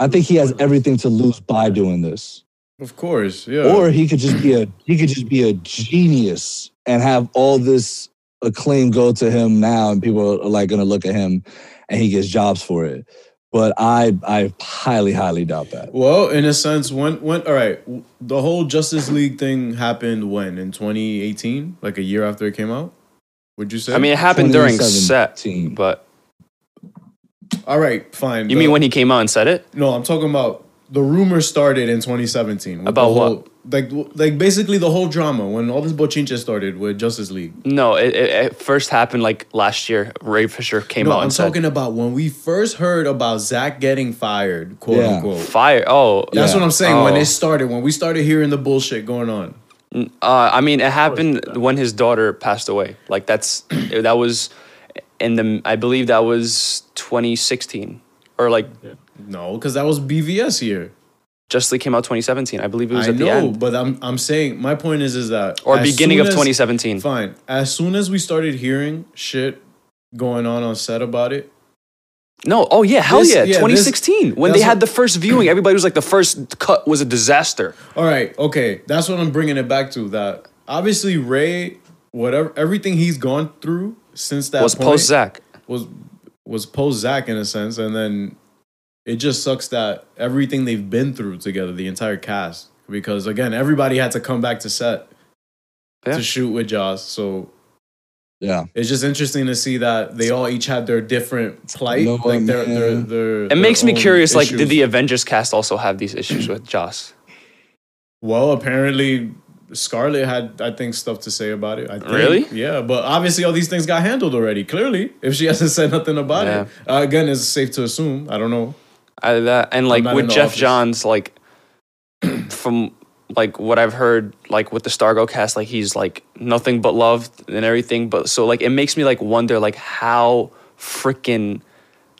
[SPEAKER 3] I think he has everything to lose by doing this.
[SPEAKER 1] Of course, yeah.
[SPEAKER 3] Or he could just be a he could just be a genius and have all this acclaim go to him now, and people are like gonna look at him, and he gets jobs for it. But I I highly highly doubt that.
[SPEAKER 1] well, in a sense, when when all right, w- the whole Justice League thing happened when in 2018, like a year after it came out. Would you say?
[SPEAKER 2] I mean, it happened during set,
[SPEAKER 3] 2017.
[SPEAKER 2] but
[SPEAKER 1] all right, fine.
[SPEAKER 2] you
[SPEAKER 1] The-
[SPEAKER 2] mean when he came out and said it?
[SPEAKER 1] No, I'm talking about the rumor started in 2017. with
[SPEAKER 2] About
[SPEAKER 1] the
[SPEAKER 2] what?
[SPEAKER 1] whole- Like, like basically the whole drama when all this bochinche started with Justice League.
[SPEAKER 2] No, it, it, it first happened like last year. Ray Fisher came
[SPEAKER 1] No,
[SPEAKER 2] out
[SPEAKER 1] I'm
[SPEAKER 2] and said
[SPEAKER 1] talking about when we first heard about Zach getting fired, quote
[SPEAKER 3] Yeah.
[SPEAKER 1] unquote.
[SPEAKER 2] fire. Oh,
[SPEAKER 1] That's
[SPEAKER 3] Yeah.
[SPEAKER 1] what I'm saying. When
[SPEAKER 2] Oh.
[SPEAKER 1] it started, when we started hearing the bullshit going on.
[SPEAKER 2] Uh, I mean, it happened
[SPEAKER 1] uh,
[SPEAKER 2] when his daughter passed away. Like that's that was in the I believe that was 2016 or like
[SPEAKER 1] No, because that was BVS year.
[SPEAKER 2] Just League came out 2017. I believe it was
[SPEAKER 1] I
[SPEAKER 2] at the
[SPEAKER 1] know,
[SPEAKER 2] end
[SPEAKER 1] but I'm I'm saying my point is is that
[SPEAKER 2] or
[SPEAKER 1] as
[SPEAKER 2] beginning of
[SPEAKER 1] soon as-
[SPEAKER 2] 2017.
[SPEAKER 1] Fine. As soon as we started hearing shit going on on set about it,
[SPEAKER 2] No, oh yeah, hell
[SPEAKER 1] This-
[SPEAKER 2] yeah,
[SPEAKER 1] yeah, this-
[SPEAKER 2] 2016 when they
[SPEAKER 1] that's
[SPEAKER 2] had
[SPEAKER 1] what-
[SPEAKER 2] the first viewing, everybody was like the first cut was a disaster.
[SPEAKER 1] All right, okay, that's what I'm bringing it back to. That obviously Ray, whatever, everything he's gone through since that
[SPEAKER 2] was
[SPEAKER 1] point
[SPEAKER 2] post Zach.
[SPEAKER 1] was was post Zach in a sense, and then it just sucks that everything they've been through together, the entire cast, because again, everybody had to come back to set
[SPEAKER 2] Yeah.
[SPEAKER 1] to shoot with Joss. So
[SPEAKER 3] Yeah.
[SPEAKER 1] it's just interesting to see that they all each had their different plight,
[SPEAKER 3] No,
[SPEAKER 1] like their, their,
[SPEAKER 3] man.
[SPEAKER 1] their,
[SPEAKER 2] It makes me curious. Like, did
[SPEAKER 1] the
[SPEAKER 2] the Avengers cast also have these issues with Joss?
[SPEAKER 1] Well, apparently Scarlett had, I think, stuff to say about it. I think.
[SPEAKER 2] Really?
[SPEAKER 1] Yeah, but obviously all these things got handled already. Clearly, if she hasn't said nothing about it, uh, again, it's safe to assume. I don't know.
[SPEAKER 2] Either that and like
[SPEAKER 1] not in
[SPEAKER 2] with
[SPEAKER 1] the
[SPEAKER 2] Jeff
[SPEAKER 1] office.
[SPEAKER 2] Johns, like from like what I've heard, like with the Stargo cast, like he's like nothing but loved and everything. But so like it makes me like wonder like how freaking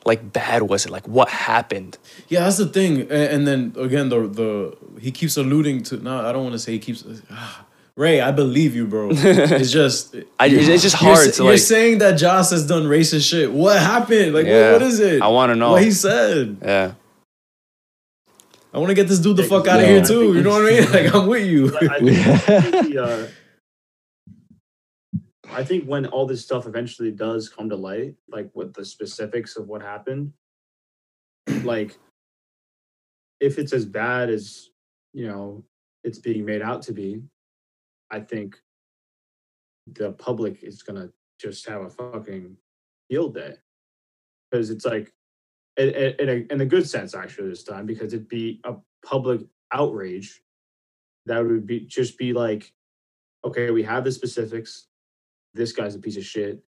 [SPEAKER 2] like bad was it? Like what happened?
[SPEAKER 1] Yeah, that's the thing. And, and then again, the the he keeps alluding to. No, I don't want to say he keeps. ah, Ray, I believe you, bro. It's just
[SPEAKER 2] I, it's it's just
[SPEAKER 1] you're,
[SPEAKER 2] hard
[SPEAKER 1] sa-
[SPEAKER 2] to
[SPEAKER 1] you're
[SPEAKER 2] like.
[SPEAKER 1] saying that Joss has done racist shit. What happened? Like, what-
[SPEAKER 2] Yeah.
[SPEAKER 1] what is it?
[SPEAKER 2] I wanna know.
[SPEAKER 1] what he said.
[SPEAKER 2] yeah,
[SPEAKER 1] I want to get this dude the
[SPEAKER 4] Yeah,
[SPEAKER 1] fuck
[SPEAKER 4] 'cause
[SPEAKER 1] out of
[SPEAKER 3] yeah.
[SPEAKER 1] here too. You know what I mean? Like, I'm with you.
[SPEAKER 4] But I think, I think the, uh, I think when all this stuff eventually does come to light, like with the specifics of what happened, like if it's as bad as you know it's being made out to be, I think the public is gonna just have a fucking field day because it's like in, in, in, a, in a good sense actually this time because it'd be a public outrage that would be just be like, okay, we have the specifics. This guy's a piece of shit.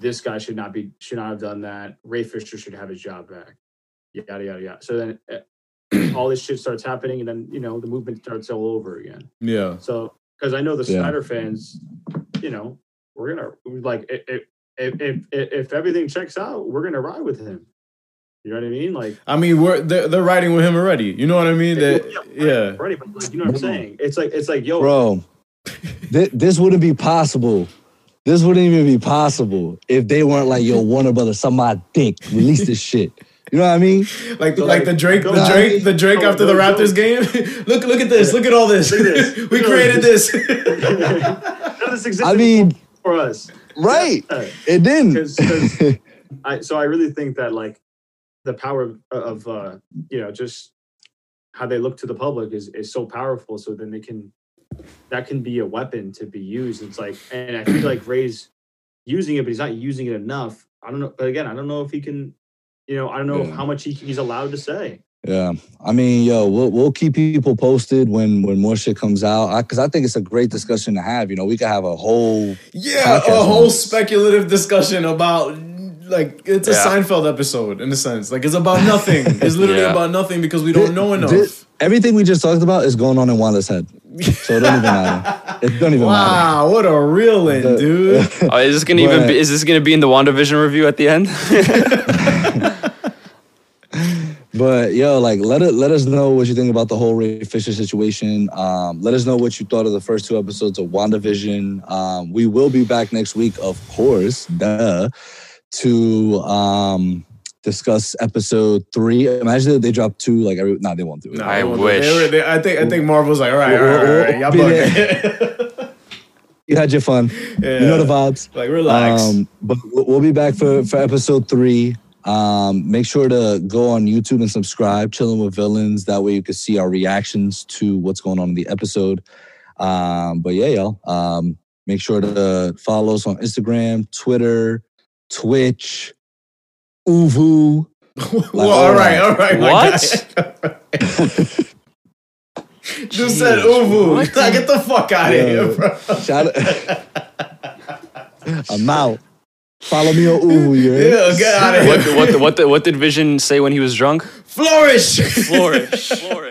[SPEAKER 4] This guy should not be should not have done that. Ray Fisher should have his job back. Yada yada yada. So then, eh, all this shit starts happening, and then you know the movement starts all over again.
[SPEAKER 1] Yeah.
[SPEAKER 4] So because I know the
[SPEAKER 3] Yeah.
[SPEAKER 4] Snyder fans, you know, we're gonna like i- i- if if if if everything checks out, we're gonna ride with him. You know what I mean? Like
[SPEAKER 1] I mean, we're they're, they're riding with him already. You know what I mean? That yeah.
[SPEAKER 4] already, but like, you know what I'm saying? It's like it's like yo,
[SPEAKER 3] bro. thi- this wouldn't be possible. This wouldn't even be possible if they weren't like, "Yo, Warner Brothers, suck my dick, release this shit." You know what I mean?
[SPEAKER 1] Like the, like the Drake the
[SPEAKER 4] Nah.
[SPEAKER 1] Drake the Drake
[SPEAKER 4] Don't-
[SPEAKER 1] after the
[SPEAKER 4] don't-
[SPEAKER 1] Raptors game. look look at this. Look at all this.
[SPEAKER 4] Look at this.
[SPEAKER 1] we
[SPEAKER 4] Look at
[SPEAKER 1] created this.
[SPEAKER 4] none of this existed
[SPEAKER 3] I mean,
[SPEAKER 4] for us.
[SPEAKER 3] right?
[SPEAKER 4] Yeah.
[SPEAKER 3] It
[SPEAKER 4] Uh, Cause,
[SPEAKER 3] didn't.
[SPEAKER 4] 'cause I, so I really think that like the power of, of uh, you know just how they look to the public is is so powerful. So then they can that can be a weapon to be used. It's like and I feel like Ray's using it, but he's not using it enough. I don't know. But again, I don't know if he can. You know, I don't know
[SPEAKER 3] Yeah.
[SPEAKER 4] how much he, he's allowed to say.
[SPEAKER 3] Yeah, I mean, yo, we'll we'll keep people posted when when more shit comes out because I, think it's a great discussion to have. You know, we could have a whole
[SPEAKER 1] yeah,
[SPEAKER 3] Podcast
[SPEAKER 1] a whole
[SPEAKER 3] on this.
[SPEAKER 1] speculative discussion about like it's a
[SPEAKER 2] Yeah.
[SPEAKER 1] Seinfeld episode in a sense. Like it's about nothing. It's literally
[SPEAKER 2] Yeah.
[SPEAKER 1] about nothing because we don't know enough.
[SPEAKER 3] This- everything we just talked about is going on in Wanda's head, so it don't even matter. It don't even matter.
[SPEAKER 1] wow, what a real in, dude.
[SPEAKER 2] Oh, is this gonna even
[SPEAKER 3] But-
[SPEAKER 2] be? Is this gonna be in the WandaVision review at the end?
[SPEAKER 3] But yo, like let it let us know what you think about the whole Ray Fisher situation. Um, let us know what you thought of the first two episodes of WandaVision. Um, we will be back next week, of course, duh, to um discuss episode three. Imagine that they dropped two, like every nah, they won't do it.
[SPEAKER 1] Nah,
[SPEAKER 2] I
[SPEAKER 1] they won't- they
[SPEAKER 2] wish.
[SPEAKER 1] were- they- I think I think Marvel's like, all right, all
[SPEAKER 3] We'll-
[SPEAKER 1] right, all right,
[SPEAKER 3] we'll
[SPEAKER 1] y'all
[SPEAKER 3] be
[SPEAKER 1] bugging.
[SPEAKER 3] You had your fun. You know the vibes.
[SPEAKER 1] Like relax.
[SPEAKER 3] Um, but we'll we'll be back for, for episode three. Um, make sure to go on YouTube and subscribe, Chilling with Villains. That way you can see our reactions to what's going on in the episode. Um, but yeah, y'all. Um, make sure to follow us on Instagram, Twitter, Twitch, Uvu.
[SPEAKER 1] well, all right, all right. my
[SPEAKER 2] What?
[SPEAKER 1] guy. Dude said uvu. Nah, Get the fuck out of
[SPEAKER 3] Yeah.
[SPEAKER 1] here, bro.
[SPEAKER 3] Shout out. I'm out. Follow me on Uvu. You heard?
[SPEAKER 1] Yeah, get out of
[SPEAKER 2] what,
[SPEAKER 1] here.
[SPEAKER 2] what, what, what did Vision say when he was drunk?
[SPEAKER 1] Flourish.
[SPEAKER 2] Flourish.